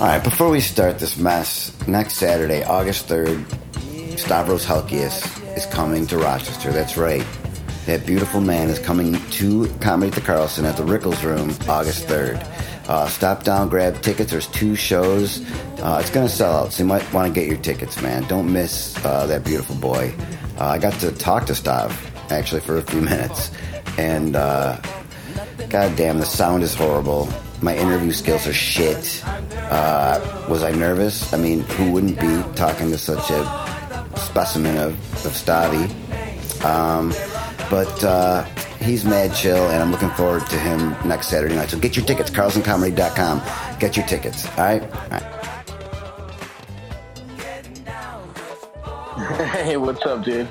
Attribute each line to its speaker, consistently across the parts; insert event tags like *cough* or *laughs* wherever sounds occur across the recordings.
Speaker 1: All right, before we start this mess, next Saturday, August 3rd, Stavros Halkias is coming to Rochester. That's right. That beautiful man is coming to Comedy at the Carlson at the Rickles Room August 3rd. Uh, stop down, grab tickets. There's two shows. Uh, it's going to sell out, so you might want to get your tickets, man. Don't miss uh, that beautiful boy. Uh, I got to talk to Stav, actually, for a few *laughs* minutes. And uh, God damn, the sound is horrible. My interview skills are shit. Uh, was I nervous? I mean, who wouldn't be talking to such a specimen of, of Stavi? Um, but uh, he's mad chill, and I'm looking forward to him next Saturday night. So get your tickets, carlsoncomedy.com. Get your tickets, all right? All right.
Speaker 2: Hey, what's up, dude?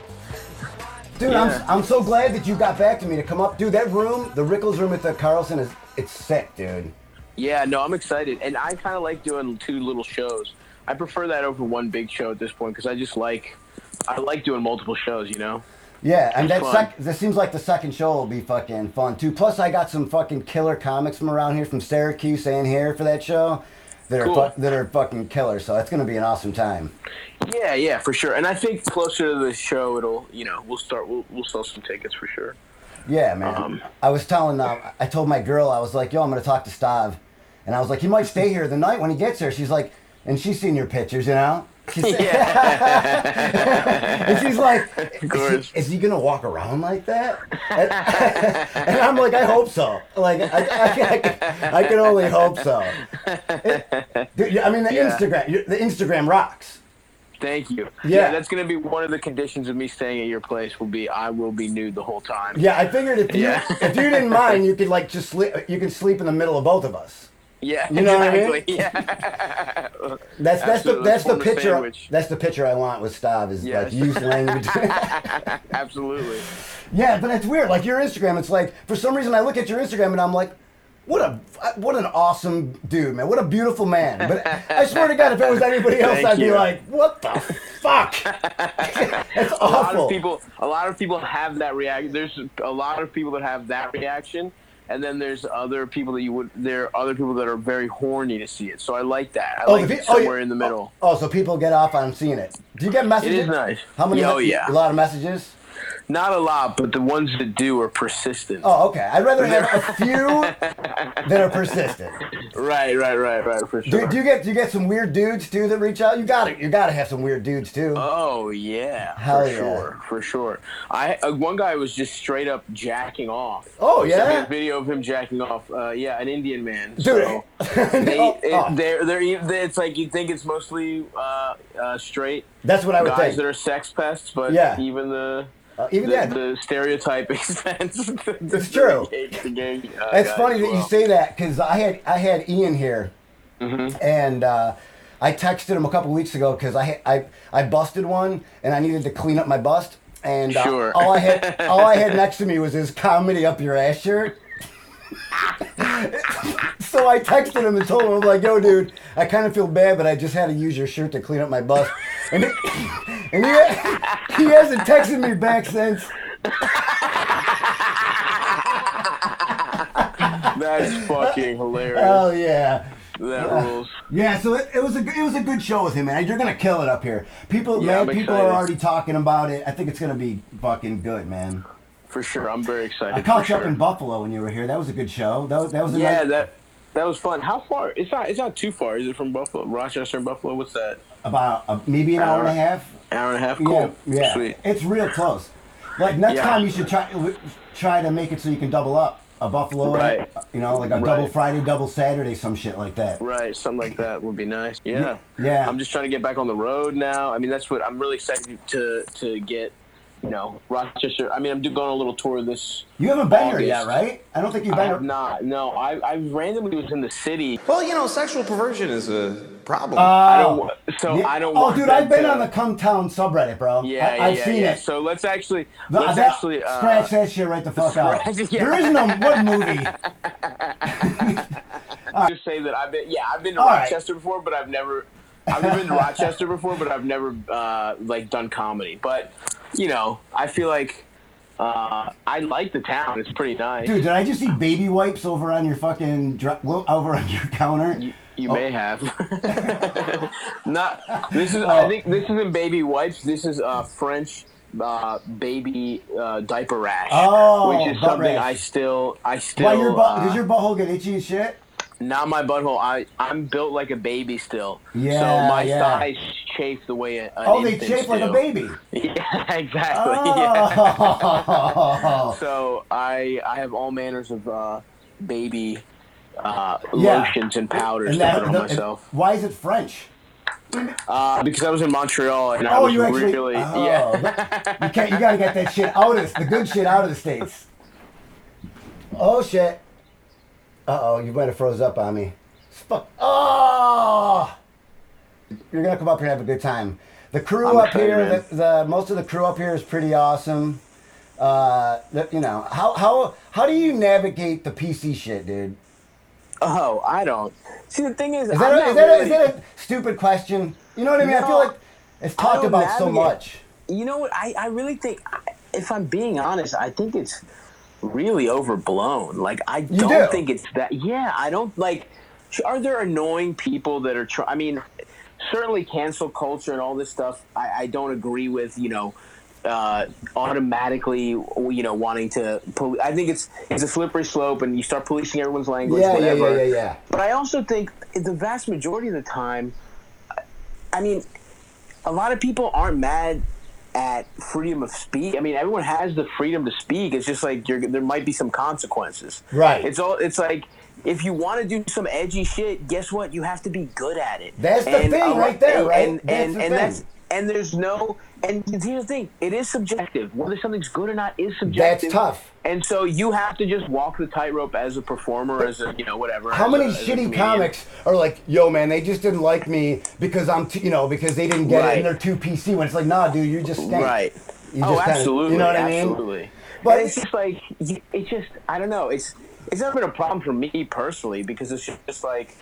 Speaker 1: Dude,
Speaker 2: Yeah.
Speaker 1: I'm, I'm so glad that you got back to me to come up. Dude, that room, the Rickles room at the Carlson, is it's sick, dude.
Speaker 2: Yeah, no, I'm excited, and I kind of like doing two little shows. I prefer that over one big show at this point because I just like, I like doing multiple shows. You know?
Speaker 1: Yeah, and that
Speaker 2: It's
Speaker 1: sec- that seems like the second show will be fucking fun too. Plus, I got some fucking killer comics from around here, from Syracuse and here for that show, that are
Speaker 2: Cool.
Speaker 1: fu- that are fucking killer. So it's gonna be an awesome time.
Speaker 2: Yeah, yeah, for sure. And I think closer to the show, it'll, you know, we'll start, we'll, we'll sell some tickets for sure.
Speaker 1: Yeah, man.
Speaker 2: Um,
Speaker 1: I was telling, uh, I told my girl, I was like, "Yo, I'm gonna talk to Stav," and I was like, "He might stay here the night when he gets here." She's like, and she's seen your pictures, you know. She's, *laughs* and she's like, is
Speaker 2: course.
Speaker 1: he, is he gonna walk around like that? And, *laughs* and I'm like, I hope so. Like, I, I, I, can, I can only hope so. It- dude, I mean, the
Speaker 2: Yeah.
Speaker 1: Instagram, the Instagram rocks.
Speaker 2: Thank you.
Speaker 1: Yeah.
Speaker 2: that's gonna be one of the conditions of me staying at your place. Will be I will be nude the whole time.
Speaker 1: Yeah, I figured if you
Speaker 2: Yeah.
Speaker 1: if you didn't mind, you could like just sleep. You can sleep in the middle of both of us.
Speaker 2: yeah,
Speaker 1: You know what I mean?
Speaker 2: exactly. *laughs* Yeah,
Speaker 1: That's that's
Speaker 2: Absolutely.
Speaker 1: the that's the
Speaker 2: Form a
Speaker 1: picture.
Speaker 2: sandwich.
Speaker 1: That's the picture I want with Stav is like
Speaker 2: Yes.
Speaker 1: use
Speaker 2: *laughs*
Speaker 1: language.
Speaker 2: absolutely.
Speaker 1: yeah, but it's weird. Like your Instagram, it's like for some reason I look at your Instagram and I'm like, what a what an awesome dude, man. What a beautiful man. But I swear to God, if it was
Speaker 2: *laughs*
Speaker 1: anybody else,
Speaker 2: Thank
Speaker 1: I'd be
Speaker 2: you.
Speaker 1: like, what the
Speaker 2: *laughs*
Speaker 1: fuck? That's
Speaker 2: A lot
Speaker 1: awful.
Speaker 2: of people, a lot of people have that reaction. There's a lot of people that have that reaction, and then there's other people that you would. There are other people that are very horny to see it. So I like that. I like
Speaker 1: the
Speaker 2: it
Speaker 1: pe- Oh, you-
Speaker 2: somewhere in the middle.
Speaker 1: Oh, so people get off on seeing it. Do you get messages?
Speaker 2: nice.
Speaker 1: How many?
Speaker 2: Yeah, oh,
Speaker 1: mes-
Speaker 2: yeah.
Speaker 1: A lot of messages.
Speaker 2: Not a lot, but the ones that do are persistent.
Speaker 1: Oh, okay. I'd
Speaker 2: *laughs*
Speaker 1: rather have a few that are persistent.
Speaker 2: Right, right, right, right. For sure.
Speaker 1: Do, do you get do you get some weird dudes too that reach out? You got to you got to have some weird dudes too.
Speaker 2: Oh yeah,
Speaker 1: Hell
Speaker 2: for
Speaker 1: yeah.
Speaker 2: sure, for sure. I uh, one guy was just straight up jacking off.
Speaker 1: Oh,
Speaker 2: He sent me
Speaker 1: yeah?
Speaker 2: a video of him jacking off. Uh, yeah, an Indian man.
Speaker 1: Dude, *laughs*
Speaker 2: So they,
Speaker 1: Oh,
Speaker 2: it-
Speaker 1: oh,
Speaker 2: they're, they're, e- they- it's like you think it's mostly uh, uh, straight
Speaker 1: that's what I would
Speaker 2: guys
Speaker 1: think.
Speaker 2: that are sex pests, but
Speaker 1: Yeah.
Speaker 2: even the.
Speaker 1: Uh, even
Speaker 2: the,
Speaker 1: yeah,
Speaker 2: the stereotype *laughs* expense. *laughs*
Speaker 1: It's true.
Speaker 2: uh,
Speaker 1: It's funny that you say that because I had I had Ian here, and uh, I texted him a couple weeks ago because I, had- I I busted one and I needed to clean up my bust, and uh,
Speaker 2: Sure.
Speaker 1: all I had all I had next to me was his comedy up your ass shirt. *laughs* so I texted him and told him I'm like, "Yo, dude, I kind of feel bad, but I just had to use your shirt to clean up my bust," and he, *laughs* and he, he hasn't texted me back since. *laughs*
Speaker 2: That's fucking hilarious.
Speaker 1: Oh yeah.
Speaker 2: that rules.
Speaker 1: Yeah, so it, it was a g- it was a good show with him, man. You're gonna kill it up here. People,
Speaker 2: Yeah,
Speaker 1: man,
Speaker 2: I'm
Speaker 1: people
Speaker 2: excited.
Speaker 1: are already talking about it. I think it's gonna be fucking good, man.
Speaker 2: For sure. I'm very excited.
Speaker 1: I caught
Speaker 2: for
Speaker 1: you up
Speaker 2: sure.
Speaker 1: in Buffalo when you were here. That was a good show. That was that was a
Speaker 2: Yeah,
Speaker 1: nice,
Speaker 2: that that was fun. How far? It's not. It's not too far. Is it from Buffalo, Rochester, and Buffalo? What's that?
Speaker 1: about a, maybe an hour and a half.
Speaker 2: Hour and a half. Cool.
Speaker 1: Yeah, yeah.
Speaker 2: Sweet.
Speaker 1: It's real close. Like next
Speaker 2: Yeah.
Speaker 1: time you should try try to make it so you can double up a Buffalo,
Speaker 2: Right.
Speaker 1: you know, like a double
Speaker 2: Right.
Speaker 1: Friday, double Saturday, some shit like that.
Speaker 2: Right. Something like that would be nice. Yeah.
Speaker 1: yeah.
Speaker 2: I'm just trying to get back on the road now. I mean, that's what I'm really excited to to get. You know, Rochester. I mean, I'm do- going on a little tour this.
Speaker 1: You haven't been here yet,
Speaker 2: August.
Speaker 1: right? I don't think you've
Speaker 2: I
Speaker 1: been.
Speaker 2: have not. No, I I randomly was in the city.
Speaker 3: Well, you know, sexual perversion is a problem.
Speaker 1: Oh.
Speaker 2: I don't. wa- So
Speaker 1: Yeah.
Speaker 2: I don't.
Speaker 1: Oh,
Speaker 2: want
Speaker 1: dude,
Speaker 2: them
Speaker 1: I've been
Speaker 2: to-
Speaker 1: on the Come Town subreddit, bro.
Speaker 2: Yeah,
Speaker 1: I, I've
Speaker 2: yeah,
Speaker 1: seen
Speaker 2: yeah.
Speaker 1: it.
Speaker 2: So let's actually.
Speaker 1: No,
Speaker 2: let's
Speaker 1: that-
Speaker 2: actually. Uh,
Speaker 1: scratch that shit right the fuck out.
Speaker 2: scratch- *laughs* yeah.
Speaker 1: There is no what
Speaker 2: *laughs*
Speaker 1: movie.
Speaker 2: just say that I've been yeah I've been to
Speaker 1: All right.
Speaker 2: Rochester before, but I've never I've never
Speaker 1: *laughs*
Speaker 2: been to Rochester before, but I've never uh, like done comedy. But you know, I feel like uh, I like the town. It's pretty nice.
Speaker 1: Dude, did I just see baby wipes over on your fucking dr- well, over on your counter?
Speaker 2: You may have. *laughs* Not this is.
Speaker 1: Oh.
Speaker 2: I think this isn't baby wipes. This is uh, French uh, baby uh, diaper rash,
Speaker 1: Oh,
Speaker 2: which is
Speaker 1: butt
Speaker 2: something
Speaker 1: rash.
Speaker 2: I still, I still.
Speaker 1: Why your butt? Does
Speaker 2: uh,
Speaker 1: your butthole get itchy and shit?
Speaker 2: not my butthole. I I'm built like a baby still.
Speaker 1: Yeah,
Speaker 2: So my
Speaker 1: yeah.
Speaker 2: thighs chafe the way. An
Speaker 1: Oh, they
Speaker 2: infant's
Speaker 1: chafe like a
Speaker 2: do.
Speaker 1: baby.
Speaker 2: *laughs* Yeah, exactly. Yeah.
Speaker 1: Oh. *laughs*
Speaker 2: So I I have all manners of uh, baby uh,
Speaker 1: Yeah.
Speaker 2: lotions and powders
Speaker 1: And
Speaker 2: to
Speaker 1: that-
Speaker 2: put on
Speaker 1: the- and
Speaker 2: myself.
Speaker 1: why is it French?
Speaker 2: Uh, because I was in Montreal and I
Speaker 1: oh,
Speaker 2: was
Speaker 1: you actually.
Speaker 2: really
Speaker 1: oh,
Speaker 2: yeah. *laughs*
Speaker 1: that- you can't. You gotta get that shit out of the good shit out of the states. Oh shit. Uh oh, you might have froze up on me. Fuck. Oh. You're gonna come up here and have a good time. The crew
Speaker 2: I'm
Speaker 1: up
Speaker 2: excited,
Speaker 1: here,
Speaker 2: man.
Speaker 1: the, the most of the crew up here is pretty awesome. Uh, that- you know how how how do you navigate the PC shit, dude?
Speaker 2: Oh, I don't. See, the thing is,
Speaker 1: Is
Speaker 2: I'm
Speaker 1: that, a,
Speaker 2: not
Speaker 1: is, that a, is
Speaker 2: really-
Speaker 1: that a stupid question? You know what I mean? I feel
Speaker 2: No,
Speaker 1: like it's talked
Speaker 2: don't
Speaker 1: about so
Speaker 2: navigate.
Speaker 1: much.
Speaker 2: you know what? I I really think, I- if I'm being honest, I think it's really overblown. Like I don't
Speaker 1: do?
Speaker 2: think it's that. Yeah, I don't like. Are there annoying people that are? Try, I mean, certainly cancel culture and all this stuff. I, I don't agree with. You know. Uh, automatically, you know, wanting to. Poli- I think it's it's a slippery slope, and you start policing everyone's language.
Speaker 1: Yeah, yeah,
Speaker 2: whatever.
Speaker 1: yeah, yeah, yeah.
Speaker 2: But I also think the vast majority of the time, I- I mean, a lot of people aren't mad at freedom of speech. I mean, everyone has the freedom to speak. It's just like you're, there might be some consequences.
Speaker 1: Right.
Speaker 2: It's all. It's like if you want to do some edgy shit, guess what? You have to be good at it.
Speaker 1: That's the thing
Speaker 2: uh,
Speaker 1: right there,
Speaker 2: and,
Speaker 1: right?
Speaker 2: And
Speaker 1: That's
Speaker 2: and,
Speaker 1: the
Speaker 2: and
Speaker 1: thing.
Speaker 2: that's and there's no and here's the thing: it is subjective. Whether something's good or not is
Speaker 1: That's
Speaker 2: subjective.
Speaker 1: tough.
Speaker 2: And so you have to just walk the tightrope as a performer, as a you know whatever.
Speaker 1: How
Speaker 2: as
Speaker 1: many
Speaker 2: a- as a
Speaker 1: shitty
Speaker 2: comedian.
Speaker 1: comics are like, yo, man, they just didn't like me because I'm, t- you know, because they didn't get it
Speaker 2: Right.
Speaker 1: and they're too PC. When it's like, nah, dude, you just stink.
Speaker 2: Right.
Speaker 1: You
Speaker 2: oh,
Speaker 1: just kinda-
Speaker 2: absolutely.
Speaker 1: you know what I mean?
Speaker 2: absolutely.
Speaker 1: But
Speaker 2: But it's just like you- it's just I don't know. It's it's never been a problem for me personally because it's just like.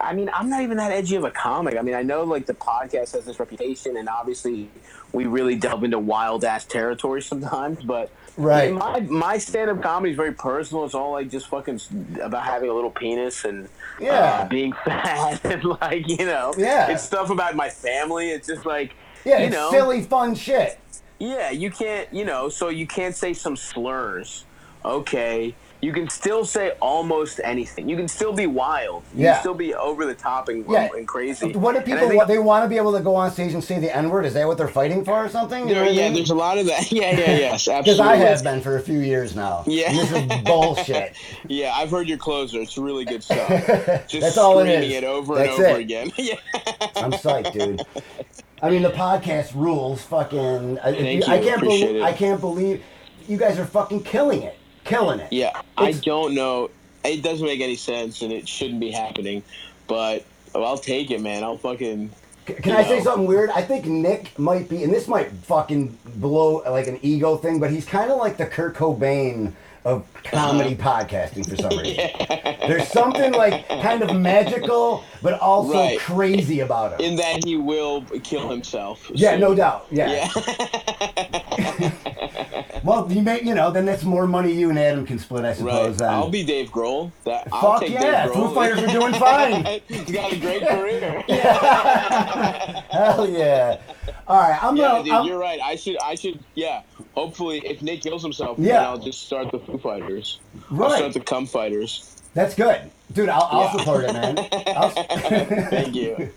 Speaker 2: I mean, I'm not even that edgy of a comic. I mean, I know like the podcast has this reputation, and obviously we really delve into wild ass territory sometimes. But
Speaker 1: Right.
Speaker 2: my my stand up comedy is very personal. It's all like just fucking s- about having a little penis and
Speaker 1: Yeah.
Speaker 2: uh, being *laughs* fat and like you know
Speaker 1: Yeah.
Speaker 2: it's stuff about my family. It's just like
Speaker 1: Yeah,
Speaker 2: you
Speaker 1: it's
Speaker 2: know
Speaker 1: silly, fun shit.
Speaker 2: yeah, you can't, you know, so you can't say some slurs. Okay. You can still say almost anything. You can still be wild. You
Speaker 1: Yeah.
Speaker 2: can still be over the top and,
Speaker 1: Yeah.
Speaker 2: and
Speaker 1: What
Speaker 2: crazy.
Speaker 1: do
Speaker 2: And I
Speaker 1: people
Speaker 2: think-
Speaker 1: want? They want to be able to go on stage and say the N word? Is that what they're fighting for or something? You know what I
Speaker 2: yeah,
Speaker 1: mean?
Speaker 2: there's a lot of that. *laughs* Yeah, yeah,
Speaker 1: *laughs*
Speaker 2: yes, absolutely.
Speaker 1: Because I have been for a few years now.
Speaker 2: Yeah.
Speaker 1: And this is bullshit.
Speaker 2: Yeah, I've heard your closer. It's
Speaker 1: *laughs*
Speaker 2: really good stuff. Just
Speaker 1: That's all it
Speaker 2: screaming
Speaker 1: is.
Speaker 2: it over
Speaker 1: That's
Speaker 2: and over
Speaker 1: it.
Speaker 2: again. *laughs* yeah.
Speaker 1: I'm psyched, dude. I mean, the podcast rules. Fucking, I,
Speaker 2: Thank
Speaker 1: I
Speaker 2: you,
Speaker 1: can't
Speaker 2: appreciate
Speaker 1: believe.
Speaker 2: it.
Speaker 1: I can't believe you guys are fucking killing it, killing it.
Speaker 2: Yeah, I
Speaker 1: It's-
Speaker 2: don't know. It doesn't make any sense, and it shouldn't be happening. But I'll take it, man. I'll fucking
Speaker 1: Can I say
Speaker 2: No.
Speaker 1: something weird? I think Nick might be, and this might fucking blow like an ego thing, but he's kind of like the Kurt Cobain of comedy
Speaker 2: Uh-huh.
Speaker 1: podcasting for some
Speaker 2: *laughs*
Speaker 1: reason. There's something like kind of magical, but also
Speaker 2: Right.
Speaker 1: crazy about him.
Speaker 2: in that he will kill himself.
Speaker 1: yeah,
Speaker 2: soon.
Speaker 1: no doubt. Yeah.
Speaker 2: Yeah. *laughs*
Speaker 1: Well, you may, you know, then that's more money you and Adam can split, I
Speaker 2: Right.
Speaker 1: suppose. Then.
Speaker 2: I'll be Dave Grohl. That, I'll
Speaker 1: Fuck
Speaker 2: take
Speaker 1: yeah,
Speaker 2: Dave
Speaker 1: Foo
Speaker 2: Grohl. *laughs*
Speaker 1: Fighters are doing fine.
Speaker 2: He's got a great
Speaker 1: *laughs*
Speaker 2: career. Yeah,
Speaker 1: Hell yeah! All right, I'm gonna.
Speaker 2: dude,
Speaker 1: I'm-
Speaker 2: you're right. I should, I should, yeah. Hopefully, if Nick kills himself,
Speaker 1: Yeah.
Speaker 2: then I'll just start the Foo Fighters.
Speaker 1: Right.
Speaker 2: I'll start the Cum Fighters.
Speaker 1: that's good, dude. I'll, I'll
Speaker 2: Yeah.
Speaker 1: support it, man. I'll, *laughs*
Speaker 2: *laughs* Thank you.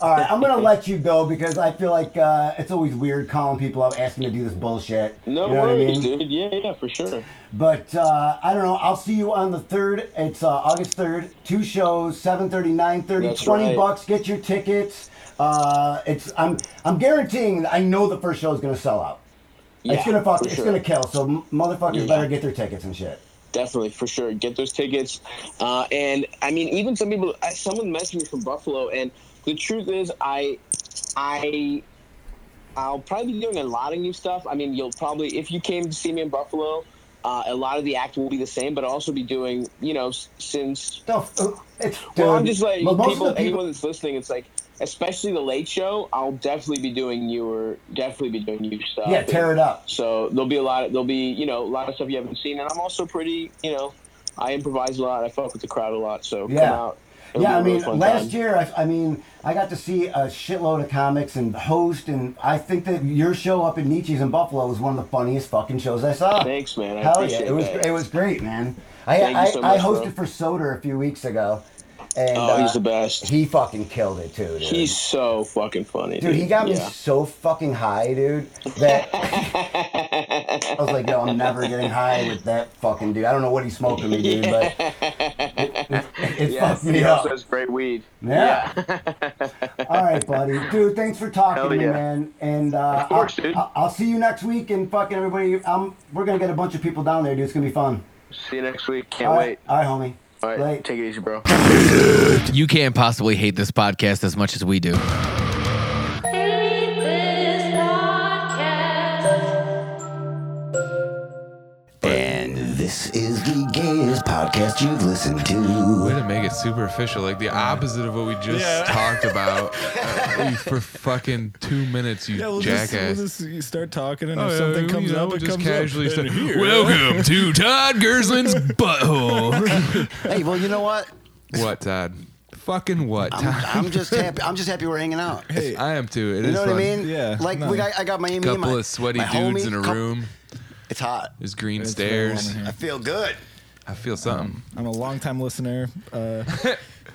Speaker 1: all right, I'm
Speaker 2: *laughs*
Speaker 1: gonna let you go because I feel like uh, it's always weird calling people up asking to do this bullshit.
Speaker 2: No
Speaker 1: you know
Speaker 2: worries,
Speaker 1: what I mean?
Speaker 2: dude. Yeah, yeah, for sure.
Speaker 1: But uh, I don't know. I'll see you on the third. It's uh, August third. Two shows, 7:30, 9:30,
Speaker 2: That's
Speaker 1: 20
Speaker 2: right.
Speaker 1: bucks. Get your tickets. Uh, it's I'm I'm guaranteeing. I know the first show is gonna sell out.
Speaker 2: Yeah,
Speaker 1: it's gonna fuck.
Speaker 2: for
Speaker 1: It's
Speaker 2: sure.
Speaker 1: gonna kill. So m- motherfuckers
Speaker 2: Yeah.
Speaker 1: better get their tickets and shit.
Speaker 2: definitely for sure get those tickets uh, and i mean even some people I- someone messaged me from buffalo and the truth is i i i'll probably be doing a lot of new stuff i mean you'll probably if you came to see me in buffalo uh, a lot of the act will be the same but i'll also be doing you know s- since
Speaker 1: Don't- It's,
Speaker 2: well i'm
Speaker 1: dude,
Speaker 2: just like
Speaker 1: mo- most of
Speaker 2: people,
Speaker 1: the people-
Speaker 2: anyone that's listening it's like especially the late show i'll definitely be doing newer definitely be doing new stuff
Speaker 1: Yeah, tear it up.
Speaker 2: so there'll be a lot. There'll be you know a lot of stuff you haven't seen, and I'm also pretty you know I improvise a lot. I fuck with the crowd a lot. So come
Speaker 4: Yeah.
Speaker 2: out. It'll
Speaker 4: Yeah,
Speaker 2: be
Speaker 4: I
Speaker 2: a really
Speaker 4: mean,
Speaker 2: fun
Speaker 4: last
Speaker 2: time.
Speaker 4: year, I, I mean, I got to see a shitload of comics and host, and I think that your show up in Nietzsche's in Buffalo was one of the funniest fucking shows I saw.
Speaker 2: Thanks, man. I
Speaker 4: Hell yeah,
Speaker 2: appreciate
Speaker 4: it was
Speaker 2: that.
Speaker 4: it was great, man. I
Speaker 2: Thank you
Speaker 4: I,
Speaker 2: so
Speaker 4: I
Speaker 2: much,
Speaker 4: hosted
Speaker 2: bro.
Speaker 4: for Soder a few weeks ago, and
Speaker 2: Oh, he's
Speaker 4: uh,
Speaker 2: the best.
Speaker 4: He fucking killed it too, dude.
Speaker 2: He's so fucking funny.
Speaker 4: Dude, he got me
Speaker 2: Yeah.
Speaker 4: so fucking high, dude,
Speaker 2: *laughs*
Speaker 4: that I was like, yo, I'm never getting high with that fucking dude. I don't know what he's smoking me, dude, but it, it fucked
Speaker 2: *laughs* Yes,
Speaker 4: me
Speaker 2: he
Speaker 4: up.
Speaker 2: also has great weed.
Speaker 4: Yeah. All right, buddy. Dude, thanks for talking
Speaker 2: Hell
Speaker 4: to me,
Speaker 2: yeah.
Speaker 4: man. And uh,
Speaker 2: Of course,
Speaker 4: I'll,
Speaker 2: dude.
Speaker 4: I'll- I'll see you next week and fucking everybody. Um, we're going to get a bunch of people down there, dude. It's going to be fun.
Speaker 2: See you next week. Can't
Speaker 4: All right.
Speaker 2: wait.
Speaker 4: All right, homie.
Speaker 2: All right,
Speaker 4: Late.
Speaker 2: take it easy, bro.
Speaker 5: You can't possibly hate this podcast as much as we do.
Speaker 1: And this is the gayest podcast you've listened to.
Speaker 6: Way to make it superficial, like the opposite of what we just talked
Speaker 7: *laughs*
Speaker 6: about uh, for fucking two minutes, you
Speaker 7: Yeah, we'll
Speaker 6: jackass.
Speaker 7: just, we'll just you start talking, and
Speaker 6: Oh,
Speaker 7: if
Speaker 6: yeah,
Speaker 7: something
Speaker 6: you
Speaker 7: comes
Speaker 6: know,
Speaker 7: up, it
Speaker 6: just
Speaker 7: comes
Speaker 6: casually
Speaker 7: up.
Speaker 6: say,
Speaker 7: And
Speaker 6: *laughs*
Speaker 7: here-
Speaker 6: Welcome
Speaker 7: *laughs*
Speaker 6: to Todd Gerslin's butthole.
Speaker 1: Hey, well, you know what?
Speaker 6: what, Todd? Fucking what,
Speaker 1: I'm,
Speaker 6: Todd?
Speaker 1: I'm just happy. I'm just happy we're hanging out.
Speaker 6: *laughs*
Speaker 7: Hey,
Speaker 6: I am too. It is
Speaker 1: You know what
Speaker 6: fun.
Speaker 1: I mean?
Speaker 7: Yeah,
Speaker 1: Like
Speaker 7: no.
Speaker 1: we got, I got my Amy and
Speaker 6: Couple
Speaker 1: my-
Speaker 6: of sweaty
Speaker 1: my
Speaker 6: dudes
Speaker 1: homie.
Speaker 6: in a
Speaker 1: Couple-
Speaker 6: room.
Speaker 1: It's hot.
Speaker 6: There's green
Speaker 7: It's very
Speaker 6: stairs.
Speaker 7: warm in here.
Speaker 1: I feel good.
Speaker 6: I feel something.
Speaker 7: I'm a longtime listener.
Speaker 6: *laughs*
Speaker 7: Uh,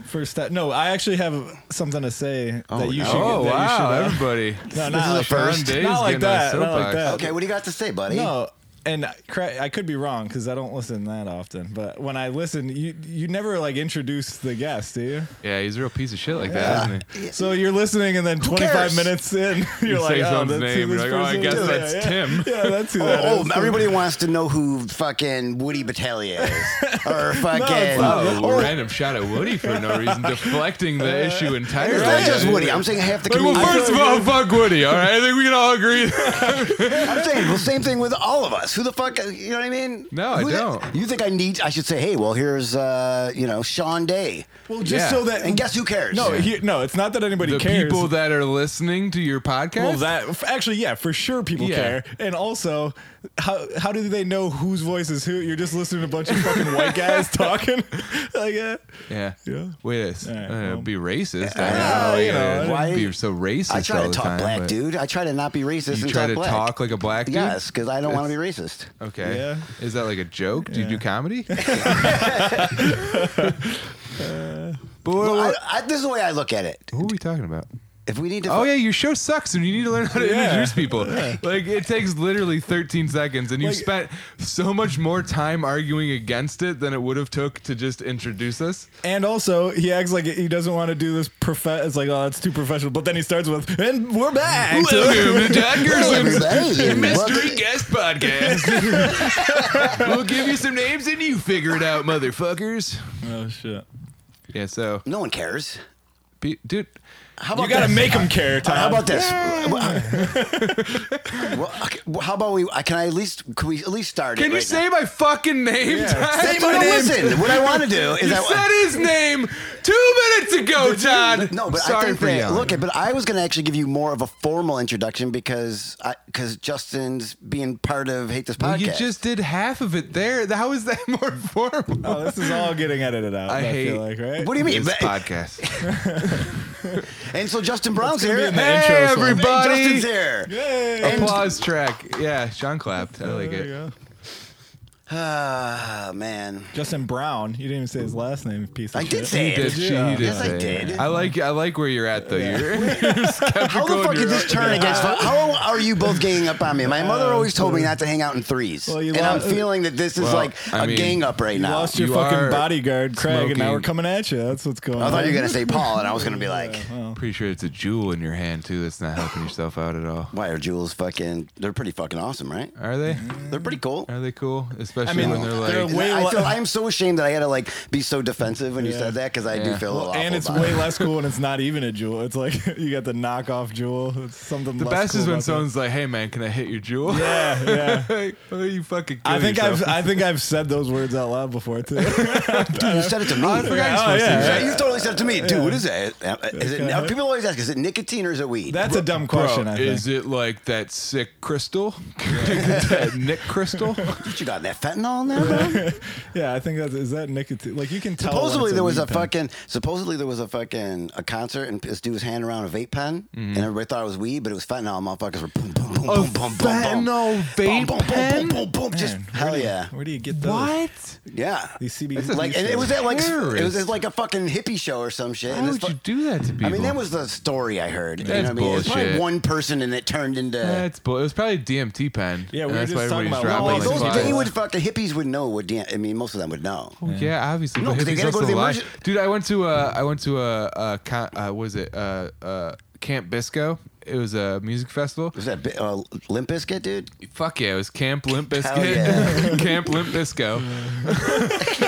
Speaker 7: first, ti- no, I actually have something to say that you should.
Speaker 6: oh
Speaker 7: that you should,
Speaker 6: wow,
Speaker 7: uh,
Speaker 6: everybody!
Speaker 7: *laughs* no, not like that.
Speaker 6: Sean Day's
Speaker 7: Not like
Speaker 6: getting on his
Speaker 7: that. Not like
Speaker 6: soapbox.
Speaker 7: that.
Speaker 1: Okay, what do you got to say, buddy?
Speaker 7: No, and cra- I could be wrong because I don't listen that often. But when I listen, you you never like introduce the guest, do you?
Speaker 6: Yeah, he's a real piece of shit like
Speaker 1: Yeah.
Speaker 6: that, isn't he?
Speaker 7: So you're listening, and then 25
Speaker 1: cares?
Speaker 7: minutes in, *laughs* you're
Speaker 6: You
Speaker 7: like,
Speaker 6: say
Speaker 7: oh,
Speaker 6: someone's
Speaker 7: that's
Speaker 6: name,
Speaker 7: who
Speaker 6: you're
Speaker 7: this
Speaker 6: like, oh, I
Speaker 7: person
Speaker 6: guess
Speaker 7: is.
Speaker 6: that's
Speaker 7: yeah,
Speaker 6: Tim.
Speaker 7: Yeah,
Speaker 6: *laughs*
Speaker 7: yeah, that's who that
Speaker 1: Oh,
Speaker 7: is.
Speaker 1: oh, everybody wants to know who fucking Woody Battaglia is,
Speaker 6: *laughs*
Speaker 1: or fucking.
Speaker 6: Oh,
Speaker 1: or-
Speaker 6: random shot at Woody for no reason, deflecting the issue entirely.
Speaker 1: it's not just Woody. I'm saying half the
Speaker 6: Like, well,
Speaker 1: comedians.
Speaker 6: first of all, fuck Woody. All right, I think we can
Speaker 1: *laughs*
Speaker 6: all agree.
Speaker 1: I'm saying, well, same thing with all of us. Who the fuck, you know what I mean?
Speaker 6: No, I
Speaker 1: Who the-
Speaker 6: don't.
Speaker 1: you think I need? I should say, hey, well, here's uh, you know Sean Day,
Speaker 7: Well, just
Speaker 6: Yeah.
Speaker 7: so that
Speaker 1: and guess who cares?
Speaker 7: *laughs* No, he, no, it's not that anybody
Speaker 6: the
Speaker 7: cares.
Speaker 6: people that are listening to your podcast.
Speaker 7: well, that f- actually, yeah, for sure, people
Speaker 6: Yeah.
Speaker 7: care. And also, how how do they know whose voice is who? You're just listening to a bunch of fucking white guys talking. *laughs* like, uh, yeah.
Speaker 6: yeah,
Speaker 7: Yeah.
Speaker 6: Wait, a s-
Speaker 7: All right,
Speaker 6: uh,
Speaker 7: well.
Speaker 6: be racist.
Speaker 1: Yeah,
Speaker 6: I
Speaker 7: you know,
Speaker 6: know,
Speaker 1: why-
Speaker 6: why be so racist?
Speaker 1: I try
Speaker 6: all
Speaker 1: to
Speaker 6: the
Speaker 1: talk
Speaker 6: time,
Speaker 1: black,
Speaker 6: but-
Speaker 1: dude. I try to not be racist.
Speaker 6: You
Speaker 1: and
Speaker 6: try
Speaker 1: talk
Speaker 6: to
Speaker 1: black.
Speaker 6: talk like a black dude.
Speaker 1: Yes, because I don't want to be racist.
Speaker 6: Okay.
Speaker 7: Yeah.
Speaker 6: Is that like a joke? Do you do
Speaker 7: Yeah.
Speaker 1: *laughs*
Speaker 6: comedy? *laughs* but what,
Speaker 1: Well,
Speaker 6: what-
Speaker 1: I, I, this is the way I look at it.
Speaker 6: who are we talking about?
Speaker 1: If we need to,
Speaker 6: Oh yeah, your show sucks, and you need to learn how to
Speaker 7: Yeah.
Speaker 6: introduce *laughs* people. Like it takes literally 13 seconds, and you
Speaker 7: Like-
Speaker 6: spent so much more time arguing against it than it would have took to just introduce us.
Speaker 7: And also, he acts like he doesn't want to do this. Profe- it's like, oh, that's too professional. But then he starts with, and we're back.
Speaker 6: *laughs* Welcome to Todd Gerson's
Speaker 1: everybody, and
Speaker 6: Mystery
Speaker 1: welcome-
Speaker 6: Guest *laughs* Podcast. we'll give you some names, and you figure it out, motherfuckers.
Speaker 7: *laughs* oh shit!
Speaker 6: Yeah. So,
Speaker 1: no one cares.
Speaker 6: be- dude.
Speaker 1: How about
Speaker 7: You gotta
Speaker 1: this?
Speaker 7: make him *laughs* care, Todd.
Speaker 1: How about this?
Speaker 6: Um,
Speaker 1: *laughs* well, okay, well, how about we? uh, Can I at least? Can we at least start?
Speaker 6: Can
Speaker 1: it
Speaker 6: you
Speaker 1: right
Speaker 6: say
Speaker 1: now?
Speaker 6: my fucking name? Todd?
Speaker 1: Say my name.
Speaker 6: *laughs*
Speaker 1: Listen, what I want to do is
Speaker 6: You
Speaker 1: I
Speaker 6: said his name two minutes ago, Todd.
Speaker 1: No, but
Speaker 6: sorry
Speaker 1: I think
Speaker 6: for
Speaker 1: that,
Speaker 6: yelling.
Speaker 1: look, but I was going to actually give you more of a formal introduction because because Justin's being part of Hate This Podcast.
Speaker 6: Well, you just did half of it there. How is that *laughs* more formal?
Speaker 7: Oh, this is all getting edited out.
Speaker 6: I
Speaker 7: I,
Speaker 6: hate-
Speaker 7: feel like, right?
Speaker 1: what do you mean?
Speaker 6: This
Speaker 1: But-
Speaker 7: *laughs*
Speaker 6: podcast.
Speaker 1: and so Justin Brown's
Speaker 7: gonna
Speaker 1: here.
Speaker 7: be in the-
Speaker 1: Hey,
Speaker 6: Hey,
Speaker 7: intro song.
Speaker 6: everybody!
Speaker 1: Justin's here.
Speaker 7: Yay.
Speaker 1: And-
Speaker 6: Applause track. Yeah, Sean clapped. I like
Speaker 7: There you
Speaker 6: it.
Speaker 7: go.
Speaker 1: Ah, man.
Speaker 7: Justin Brown. You didn't even say his last name. Piece of
Speaker 1: I
Speaker 7: shit.
Speaker 1: did say
Speaker 6: Did
Speaker 1: it.
Speaker 6: she? He did
Speaker 1: Yes, I
Speaker 6: say it.
Speaker 1: did.
Speaker 6: I like. I like where you're at, though.
Speaker 7: *laughs*
Speaker 6: You're, *laughs* you're just kept
Speaker 1: How the
Speaker 6: going
Speaker 1: fuck
Speaker 6: your
Speaker 1: did this
Speaker 6: own-
Speaker 1: turn against? How are you both ganging up on me? My
Speaker 6: *laughs* Oh,
Speaker 1: mother always told me not to hang out in threes,
Speaker 7: Well, you
Speaker 1: and I'm
Speaker 7: lost-
Speaker 1: feeling that this is
Speaker 6: Well,
Speaker 1: like
Speaker 6: I
Speaker 1: a
Speaker 6: mean,
Speaker 1: gang up right
Speaker 7: You
Speaker 1: now.
Speaker 7: lost your
Speaker 6: You are
Speaker 7: fucking bodyguard, Craig, and now
Speaker 6: smoking.
Speaker 7: we're coming at you. That's what's going on.
Speaker 1: I thought you were gonna say Paul, and I was gonna be like,
Speaker 6: Pretty sure it's a jewel in your hand too. That's not helping yourself out at all.
Speaker 1: "Why are jewels fucking? They're pretty fucking awesome, right?
Speaker 6: Are they?
Speaker 1: They're pretty cool."
Speaker 6: Are they cool? Especially
Speaker 7: mean,
Speaker 6: when they're like.
Speaker 7: they're
Speaker 1: And
Speaker 7: Way
Speaker 1: I
Speaker 7: le-
Speaker 1: feel, I'm so ashamed that I had to like be so defensive when you
Speaker 7: Yeah.
Speaker 1: said that because I do
Speaker 6: Yeah.
Speaker 1: feel a
Speaker 7: Well,
Speaker 1: lot.
Speaker 7: and it's way less cool
Speaker 1: *laughs*
Speaker 7: when it's not even a jewel. It's like *laughs* you got the knockoff jewel. It's something.
Speaker 6: the
Speaker 7: less
Speaker 6: best
Speaker 7: cool
Speaker 6: is when
Speaker 7: about that.
Speaker 6: someone's like, "Hey, man, can I hit your jewel?"
Speaker 7: Yeah, yeah.
Speaker 6: *laughs* Like, oh, you fucking.
Speaker 7: I
Speaker 6: kill
Speaker 7: think
Speaker 6: yourself.
Speaker 7: I've I think I've said those words out loud
Speaker 6: *laughs*
Speaker 7: before too. yeah,
Speaker 1: Dude, you said it to me.
Speaker 6: I forgot
Speaker 7: oh,
Speaker 6: you're supposed to. do
Speaker 7: yeah.
Speaker 6: that.
Speaker 1: Yeah, you totally said it to me, dude. What is that? Is it, now, people always ask, is it nicotine or is it weed?
Speaker 7: that's a dumb question.
Speaker 6: Bro,
Speaker 7: I think.
Speaker 6: is it like *laughs* that sick crystal? that Nick
Speaker 1: *laughs*
Speaker 6: crystal?
Speaker 1: what you got in that fentanyl in there, bro?
Speaker 7: Yeah, I think that's is that nicotine. Like you can tell. when
Speaker 1: supposedly
Speaker 7: it's
Speaker 1: there was
Speaker 7: weed
Speaker 1: a
Speaker 7: pen.
Speaker 1: fucking supposedly there was a fucking a concert and this dude was handing around a vape pen and everybody thought it was weed but it was fentanyl motherfuckers were boom boom boom boom boom boom
Speaker 6: fentanyl vape
Speaker 1: boom, boom, boom, boom,
Speaker 6: pen?
Speaker 1: boom, boom, just
Speaker 7: Man, where
Speaker 1: hell
Speaker 7: do you-
Speaker 1: yeah
Speaker 7: Where do you get those?
Speaker 6: What?
Speaker 1: yeah
Speaker 7: These CBD.
Speaker 1: like and it was at like it was at
Speaker 6: terrorist.
Speaker 1: like a fucking hippie show or some shit
Speaker 6: Why
Speaker 1: and this
Speaker 6: would
Speaker 1: fu-
Speaker 6: you do that to people?
Speaker 1: I mean that was the story I heard you know
Speaker 6: That's
Speaker 1: what I mean it was probably
Speaker 6: bullshit.
Speaker 1: one person and it turned into
Speaker 6: That's bull. It was probably DMT pen.
Speaker 7: Yeah,
Speaker 6: and
Speaker 7: we were
Speaker 6: that's
Speaker 7: just
Speaker 6: why everybody's
Speaker 7: talking about-
Speaker 1: no
Speaker 7: Probably
Speaker 1: those
Speaker 6: dropping like
Speaker 7: five.
Speaker 1: they
Speaker 6: flies.
Speaker 1: would fucking hippies would know what Dan- I mean most of them would know
Speaker 6: Oh, yeah, obviously.
Speaker 1: No,
Speaker 6: but
Speaker 1: 'cause they
Speaker 6: hippies
Speaker 1: gotta go
Speaker 6: also
Speaker 1: to the
Speaker 6: alive.
Speaker 1: emergen-
Speaker 6: Dude, I went to uh, I went to a, a con- uh, what was it uh, uh, Camp Bisco. It was a music festival.
Speaker 1: was that Bi- uh, Limp Bizkit dude
Speaker 6: Fuck yeah, it was Camp Limp
Speaker 1: Hell
Speaker 6: Biscuit.
Speaker 1: yeah.
Speaker 6: *laughs* Camp
Speaker 1: *laughs*
Speaker 6: Limp Bisco. *laughs*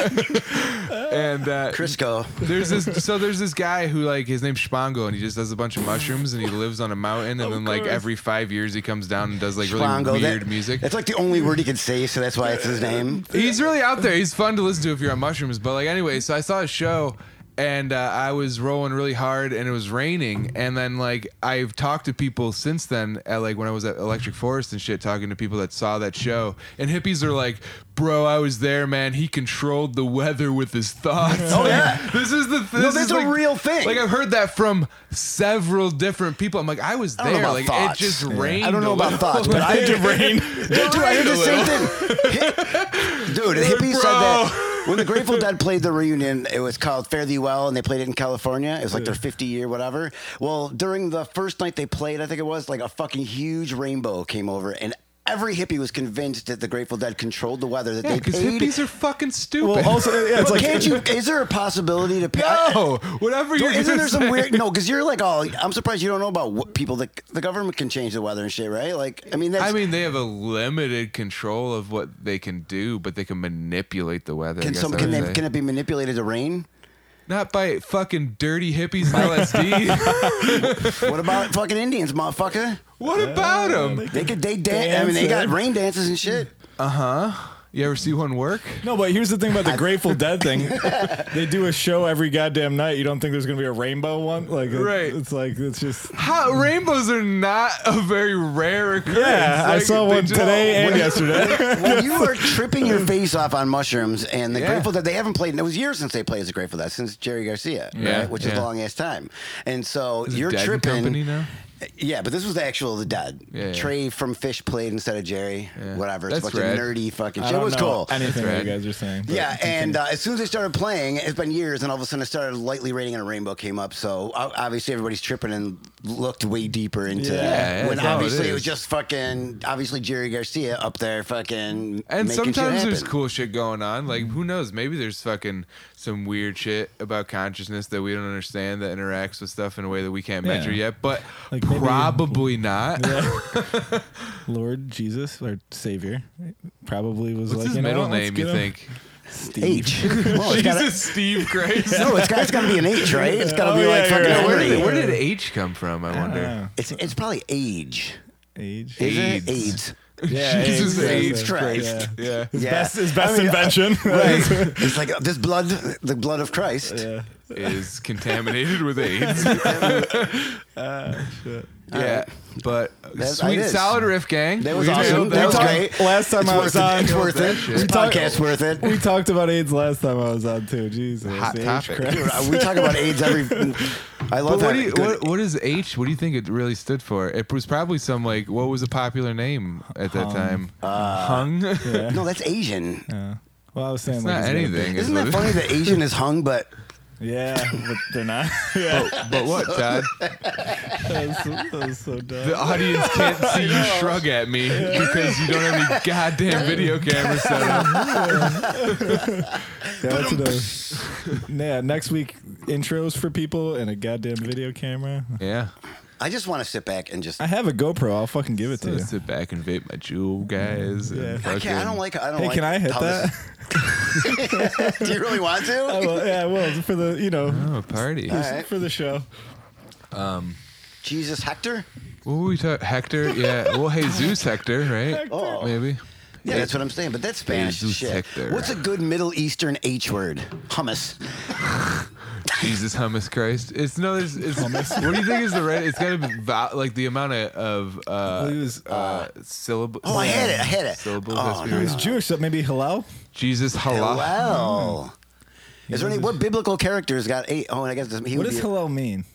Speaker 6: and uh,
Speaker 1: Crisco
Speaker 6: there's this so there's this guy who like his name's Spango and he just does a bunch of mushrooms and he lives on a mountain and then like every five years he comes down and does like really
Speaker 1: Bongo, that-
Speaker 6: weird music.
Speaker 1: That's like the only word he can say, so that's why it's his name.
Speaker 6: He's really out there. He's fun to listen to if you're on mushrooms. But like anyway, so I saw a show and uh, I was rolling really hard and it was raining. And then like I've talked to people since then at like when I was at Electric Forest and shit, talking to people that saw that show. And hippies are like, bro, I was there, man. He controlled the weather with his thoughts. Oh
Speaker 1: yeah.
Speaker 6: *laughs* this is the this
Speaker 1: No, that's
Speaker 6: is
Speaker 1: a
Speaker 6: like-
Speaker 1: real thing.
Speaker 6: Like I've heard that from several different people. I'm like, I was
Speaker 1: I
Speaker 6: there.
Speaker 1: don't know about
Speaker 6: like
Speaker 1: thoughts.
Speaker 6: it just rained.
Speaker 1: I don't know
Speaker 6: a
Speaker 1: about
Speaker 6: little.
Speaker 1: thoughts, but I
Speaker 6: It
Speaker 1: did
Speaker 6: *laughs* rained.
Speaker 1: Dude, dude, I heard the same thing. Hi-
Speaker 6: *laughs*
Speaker 1: Dude, the hippies said that when the Grateful Dead played the reunion, it was called Fare Thee Well, and they played it in California. It was like their 50 year whatever. Well, during the first night they played, I think it was, like a fucking huge rainbow came over, and every hippie was convinced that the Grateful Dead controlled the weather, that
Speaker 6: Yeah,
Speaker 1: they
Speaker 6: because
Speaker 1: paid.
Speaker 6: hippies
Speaker 1: *laughs*
Speaker 6: are fucking stupid. *laughs*
Speaker 7: Well, also, yeah, it's
Speaker 1: But
Speaker 7: like
Speaker 1: can't you? Is there a possibility to pay?
Speaker 6: no, whatever
Speaker 1: "Ah!" Don't-
Speaker 6: you're
Speaker 1: isn't there
Speaker 6: gonna
Speaker 1: some *laughs*
Speaker 6: say.
Speaker 1: weird? No, because you're like, oh, I'm surprised you don't know about what people. The, the government can change the weather and shit, right? Like, I mean, that's,
Speaker 6: I mean, they have a limited control of what they can do, but they can manipulate the weather. I
Speaker 1: can
Speaker 6: guess
Speaker 1: some
Speaker 6: I
Speaker 1: can
Speaker 6: would
Speaker 1: they,
Speaker 6: say.
Speaker 1: can it be manipulated to rain?
Speaker 6: not by fucking dirty hippies and
Speaker 1: *laughs*
Speaker 6: LSD.
Speaker 1: What about fucking Indians, motherfucker?
Speaker 6: *laughs* what about them?
Speaker 1: They could they dance. I mean, they got
Speaker 7: Dancing.
Speaker 1: rain dances and shit.
Speaker 6: You ever see one work?
Speaker 7: No, but here's the
Speaker 1: *laughs*
Speaker 7: thing about the Grateful Dead thing. they do a show every goddamn night. You don't think there's gonna be a rainbow one? Like, it-
Speaker 6: Right.
Speaker 7: It's like it's just.
Speaker 6: How rainbows are not a very rare occurrence.
Speaker 7: Yeah, I
Speaker 6: Like,
Speaker 7: saw
Speaker 6: they
Speaker 7: one
Speaker 6: just-
Speaker 7: today
Speaker 1: *laughs*
Speaker 7: and *laughs* yesterday.
Speaker 1: When you are tripping your face off on mushrooms and the
Speaker 6: Yeah.
Speaker 1: Grateful Dead, they haven't played. It was years since they played as the Grateful Dead since Jerry Garcia,
Speaker 6: Yeah,
Speaker 1: right? Which is
Speaker 6: yeah.
Speaker 1: a long ass time. And so
Speaker 6: Is it
Speaker 1: you're
Speaker 6: Dead and
Speaker 1: tripping.
Speaker 6: Company now?
Speaker 1: Yeah, but this was the actual the Dead.
Speaker 6: Yeah, yeah.
Speaker 1: Trey from Fish played instead of Jerry.
Speaker 6: Yeah.
Speaker 1: Whatever. It's
Speaker 6: That's
Speaker 1: a bunch
Speaker 6: rad.
Speaker 1: of nerdy fucking
Speaker 7: I
Speaker 1: shit. It
Speaker 7: don't
Speaker 1: was
Speaker 7: know
Speaker 1: cool.
Speaker 7: Anything
Speaker 6: That's
Speaker 7: you
Speaker 6: right.
Speaker 7: guys are saying? but
Speaker 1: Yeah,
Speaker 7: continue.
Speaker 1: and uh, as soon as they started playing, it's been years, and all of a sudden it started lightly raining, and a rainbow came up. So o- obviously everybody's tripping and looked way deeper into
Speaker 7: Yeah,
Speaker 1: that.
Speaker 6: yeah,
Speaker 1: when
Speaker 6: that's how it
Speaker 1: obviously it,
Speaker 6: is.
Speaker 1: was just fucking obviously Jerry Garcia up there fucking
Speaker 6: And
Speaker 1: making
Speaker 6: sometimes
Speaker 1: shit
Speaker 6: there's
Speaker 1: happen. Mm-hmm.
Speaker 6: cool shit going on. Like who knows? Maybe there's fucking some weird shit about consciousness that we don't understand that interacts with stuff in a way that we can't
Speaker 7: Yeah.
Speaker 6: measure yet. But
Speaker 7: *laughs* Like, maybe-
Speaker 6: probably not.
Speaker 1: uh,
Speaker 7: Lord Jesus, our Savior, probably was
Speaker 6: What's
Speaker 7: like
Speaker 6: his
Speaker 7: you know
Speaker 6: middle
Speaker 7: what, let's
Speaker 6: name?
Speaker 7: get
Speaker 6: You
Speaker 7: him
Speaker 6: think?
Speaker 7: Steve.
Speaker 1: H. *laughs* Well, Oh, it's
Speaker 6: *laughs*
Speaker 1: gotta,
Speaker 6: Jesus, Steve
Speaker 7: *laughs*
Speaker 6: Christ.
Speaker 1: no, it's got, it's got to be an H, right? It's got to
Speaker 7: Oh,
Speaker 1: be
Speaker 7: yeah,
Speaker 1: like
Speaker 7: you're
Speaker 1: fucking
Speaker 7: right.
Speaker 6: Where did,
Speaker 1: Henry.
Speaker 6: where did H come from? I
Speaker 7: I
Speaker 6: wonder.
Speaker 7: don't know.
Speaker 1: It's it's probably age.
Speaker 7: Age.
Speaker 1: Is it?
Speaker 6: AIDS.
Speaker 1: AIDS.
Speaker 7: Yeah,
Speaker 6: Jesus
Speaker 7: age.
Speaker 6: H.
Speaker 1: Christ.
Speaker 6: Yeah.
Speaker 7: His
Speaker 1: Yeah. *laughs*
Speaker 7: best, his
Speaker 1: I
Speaker 7: best
Speaker 1: mean, uh,
Speaker 7: invention.
Speaker 1: *laughs*
Speaker 6: *laughs*
Speaker 1: Right. it's like uh, this blood, the blood of Christ.
Speaker 6: is contaminated
Speaker 1: *laughs*
Speaker 6: with
Speaker 7: *laughs*
Speaker 6: AIDS.
Speaker 7: Ah,
Speaker 6: Yeah, but
Speaker 1: That's-
Speaker 6: sweet
Speaker 1: it is.
Speaker 6: solid riff gang.
Speaker 1: That was
Speaker 6: We
Speaker 1: awesome.
Speaker 6: nailed
Speaker 1: That was
Speaker 6: one.
Speaker 1: great.
Speaker 7: Last time
Speaker 1: It's
Speaker 7: I
Speaker 1: worth
Speaker 7: was
Speaker 1: it.
Speaker 7: on,
Speaker 1: It's worth it.
Speaker 6: That shit.
Speaker 1: This
Speaker 6: We
Speaker 7: talked-
Speaker 1: podcast's worth it.
Speaker 7: we talked about AIDS last time I was on too. Jesus,
Speaker 6: Hot
Speaker 7: H.
Speaker 6: topic.
Speaker 7: Christ.
Speaker 1: Dude, I- we talk about AIDS every. I love
Speaker 6: But what,
Speaker 1: that.
Speaker 6: do you, what, what is H? What do you think it really stood for? It was probably some like what was a popular name at that time? Hung. *laughs*
Speaker 7: Yeah.
Speaker 1: *laughs* no, that's Asian.
Speaker 7: Yeah. Well, I was saying
Speaker 6: it's
Speaker 7: like
Speaker 6: not
Speaker 7: it's gotta be-
Speaker 6: anything. is
Speaker 1: Isn't
Speaker 6: what
Speaker 1: that
Speaker 6: it-
Speaker 1: funny that Asian is hung, but
Speaker 7: Yeah, but they're not. *laughs* yeah,
Speaker 6: *laughs* But what, Todd?
Speaker 7: that was so, that was so dumb.
Speaker 6: The audience can't see you shrug at me because you don't have any goddamn video cameras set up.
Speaker 7: Yeah, that's what I was- yeah, next week intros for people and a goddamn video camera.
Speaker 6: Yeah.
Speaker 1: I just want to sit back and just.
Speaker 7: I
Speaker 1: I,
Speaker 7: have a GoPro. I'll fucking give it
Speaker 6: So
Speaker 7: to you.
Speaker 6: sit back and vape my jewel, guys. and
Speaker 7: Yeah. I
Speaker 1: can't. I don't like. I don't
Speaker 7: Hey,
Speaker 1: like.
Speaker 7: can I hit
Speaker 1: how
Speaker 7: that?
Speaker 1: this is- *laughs* Do you really want
Speaker 7: *laughs* I
Speaker 1: to?
Speaker 7: will, yeah, I will for the you know
Speaker 6: Oh, party.
Speaker 1: All right.
Speaker 7: for the show.
Speaker 1: Jesus Hector.
Speaker 6: What were we talking? Hector? Yeah. Well, hey, Zeus Hector, right?
Speaker 1: Oh.
Speaker 6: Maybe.
Speaker 1: Yeah, that's what I'm saying. But that's Spanish
Speaker 6: Jesus
Speaker 1: shit.
Speaker 6: Hector.
Speaker 1: What's a good Middle Eastern H word? Hummus.
Speaker 6: Jesus hummus Christ. It's no, there's it's What do you think is the right? It's got to be val- like the amount of of uh,
Speaker 7: He was-
Speaker 6: uh, syllable.
Speaker 1: Oh, I had it, I had it.
Speaker 6: Syllables.
Speaker 1: Oh,
Speaker 6: has to be
Speaker 1: no,
Speaker 6: right.
Speaker 7: He's Jewish, so maybe hello.
Speaker 6: Jesus halal.
Speaker 1: Hello. Is there any what biblical character has got eight? Oh, and I guess this- he
Speaker 7: What
Speaker 1: would
Speaker 7: does
Speaker 1: be.
Speaker 7: hello mean?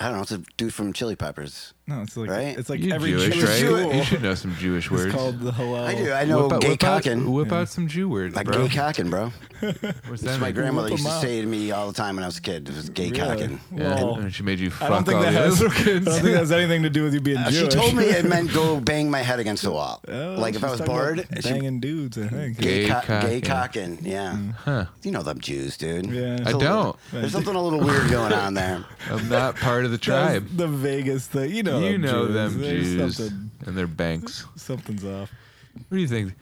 Speaker 1: I don't know. It's a dude from Chili Peppers.
Speaker 7: No, it's like
Speaker 1: Right?
Speaker 7: it's like
Speaker 6: You
Speaker 7: every
Speaker 6: Jewish,
Speaker 7: Jewish
Speaker 6: right?
Speaker 7: school
Speaker 6: You should know some Jewish
Speaker 7: is
Speaker 6: words.
Speaker 7: called the hello.
Speaker 1: I do. I know
Speaker 6: whip out,
Speaker 1: gay
Speaker 6: whip out-
Speaker 1: cocking.
Speaker 6: whip out some Jew words,
Speaker 1: Like
Speaker 6: bro.
Speaker 1: gay cocking, bro.
Speaker 6: What's
Speaker 1: That's
Speaker 6: that?
Speaker 1: my
Speaker 6: mean?
Speaker 1: grandmother
Speaker 7: Whoop
Speaker 1: used
Speaker 7: 'em
Speaker 1: to
Speaker 7: up.
Speaker 1: say to me all the time when I was a kid. It was gay cocking.
Speaker 6: Yeah,
Speaker 7: Well,
Speaker 6: and Oh, she made you
Speaker 7: I
Speaker 6: fuck all
Speaker 7: don't think
Speaker 6: the
Speaker 7: that has.
Speaker 6: other
Speaker 7: *laughs* I
Speaker 6: kids.
Speaker 7: don't think that has anything to do with you being
Speaker 1: Uh,
Speaker 7: Jewish.
Speaker 1: She told me it meant go bang my head against the wall.
Speaker 7: *laughs* Oh,
Speaker 1: like if I was
Speaker 7: she's talking about
Speaker 1: bored, she-
Speaker 7: banging dudes. I think.
Speaker 1: gay,
Speaker 6: Gay
Speaker 1: co- gay
Speaker 6: cocking.
Speaker 1: cocking. Yeah. You know them Jews, dude.
Speaker 7: Yeah.
Speaker 1: It's
Speaker 7: I
Speaker 1: a little-
Speaker 6: don't.
Speaker 1: there's something a little weird going on
Speaker 7: *laughs*
Speaker 1: there.
Speaker 6: I'm not part of the
Speaker 7: That
Speaker 6: tribe.
Speaker 7: was the Vegas thing. You know.
Speaker 6: You
Speaker 7: them
Speaker 6: know
Speaker 7: Jews.
Speaker 6: them
Speaker 7: There's
Speaker 6: Jews
Speaker 7: something-
Speaker 6: and their banks.
Speaker 7: something's off.
Speaker 6: What do you think?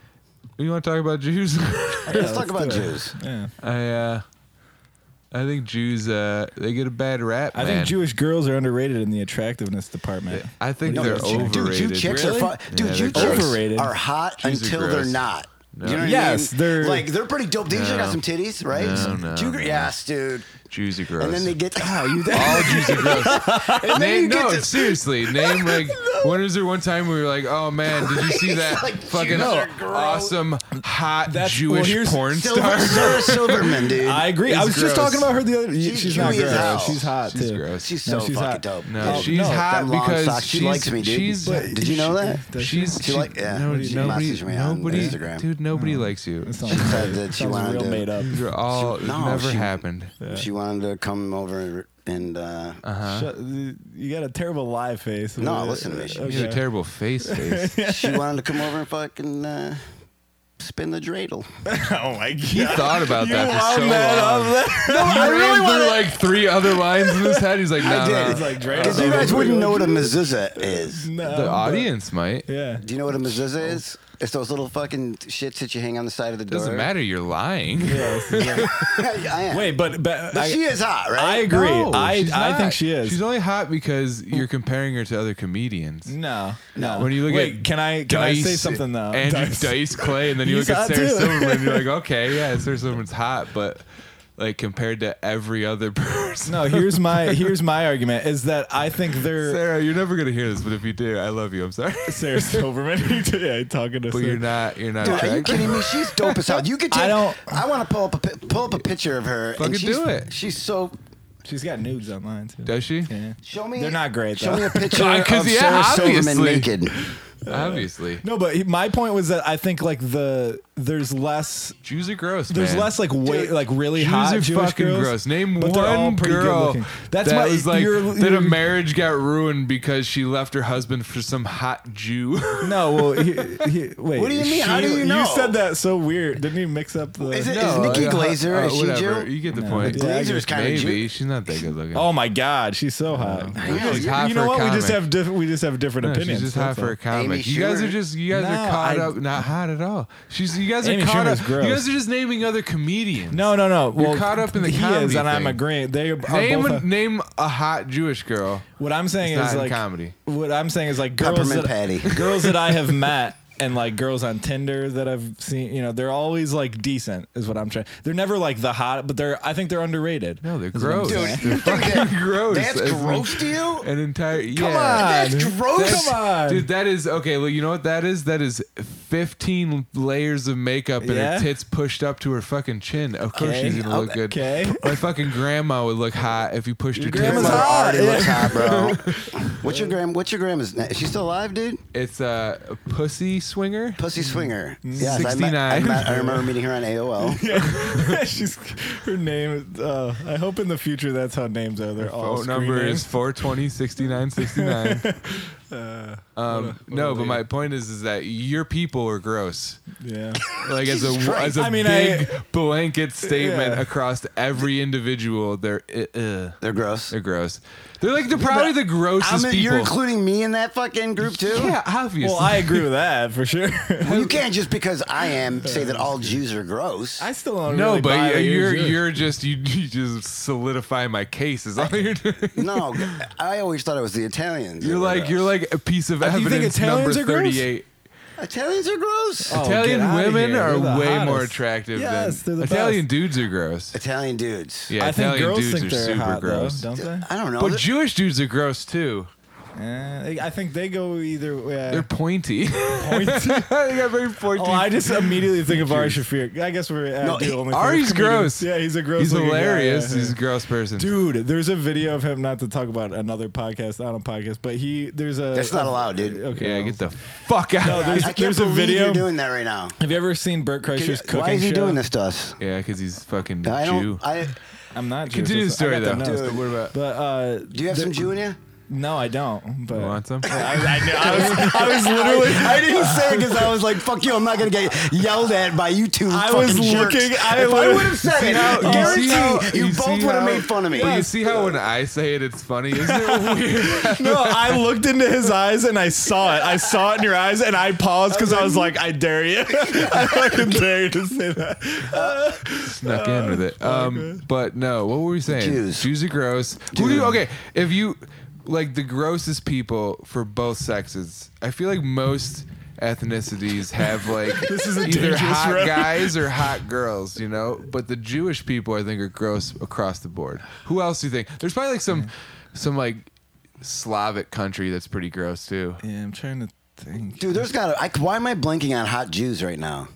Speaker 6: You want to talk about Jews? *laughs*
Speaker 1: Let's talk about Jews.
Speaker 7: Yeah.
Speaker 6: I uh, I think Jews uh, they get a bad rap.
Speaker 7: I
Speaker 6: man.
Speaker 7: think Jewish girls are underrated in the attractiveness department.
Speaker 6: I think
Speaker 1: No,
Speaker 6: they're
Speaker 1: Jew-
Speaker 6: overrated.
Speaker 1: Dude, Jew chicks
Speaker 7: Really?
Speaker 1: are fu- dude,
Speaker 6: Yeah,
Speaker 1: Jew
Speaker 6: they're
Speaker 1: chicks
Speaker 7: overrated.
Speaker 1: are hot
Speaker 6: Jews are
Speaker 1: until they're
Speaker 6: gross.
Speaker 1: not.
Speaker 6: No.
Speaker 1: You know what
Speaker 7: Yes,
Speaker 1: I mean?
Speaker 7: they're-
Speaker 1: like they're pretty dope. They usually got
Speaker 6: No.
Speaker 1: some titties, right?
Speaker 6: No,
Speaker 1: Some
Speaker 6: no,
Speaker 1: Jew gir-
Speaker 6: no.
Speaker 1: Yes, dude.
Speaker 6: Jews are gross.
Speaker 1: And
Speaker 6: *laughs*
Speaker 1: then they get oh,
Speaker 7: *laughs*
Speaker 1: you
Speaker 6: all Jews are gross. name,
Speaker 1: you get
Speaker 6: no,
Speaker 1: to-
Speaker 6: seriously.
Speaker 1: *laughs*
Speaker 6: Name like when is there one time we were like, oh man, did you see that
Speaker 1: Like,
Speaker 6: fucking
Speaker 1: Jews are gross.
Speaker 6: awesome hot
Speaker 7: That's- well,
Speaker 6: Jewish
Speaker 7: here's-
Speaker 6: porn
Speaker 1: Silver,
Speaker 6: star? *laughs*
Speaker 1: Sarah Silverman, dude.
Speaker 7: I agree. I was
Speaker 6: It's
Speaker 7: just
Speaker 6: gross.
Speaker 7: talking about her the other. She's, she's not
Speaker 1: Jewy as hell.
Speaker 7: gross. She's hot
Speaker 6: She's
Speaker 7: too.
Speaker 6: gross.
Speaker 1: she's
Speaker 7: No,
Speaker 1: so
Speaker 7: she's
Speaker 1: fucking
Speaker 7: hot.
Speaker 1: dope.
Speaker 6: No,
Speaker 7: Oh,
Speaker 6: she's
Speaker 7: no.
Speaker 6: hot
Speaker 1: Them long
Speaker 6: because
Speaker 1: socks. She
Speaker 6: she's-
Speaker 1: likes me, dude.
Speaker 6: She's,
Speaker 1: But- Did you know that?
Speaker 6: *laughs* She's
Speaker 1: She like- yeah,
Speaker 6: nobody,
Speaker 1: she
Speaker 6: nobody,
Speaker 1: messaged me on
Speaker 6: nobody-
Speaker 1: Instagram.
Speaker 6: dude. Nobody likes you.
Speaker 7: It's not-
Speaker 1: She said that she
Speaker 7: sounds
Speaker 1: wanted
Speaker 7: real
Speaker 1: to-
Speaker 7: made up.
Speaker 6: You're all
Speaker 1: She-
Speaker 6: it
Speaker 1: no,
Speaker 6: never
Speaker 1: she-
Speaker 6: happened.
Speaker 1: She wanted to come over and uh,
Speaker 6: Uh-huh.
Speaker 7: Shut, you got a terrible lie face.
Speaker 1: No, listen to me.
Speaker 6: You have a terrible face, face.
Speaker 1: she wanted to come over and fucking uh, spin the dreidel.
Speaker 7: *laughs* Oh my
Speaker 6: He
Speaker 7: god.
Speaker 6: thought about that for so
Speaker 7: wound that
Speaker 6: long.
Speaker 7: up.
Speaker 6: He ran through like three other lines in his head. He's
Speaker 7: *laughs*
Speaker 6: like, no,
Speaker 1: did.
Speaker 6: no.
Speaker 1: It's
Speaker 7: like Drake.
Speaker 1: Because you guys wouldn't know what a mezuzah is.
Speaker 7: *laughs* No,
Speaker 6: the
Speaker 7: but-
Speaker 6: audience might.
Speaker 1: *laughs*
Speaker 7: Yeah.
Speaker 1: Do you know what a mezuzah is? It's those little fucking shits that you hang on the side of the door.
Speaker 6: Doesn't matter. You're lying. *laughs*
Speaker 1: I am.
Speaker 7: Wait, but but,
Speaker 1: But
Speaker 7: I,
Speaker 1: she is hot, right?
Speaker 7: I agree.
Speaker 6: No,
Speaker 7: I
Speaker 6: she's
Speaker 7: I
Speaker 6: not.
Speaker 7: think she is.
Speaker 6: She's only hot because you're comparing her to other comedians.
Speaker 7: no, no.
Speaker 6: When you look
Speaker 7: Wait,
Speaker 6: at
Speaker 7: can I can I say something though?
Speaker 6: Andrew Dice,
Speaker 7: Dice.
Speaker 6: Clay, and then you
Speaker 7: He's
Speaker 6: look at
Speaker 7: hot,
Speaker 6: Sarah
Speaker 7: too.
Speaker 6: Silverman, and
Speaker 7: *laughs*
Speaker 6: you're like, okay, yeah, Sarah Silverman's hot, but like compared to every other *laughs* person.
Speaker 7: No, here's my here's my argument is that
Speaker 1: *laughs*
Speaker 7: I think they're
Speaker 6: Sarah, you're never gonna hear this, but if you do, I love you. I'm sorry,
Speaker 7: Sarah *laughs* Silverman. yeah, talking to
Speaker 6: but
Speaker 7: Sarah.
Speaker 6: you're not. You're not.
Speaker 1: Dude, are you
Speaker 6: attracted.
Speaker 1: kidding me? She's dope as hell. You could take.
Speaker 7: I
Speaker 1: I
Speaker 7: don't-
Speaker 1: want to pull up a pi- pull up a picture of her.
Speaker 6: Fucking
Speaker 1: and she's,
Speaker 6: do it.
Speaker 1: She's so.
Speaker 7: She's got nudes online too.
Speaker 6: Does she?
Speaker 7: Yeah.
Speaker 1: Show me.
Speaker 7: They're not great,
Speaker 1: Show
Speaker 7: though.
Speaker 1: me a
Speaker 6: *laughs*
Speaker 1: picture
Speaker 6: Uh,
Speaker 1: of
Speaker 6: 'cause, yeah,
Speaker 1: Sarah Silverman
Speaker 6: obviously.
Speaker 1: naked.
Speaker 6: Obviously,
Speaker 7: No, but he- my point was that I think like the there's less
Speaker 6: Jews are gross.
Speaker 7: there's
Speaker 6: man.
Speaker 7: less like way like really
Speaker 6: Jews
Speaker 7: hot
Speaker 6: are
Speaker 7: Jewish
Speaker 6: fucking
Speaker 7: girls,
Speaker 6: gross. Name
Speaker 7: but they're all
Speaker 6: one
Speaker 7: pretty good
Speaker 6: girl
Speaker 7: looking. That's
Speaker 6: that
Speaker 7: my
Speaker 6: was like
Speaker 7: you're,
Speaker 6: that
Speaker 7: you're-
Speaker 6: a marriage got ruined because she left her husband for some hot Jew. *laughs*
Speaker 7: No, well, he, he, wait.
Speaker 1: What do you mean? How do you know?
Speaker 7: You said that so weird. Didn't you mix up the?
Speaker 1: Is it- Nikki Glaser, is she
Speaker 6: whatever.
Speaker 1: Jew?
Speaker 6: You get the
Speaker 7: uh, No,
Speaker 6: point.
Speaker 7: but Glaser's
Speaker 6: Maybe.
Speaker 1: kinda Jew.
Speaker 6: She's not that good
Speaker 7: *laughs*
Speaker 6: looking.
Speaker 7: Oh my God, she's so hot.
Speaker 1: I know,
Speaker 6: She's
Speaker 1: you're-
Speaker 6: hot
Speaker 7: you know
Speaker 6: for a
Speaker 7: what? We just
Speaker 6: comic.
Speaker 7: have diff- we just have different
Speaker 6: No,
Speaker 7: opinions.
Speaker 6: She's just hot
Speaker 7: that's all.
Speaker 6: for a comic.
Speaker 1: Amy
Speaker 6: you guys
Speaker 1: Schumer.
Speaker 6: are just you guys
Speaker 7: No,
Speaker 6: are caught
Speaker 7: I-
Speaker 6: up. Not hot at all. She's you guys
Speaker 7: Amy
Speaker 6: are caught
Speaker 7: Schumer's
Speaker 6: up.
Speaker 7: gross.
Speaker 6: You guys are just naming other comedians.
Speaker 7: No, no, no.
Speaker 6: You're
Speaker 7: well,
Speaker 6: caught up in the
Speaker 7: he
Speaker 6: comedy
Speaker 7: is, and I'm
Speaker 6: thing.
Speaker 7: agreeing. They are
Speaker 6: Name
Speaker 7: both.
Speaker 6: a, name a hot Jewish girl.
Speaker 7: what I'm saying
Speaker 6: It's not
Speaker 7: is
Speaker 6: in
Speaker 7: like
Speaker 6: comedy.
Speaker 7: What I'm saying is like girls
Speaker 1: Peppermint
Speaker 7: that,
Speaker 1: patty.
Speaker 7: *laughs* girls that I have
Speaker 1: *laughs*
Speaker 7: met and like girls on Tinder that I've seen. You know, they're always like decent. Is what I'm trying. They're never like the hot, but they're. I think they're underrated.
Speaker 6: No, they're
Speaker 7: is what I'm
Speaker 6: gross. *laughs*
Speaker 7: saying. *laughs*
Speaker 6: They're fucking gross.
Speaker 1: That's
Speaker 6: As an-
Speaker 1: gross to you?
Speaker 6: An entire
Speaker 1: Come
Speaker 6: yeah.
Speaker 1: on, that's gross.
Speaker 6: That's-
Speaker 7: Come on.
Speaker 6: dude. That is okay. Well, you know what that is? That is fifteen layers of makeup and
Speaker 7: Yeah?
Speaker 6: her tits pushed up to her fucking chin. Of course,
Speaker 7: Okay.
Speaker 6: she's gonna look good.
Speaker 7: Okay.
Speaker 6: My fucking grandma would look hot if you pushed her
Speaker 7: grandma's
Speaker 6: tits.
Speaker 1: Mother
Speaker 6: up.
Speaker 7: hot.
Speaker 1: already looks hot, bro. *laughs* What's your gram? What's your grandma's? na- Is she still alive, dude?
Speaker 6: It's uh, a pussy swinger.
Speaker 1: Pussy swinger.
Speaker 6: mm,
Speaker 1: Yes, I,
Speaker 6: 69.
Speaker 1: met, I, met, I remember meeting her on
Speaker 6: *laughs*
Speaker 1: AOL.
Speaker 7: She's her name. Uh, I hope in the future that's how names are. They're all
Speaker 6: Phone number
Speaker 7: screen
Speaker 6: is
Speaker 7: names.
Speaker 6: 420 6969.
Speaker 7: *laughs* Uh,
Speaker 6: um, no, but my point is, is that your people are gross.
Speaker 7: Yeah.
Speaker 6: Like as a as a
Speaker 7: I mean,
Speaker 6: big
Speaker 7: I-
Speaker 6: blanket statement
Speaker 7: Yeah.
Speaker 6: across every individual, they're uh, uh,
Speaker 1: They're gross.
Speaker 6: they're gross. They're like the probably the grossest
Speaker 1: I'm in-
Speaker 6: people.
Speaker 1: you're including me in that fucking group too.
Speaker 6: yeah, obviously. *laughs*
Speaker 7: Well, I agree with that for sure. *laughs*
Speaker 1: Well, you can't just because I am say that all Jews are gross.
Speaker 7: I still don't.
Speaker 6: no,
Speaker 7: really
Speaker 6: but
Speaker 7: buy that
Speaker 6: you're
Speaker 7: Jewish.
Speaker 6: you're just you, you just solidify my case. Is all you're
Speaker 7: *laughs*
Speaker 6: doing.
Speaker 1: No, I always thought it was the Italians. that
Speaker 6: You're
Speaker 1: were
Speaker 6: like
Speaker 1: gross.
Speaker 6: you're like a piece of
Speaker 7: Uh, you think
Speaker 6: evidence
Speaker 7: Italians
Speaker 6: number
Speaker 7: are gross?
Speaker 6: thirty eight.
Speaker 1: Italians are gross.
Speaker 7: Oh,
Speaker 6: Italian
Speaker 7: get outta
Speaker 6: women
Speaker 7: here.
Speaker 6: are
Speaker 7: They're the
Speaker 6: way
Speaker 7: hottest.
Speaker 6: more attractive
Speaker 7: Yes, they're
Speaker 6: than
Speaker 7: the
Speaker 6: Italian
Speaker 7: best.
Speaker 6: dudes are gross.
Speaker 1: Italian dudes.
Speaker 6: Yeah,
Speaker 7: I think
Speaker 6: Italian
Speaker 7: girls
Speaker 6: dudes
Speaker 7: think
Speaker 6: are
Speaker 7: they're
Speaker 6: super
Speaker 7: hot,
Speaker 6: gross.
Speaker 7: though, don't they?
Speaker 1: I don't know.
Speaker 6: But Jewish dudes are gross too.
Speaker 7: Eh, I think they go either way.
Speaker 6: They're pointy. *laughs*
Speaker 7: pointy.
Speaker 6: they got very pointy.
Speaker 7: *laughs* Oh, I just immediately think of Ari Shafir. I guess we're uh,
Speaker 1: No,
Speaker 7: dude,
Speaker 1: he-
Speaker 7: only
Speaker 6: Ari's
Speaker 7: for comedians.
Speaker 6: gross.
Speaker 7: Yeah, he's a gross.
Speaker 6: He's
Speaker 7: looking guy,
Speaker 6: hilarious.
Speaker 7: yeah,
Speaker 6: He's
Speaker 7: yeah.
Speaker 6: a gross person.
Speaker 7: Dude, there's a video of him. Not to talk about another podcast, on a podcast, but he there's a.
Speaker 1: That's not allowed, dude.
Speaker 7: Okay.
Speaker 6: yeah,
Speaker 7: well.
Speaker 6: get the fuck out.
Speaker 7: No,
Speaker 6: of
Speaker 7: there's,
Speaker 1: I can't
Speaker 7: there's a
Speaker 1: believe
Speaker 7: video.
Speaker 1: you're doing that right now.
Speaker 7: Have you ever seen Bert Kreischer's cooking
Speaker 1: Why is he
Speaker 7: show?
Speaker 1: doing this to us?
Speaker 6: yeah, because he's fucking
Speaker 1: I don't.
Speaker 6: Jew.
Speaker 1: I
Speaker 7: I'm not. Jewish,
Speaker 6: Continue the
Speaker 7: so I
Speaker 6: story
Speaker 7: got
Speaker 6: though.
Speaker 7: the nose.
Speaker 6: What about?
Speaker 7: But uh,
Speaker 1: do you have some Jew in you?
Speaker 7: no, I don't. But
Speaker 6: You want some?
Speaker 1: *laughs*
Speaker 7: I was literally.
Speaker 1: I didn't say it because I was like, "Fuck you!" I'm not gonna get yelled at by you two.
Speaker 7: I was
Speaker 1: fucking jerks.
Speaker 7: looking- I
Speaker 1: if I
Speaker 7: was-
Speaker 1: would have said it,
Speaker 6: how-
Speaker 1: guarantee you,
Speaker 6: see
Speaker 1: both would have
Speaker 6: how-
Speaker 1: made fun of me.
Speaker 6: But you see how when I say it, it's funny. Isn't
Speaker 7: *laughs*
Speaker 6: it weird?
Speaker 7: No, I looked into his eyes and I saw it. I saw it in your eyes and I paused because I was like, I dare you. *laughs* I fucking dare you to say that.
Speaker 6: Snuck in with it.
Speaker 7: Oh,
Speaker 6: Um, but no, what were we saying?
Speaker 1: Jews.
Speaker 6: are gross. Who do you, okay, if you like the grossest people for both sexes, I feel like most ethnicities have like
Speaker 7: *laughs* This is a
Speaker 6: either
Speaker 7: dangerous
Speaker 6: hot
Speaker 7: road.
Speaker 6: guys
Speaker 7: *laughs*
Speaker 6: or hot girls, you know. But the Jewish people, I think, are gross across the board. Who else do you think? There's probably like some, some like Slavic country that's pretty gross too.
Speaker 7: Yeah, I'm trying to think.
Speaker 1: Dude, there's got. I, why am I blinking on hot Jews right now?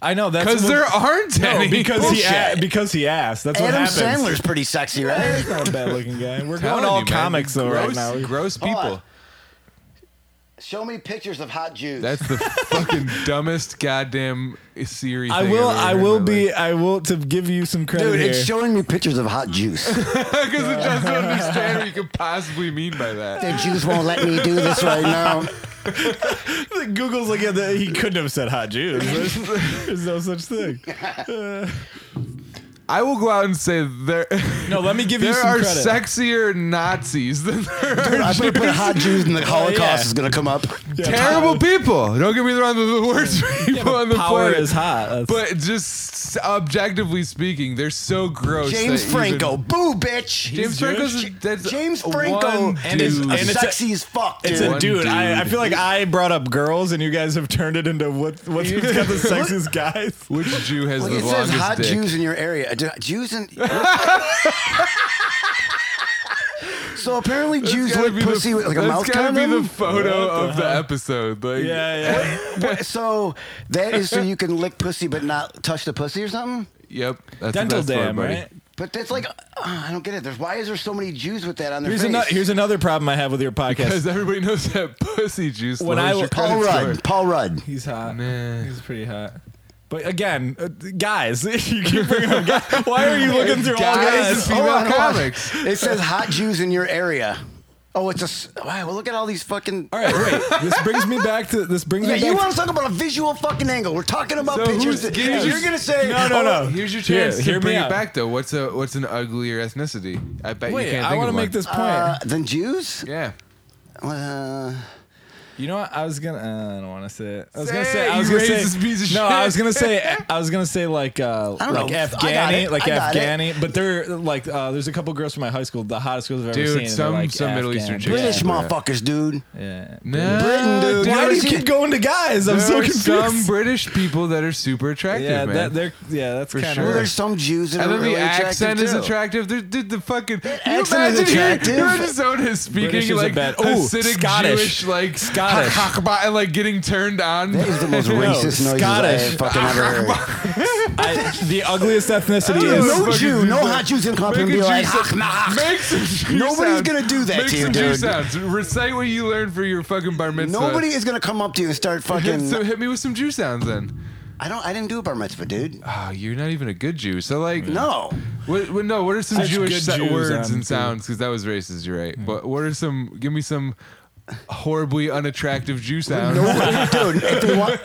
Speaker 7: I know that's
Speaker 6: Because
Speaker 7: what-
Speaker 6: there aren't
Speaker 7: No,
Speaker 6: any.
Speaker 7: because he
Speaker 1: Bullshit.
Speaker 7: a- because he asked. That's
Speaker 1: Adam
Speaker 7: what happens.
Speaker 1: Sandler's pretty sexy, right?
Speaker 7: He's not a bad looking guy. We're
Speaker 6: Telling
Speaker 7: going all
Speaker 6: you, man,
Speaker 7: comics though
Speaker 6: gross,
Speaker 7: right now.
Speaker 6: Gross people.
Speaker 1: Hold on. Show me pictures of hot Jews.
Speaker 6: That's the fucking dumbest goddamn series.
Speaker 7: I
Speaker 6: thing
Speaker 7: will.
Speaker 6: I've ever
Speaker 7: I
Speaker 6: heard in
Speaker 7: will
Speaker 6: my
Speaker 7: be.
Speaker 6: life. *laughs*
Speaker 7: I will to give you some credit.
Speaker 1: Dude, it's
Speaker 7: here.
Speaker 1: showing me pictures of hot Jews.
Speaker 6: Because it doesn't understand what you could possibly mean by that.
Speaker 1: the Jews won't let me do this right now.
Speaker 7: Google's like yeah, the- he couldn't have said
Speaker 6: *laughs*
Speaker 7: hot Jews. There's, there's no such thing.
Speaker 6: I will go out and say there. *laughs*
Speaker 7: No, let me give you
Speaker 6: There
Speaker 7: some
Speaker 6: are
Speaker 7: credit.
Speaker 6: sexier Nazis than there are
Speaker 1: I'm gonna put hot Jews and the Holocaust
Speaker 7: Yeah.
Speaker 1: is gonna come up.
Speaker 6: *laughs* terrible people. Don't get me wrong; they're the worst people on the
Speaker 7: Power
Speaker 6: planet.
Speaker 7: is hot. That's-
Speaker 6: but just objectively speaking, they're so gross.
Speaker 1: James
Speaker 6: that
Speaker 1: Franco,
Speaker 6: Even,
Speaker 1: boo, bitch.
Speaker 6: James Franco's
Speaker 1: J-
Speaker 6: that's
Speaker 1: James
Speaker 6: one
Speaker 1: Franco
Speaker 6: dude.
Speaker 7: And it's- and
Speaker 1: is
Speaker 7: it's a-
Speaker 1: sexy as fuck, dude.
Speaker 7: It's a
Speaker 6: One
Speaker 7: dude. I, I
Speaker 6: dude.
Speaker 7: feel like I brought up girls, and you guys have turned it into what what's who's *laughs*
Speaker 6: *laughs*
Speaker 7: got the sexiest guys.
Speaker 6: Which Jew has
Speaker 1: Well,
Speaker 6: the
Speaker 1: it says
Speaker 6: longest
Speaker 1: hot
Speaker 6: dick?
Speaker 1: Jews in your area. Do- Jews
Speaker 6: *laughs*
Speaker 1: in. so apparently, Jews
Speaker 6: gotta
Speaker 1: lick
Speaker 6: be the-
Speaker 1: pussy with like a mouth
Speaker 6: That's gotta be the
Speaker 1: condom.
Speaker 6: photo of the episode. Like,
Speaker 7: Yeah, yeah.
Speaker 1: What- so that is so you can lick pussy but not touch the pussy or something.
Speaker 6: Yep. That's
Speaker 7: Dental
Speaker 6: the best part,
Speaker 7: dam,
Speaker 6: buddy.
Speaker 7: right?
Speaker 1: But that's like uh, I don't get it. There's why is there so many Jews with that on their
Speaker 7: Here's
Speaker 1: face?
Speaker 7: another here's another problem I have with your
Speaker 6: Because
Speaker 7: podcast.
Speaker 6: everybody knows that *laughs* pussy juice.
Speaker 7: When
Speaker 6: lowers
Speaker 7: I-
Speaker 6: your
Speaker 1: Paul
Speaker 6: credit
Speaker 1: Rudd.
Speaker 6: score.
Speaker 1: Paul Rudd.
Speaker 7: *laughs* He's hot.
Speaker 6: Nah.
Speaker 7: He's pretty hot. But again, uh, guys, *laughs* you keep bringing up guys. Why are you looking through all
Speaker 6: Guys,
Speaker 7: guys?
Speaker 6: female
Speaker 1: Hold on, hold on.
Speaker 6: comics.
Speaker 1: Oh, It says hot Jews in your area. Oh, it's a s- wow. Well, look at all these fucking.
Speaker 7: All right, wait. This brings me back to this brings
Speaker 1: Yeah,
Speaker 7: me back.
Speaker 1: you
Speaker 7: to-
Speaker 1: want to talk about a visual fucking angle? We're talking about
Speaker 6: So
Speaker 1: pictures.
Speaker 6: who's-
Speaker 1: that-
Speaker 6: here's-
Speaker 1: You're gonna say
Speaker 7: no, no, no.
Speaker 6: Here's your
Speaker 7: Here,
Speaker 6: chance
Speaker 7: hear
Speaker 6: to
Speaker 7: me
Speaker 6: bring
Speaker 7: out.
Speaker 6: it back, though. What's a what's an uglier ethnicity? I bet you
Speaker 7: Wait,
Speaker 6: can't
Speaker 7: I
Speaker 6: think
Speaker 7: want
Speaker 6: of
Speaker 7: to
Speaker 6: one.
Speaker 7: make this point.
Speaker 1: Uh, than Jews?
Speaker 6: Yeah.
Speaker 1: Uh,
Speaker 7: You know what? I was gonna. Uh, I don't want to say it. I was
Speaker 6: Say
Speaker 7: gonna say.
Speaker 6: it,
Speaker 7: I was
Speaker 6: you
Speaker 7: gonna say.
Speaker 6: racist piece of
Speaker 7: no, I
Speaker 6: shit.
Speaker 7: was gonna say. I was gonna say like uh,
Speaker 1: don't
Speaker 7: like
Speaker 1: know. I got
Speaker 7: Afghani,
Speaker 1: it.
Speaker 7: like
Speaker 1: I got it.
Speaker 7: Afghani. But they're like uh, there's a couple girls from my high school, the hottest girls I've ever
Speaker 6: Dude,
Speaker 7: seen. and they're,
Speaker 6: some-
Speaker 7: like,
Speaker 6: some Middle Eastern
Speaker 7: Afghan.
Speaker 1: British
Speaker 6: chicks. Yeah.
Speaker 1: motherfuckers, dude.
Speaker 7: Yeah.
Speaker 6: No,
Speaker 1: Britain, dude.
Speaker 7: Why do you
Speaker 1: Jersey-
Speaker 7: keep going to guys? I'm
Speaker 6: There
Speaker 7: so
Speaker 6: are
Speaker 7: confused.
Speaker 6: some British people that are super attractive,
Speaker 7: *laughs* yeah,
Speaker 6: man.
Speaker 7: that, they're yeah, that's kind
Speaker 6: sure.
Speaker 1: Well,
Speaker 7: of.
Speaker 1: there's some Jews that
Speaker 6: and
Speaker 1: are
Speaker 6: then the
Speaker 1: really attractive
Speaker 6: accent is
Speaker 1: too.
Speaker 6: attractive. Dude, dude, the fucking you
Speaker 1: accent is
Speaker 6: imagine hearing-
Speaker 1: attractive.
Speaker 6: You imagine someone is speaking
Speaker 7: British is a
Speaker 6: like
Speaker 7: bad- Ooh,
Speaker 6: Hasidic
Speaker 7: Scottish.
Speaker 6: Jewish, like
Speaker 7: Scottish.
Speaker 6: and like getting turned on.
Speaker 1: That is the
Speaker 6: *laughs*
Speaker 1: most racist noises
Speaker 7: Scottish.
Speaker 1: I've fucking ever heard.
Speaker 7: I, the ugliest ethnicity is.
Speaker 1: No
Speaker 6: fucking
Speaker 1: Jew,
Speaker 6: Jews
Speaker 1: no
Speaker 6: are-
Speaker 1: hot Jews gonna come up
Speaker 6: Make
Speaker 1: and be
Speaker 6: a
Speaker 1: like,
Speaker 6: Jew
Speaker 1: "Hach,
Speaker 6: sound.
Speaker 1: nah, hach."
Speaker 6: *laughs* Make some Jew
Speaker 1: Nobody's
Speaker 6: sounds.
Speaker 1: gonna do that
Speaker 6: Make
Speaker 1: to you,
Speaker 6: some Jew
Speaker 1: dude.
Speaker 6: sounds. Recite what you learned for your fucking bar mitzvah.
Speaker 1: Nobody is gonna come up to you and
Speaker 6: *laughs*
Speaker 1: start
Speaker 6: Hit,
Speaker 1: fucking.
Speaker 6: so hit me with some Jew sounds then.
Speaker 1: I don't. I didn't do a bar mitzvah,
Speaker 6: *sighs*
Speaker 1: dude.
Speaker 6: Oh, you're not even a good Jew. So like,
Speaker 1: No.
Speaker 6: What, what, no, what are some
Speaker 7: Such
Speaker 6: Jewish
Speaker 7: good
Speaker 6: sa-
Speaker 7: Jews
Speaker 6: words
Speaker 7: on
Speaker 6: and
Speaker 7: TV.
Speaker 6: sounds? Because that was racist. You're right. But what are some? Give me some horribly unattractive Jew sounds.
Speaker 1: Nobody, dude. If they want,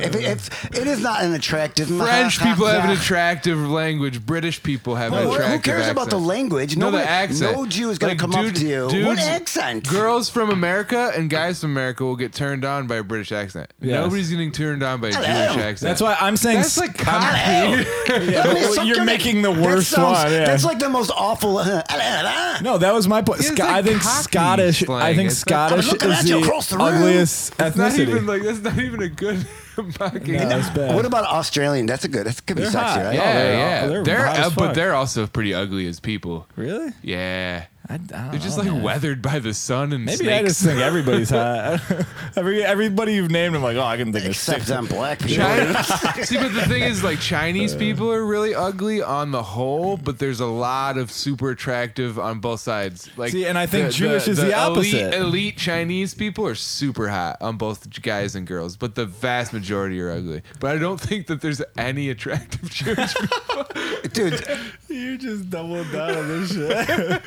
Speaker 1: if, if it is not an attractive
Speaker 6: *laughs* French people have an attractive language. British people have an
Speaker 1: Well, who
Speaker 6: attractive.
Speaker 1: cares about the
Speaker 6: accent.
Speaker 1: language?
Speaker 6: No,
Speaker 1: Nobody-
Speaker 6: the accent.
Speaker 1: no Jew is gonna come up to you. What
Speaker 6: dudes-
Speaker 1: accent?
Speaker 6: Girls from America and guys from America will get turned on by a British accent.
Speaker 7: Yes.
Speaker 6: Nobody's getting turned on by a
Speaker 1: Hello.
Speaker 6: Jewish accent.
Speaker 7: That's why I'm saying
Speaker 6: That's like
Speaker 7: scum-
Speaker 6: copy.
Speaker 1: That
Speaker 7: but
Speaker 1: is
Speaker 7: what- you're
Speaker 1: something-
Speaker 7: making the
Speaker 1: that
Speaker 7: worst
Speaker 1: sounds-
Speaker 7: one, yeah.
Speaker 1: That's like the most awful. *laughs* Uh,
Speaker 7: No, that was my point.
Speaker 6: Yeah, it's
Speaker 7: Sc- I
Speaker 6: like
Speaker 7: think
Speaker 6: cockney
Speaker 7: Scottish.
Speaker 6: slang.
Speaker 7: I think
Speaker 6: It's like-
Speaker 7: Scottish
Speaker 1: I'm looking
Speaker 7: is
Speaker 1: at you
Speaker 7: the
Speaker 1: across the room.
Speaker 7: ugliest
Speaker 6: It's not
Speaker 7: ethnicity.
Speaker 6: even like *laughs* that's not even a good *laughs* mocking.
Speaker 7: No, it's bad.
Speaker 1: What about Australian? That's a good. That could be
Speaker 7: They're
Speaker 1: sexy,
Speaker 7: hot.
Speaker 1: right?
Speaker 6: *laughs* Yeah,
Speaker 7: Oh, they're-
Speaker 6: yeah.
Speaker 7: oh, they're
Speaker 6: They're,
Speaker 7: hot as
Speaker 6: uh, but
Speaker 7: fuck.
Speaker 6: they're also pretty ugly as people.
Speaker 7: really?
Speaker 6: Yeah.
Speaker 7: I, I don't
Speaker 6: They're just
Speaker 7: know,
Speaker 6: like
Speaker 7: man.
Speaker 6: weathered by the sun and
Speaker 7: Maybe
Speaker 6: snakes.
Speaker 7: I just think everybody's hot. *laughs* Every everybody you've named, I'm like, oh, I can think of
Speaker 1: Except
Speaker 7: six.
Speaker 1: on black people.
Speaker 6: China, *laughs* see, but the thing is, like
Speaker 7: Uh.
Speaker 6: Chinese people are really ugly on the whole, but there's a lot of super attractive on both sides. Like,
Speaker 7: See, and I think Jewish is the opposite.
Speaker 6: Elite, elite Chinese people are super hot on both guys and girls, but the vast majority are ugly. But I don't think that there's any attractive *laughs* Jewish people.
Speaker 1: Dude,
Speaker 7: You just doubled down on this shit.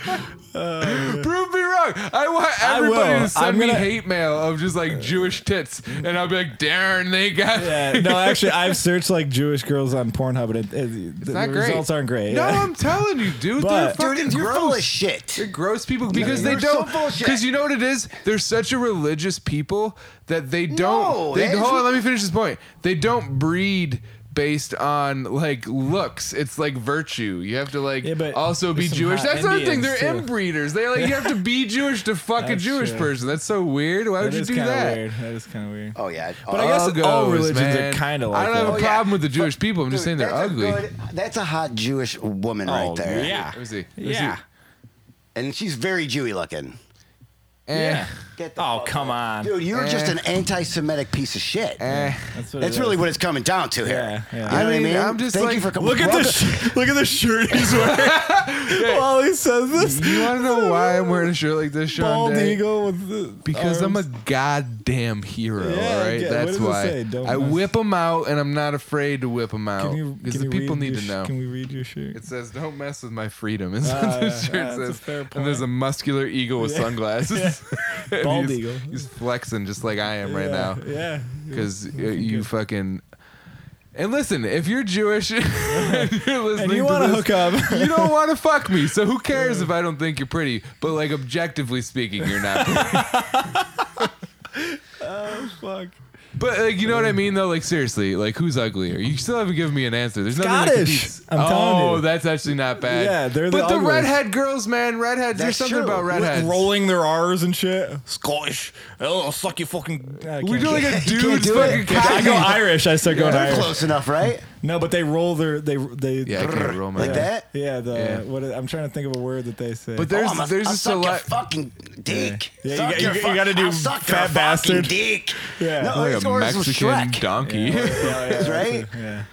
Speaker 6: Prove me wrong. I want
Speaker 7: I
Speaker 6: everybody
Speaker 7: will.
Speaker 6: to send
Speaker 7: I'm
Speaker 6: me
Speaker 7: gonna-
Speaker 6: hate mail of just like Jewish tits, and I'll be like, darn, *laughs* they got.
Speaker 7: *laughs* Yeah, no, actually, I've searched like Jewish girls on Pornhub, and it, it, the
Speaker 6: not great.
Speaker 7: results aren't great.
Speaker 6: No,
Speaker 7: yeah.
Speaker 6: I'm telling you, dude. they're
Speaker 7: But-
Speaker 6: fucking
Speaker 1: dude, you're
Speaker 6: gross.
Speaker 1: full of shit.
Speaker 6: They're gross people because
Speaker 1: You're
Speaker 6: they
Speaker 1: so
Speaker 6: don't.
Speaker 1: full of shit.
Speaker 6: Because you know what it is? They're such a religious people that they don't.
Speaker 1: No,
Speaker 6: they,
Speaker 1: that is-
Speaker 6: hold on, let me finish this point. They don't breed based on like looks. It's like virtue. You have to like
Speaker 7: Yeah, but
Speaker 6: also be
Speaker 7: there's some
Speaker 6: Jewish.
Speaker 7: hot
Speaker 6: That's another thing. They're
Speaker 7: Indians, too.
Speaker 6: inbreeders. They like you have to be
Speaker 7: *laughs*
Speaker 6: Jewish to fuck a
Speaker 7: That's
Speaker 6: Jewish
Speaker 7: true.
Speaker 6: person. That's so weird. Why would
Speaker 7: That
Speaker 6: you
Speaker 7: is
Speaker 6: do
Speaker 7: kind of
Speaker 6: that?
Speaker 7: weird. That is kind of weird.
Speaker 1: Oh yeah.
Speaker 7: But I guess all
Speaker 6: Uggos,
Speaker 7: religions are
Speaker 6: man.
Speaker 7: kinda
Speaker 6: I
Speaker 7: like
Speaker 6: don't have a
Speaker 7: that.
Speaker 6: problem with the Jewish people. I'm just saying they're
Speaker 1: Oh, that's
Speaker 6: ugly. Oh,
Speaker 1: A good, that's a hot Jewish woman right there.
Speaker 7: yeah.
Speaker 6: Let me see. Let me see.
Speaker 7: Yeah.
Speaker 1: And she's very Jewy looking.
Speaker 6: Eh,
Speaker 1: Get the
Speaker 7: Oh,
Speaker 1: fuck
Speaker 7: come on.
Speaker 1: Dude, you're
Speaker 6: Eh.
Speaker 1: just an anti-Semitic piece of shit.
Speaker 6: eh.
Speaker 7: That's, what
Speaker 1: That's
Speaker 7: it
Speaker 1: really *laughs*
Speaker 7: is.
Speaker 1: what it's coming down to here.
Speaker 7: Yeah, yeah.
Speaker 1: You know
Speaker 7: I
Speaker 1: what I
Speaker 6: mean,
Speaker 1: mean?
Speaker 6: I'm just
Speaker 1: Thank
Speaker 6: like-
Speaker 1: you for coming.
Speaker 7: Look at the sh- look at the shirt he's *laughs* wearing while he says this.
Speaker 6: You want to know why I'm wearing a shirt like this, Sean?
Speaker 7: Bald
Speaker 6: Day?
Speaker 7: eagle with the
Speaker 6: Because I'm a
Speaker 7: arms.
Speaker 6: goddamn hero,
Speaker 7: Yeah,
Speaker 6: all right?
Speaker 7: yeah, what
Speaker 6: That's
Speaker 7: does it
Speaker 6: why
Speaker 7: say? Don't
Speaker 6: I
Speaker 7: mess-
Speaker 6: whip them out, and I'm not afraid to whip them out
Speaker 7: Can you?
Speaker 6: because
Speaker 7: can
Speaker 6: the
Speaker 7: you
Speaker 6: people
Speaker 7: read
Speaker 6: need
Speaker 7: your
Speaker 6: to
Speaker 7: sh-
Speaker 6: know.
Speaker 7: Can we read your shirt?
Speaker 6: It says, "Don't mess with my freedom." Is
Speaker 7: Ah,
Speaker 6: what the
Speaker 7: yeah,
Speaker 6: shirt
Speaker 7: yeah, that's a
Speaker 6: says.
Speaker 7: fair
Speaker 6: And there's a
Speaker 7: point.
Speaker 6: muscular eagle with
Speaker 7: Yeah. *laughs*
Speaker 6: sunglasses. *laughs* And
Speaker 7: Bald
Speaker 6: he's,
Speaker 7: eagle.
Speaker 6: He's flexing just like I am right
Speaker 7: *laughs* Yeah,
Speaker 6: now
Speaker 7: Yeah.
Speaker 6: because you fucking. And listen, if you're Jewish *laughs* and you're listening
Speaker 7: *laughs* And you
Speaker 6: to
Speaker 7: want to
Speaker 6: this,
Speaker 7: hook *laughs* up?
Speaker 1: *laughs*
Speaker 6: you don't want to fuck me, so who cares if I don't think you're pretty? But like objectively speaking, you're not. pretty.
Speaker 1: *laughs*
Speaker 7: Fuck.
Speaker 6: but like you know what I mean, though. Like seriously, like who's uglier? You still haven't given me an answer. There's nothing I can do.
Speaker 7: Scottish, I'm telling
Speaker 6: oh,
Speaker 7: you.
Speaker 6: that's actually not bad.
Speaker 7: Yeah, they're the
Speaker 6: but the
Speaker 7: ugliest.
Speaker 6: redhead girls, man, redheads. There's
Speaker 1: That's
Speaker 6: something
Speaker 1: true.
Speaker 6: about
Speaker 1: With
Speaker 6: redheads.
Speaker 7: Rolling their R's and shit. Scottish. Oh, I'll suck your fucking. I
Speaker 6: we do like
Speaker 7: *laughs*
Speaker 6: a dude's
Speaker 1: do
Speaker 6: fucking
Speaker 1: it.
Speaker 6: cock.
Speaker 7: I go Irish. I start going
Speaker 1: They're *laughs*
Speaker 7: Irish.
Speaker 1: close enough, right?
Speaker 7: No, but they roll their they they
Speaker 6: Yeah, I can't roll my
Speaker 1: Like
Speaker 6: eyes.
Speaker 1: that?
Speaker 7: yeah the
Speaker 6: Yeah.
Speaker 7: what I'm trying to think of a word that they say.
Speaker 6: But
Speaker 1: Oh,
Speaker 6: there's
Speaker 1: I'm a,
Speaker 6: there's
Speaker 1: I'll
Speaker 6: just
Speaker 1: suck
Speaker 6: a
Speaker 1: Your
Speaker 6: lot.
Speaker 1: fucking dick.
Speaker 7: Yeah, you
Speaker 1: Suck
Speaker 7: got-
Speaker 1: your
Speaker 7: you
Speaker 1: fuck-
Speaker 7: gotta do
Speaker 1: I'll suck
Speaker 7: fat
Speaker 1: your
Speaker 7: bastard.
Speaker 1: fucking dick.
Speaker 7: Yeah.
Speaker 1: No,
Speaker 6: like
Speaker 1: it's
Speaker 6: a
Speaker 1: or it's
Speaker 6: Mexican
Speaker 1: Shrek,
Speaker 6: donkey.
Speaker 7: *laughs*
Speaker 1: right?
Speaker 7: yeah.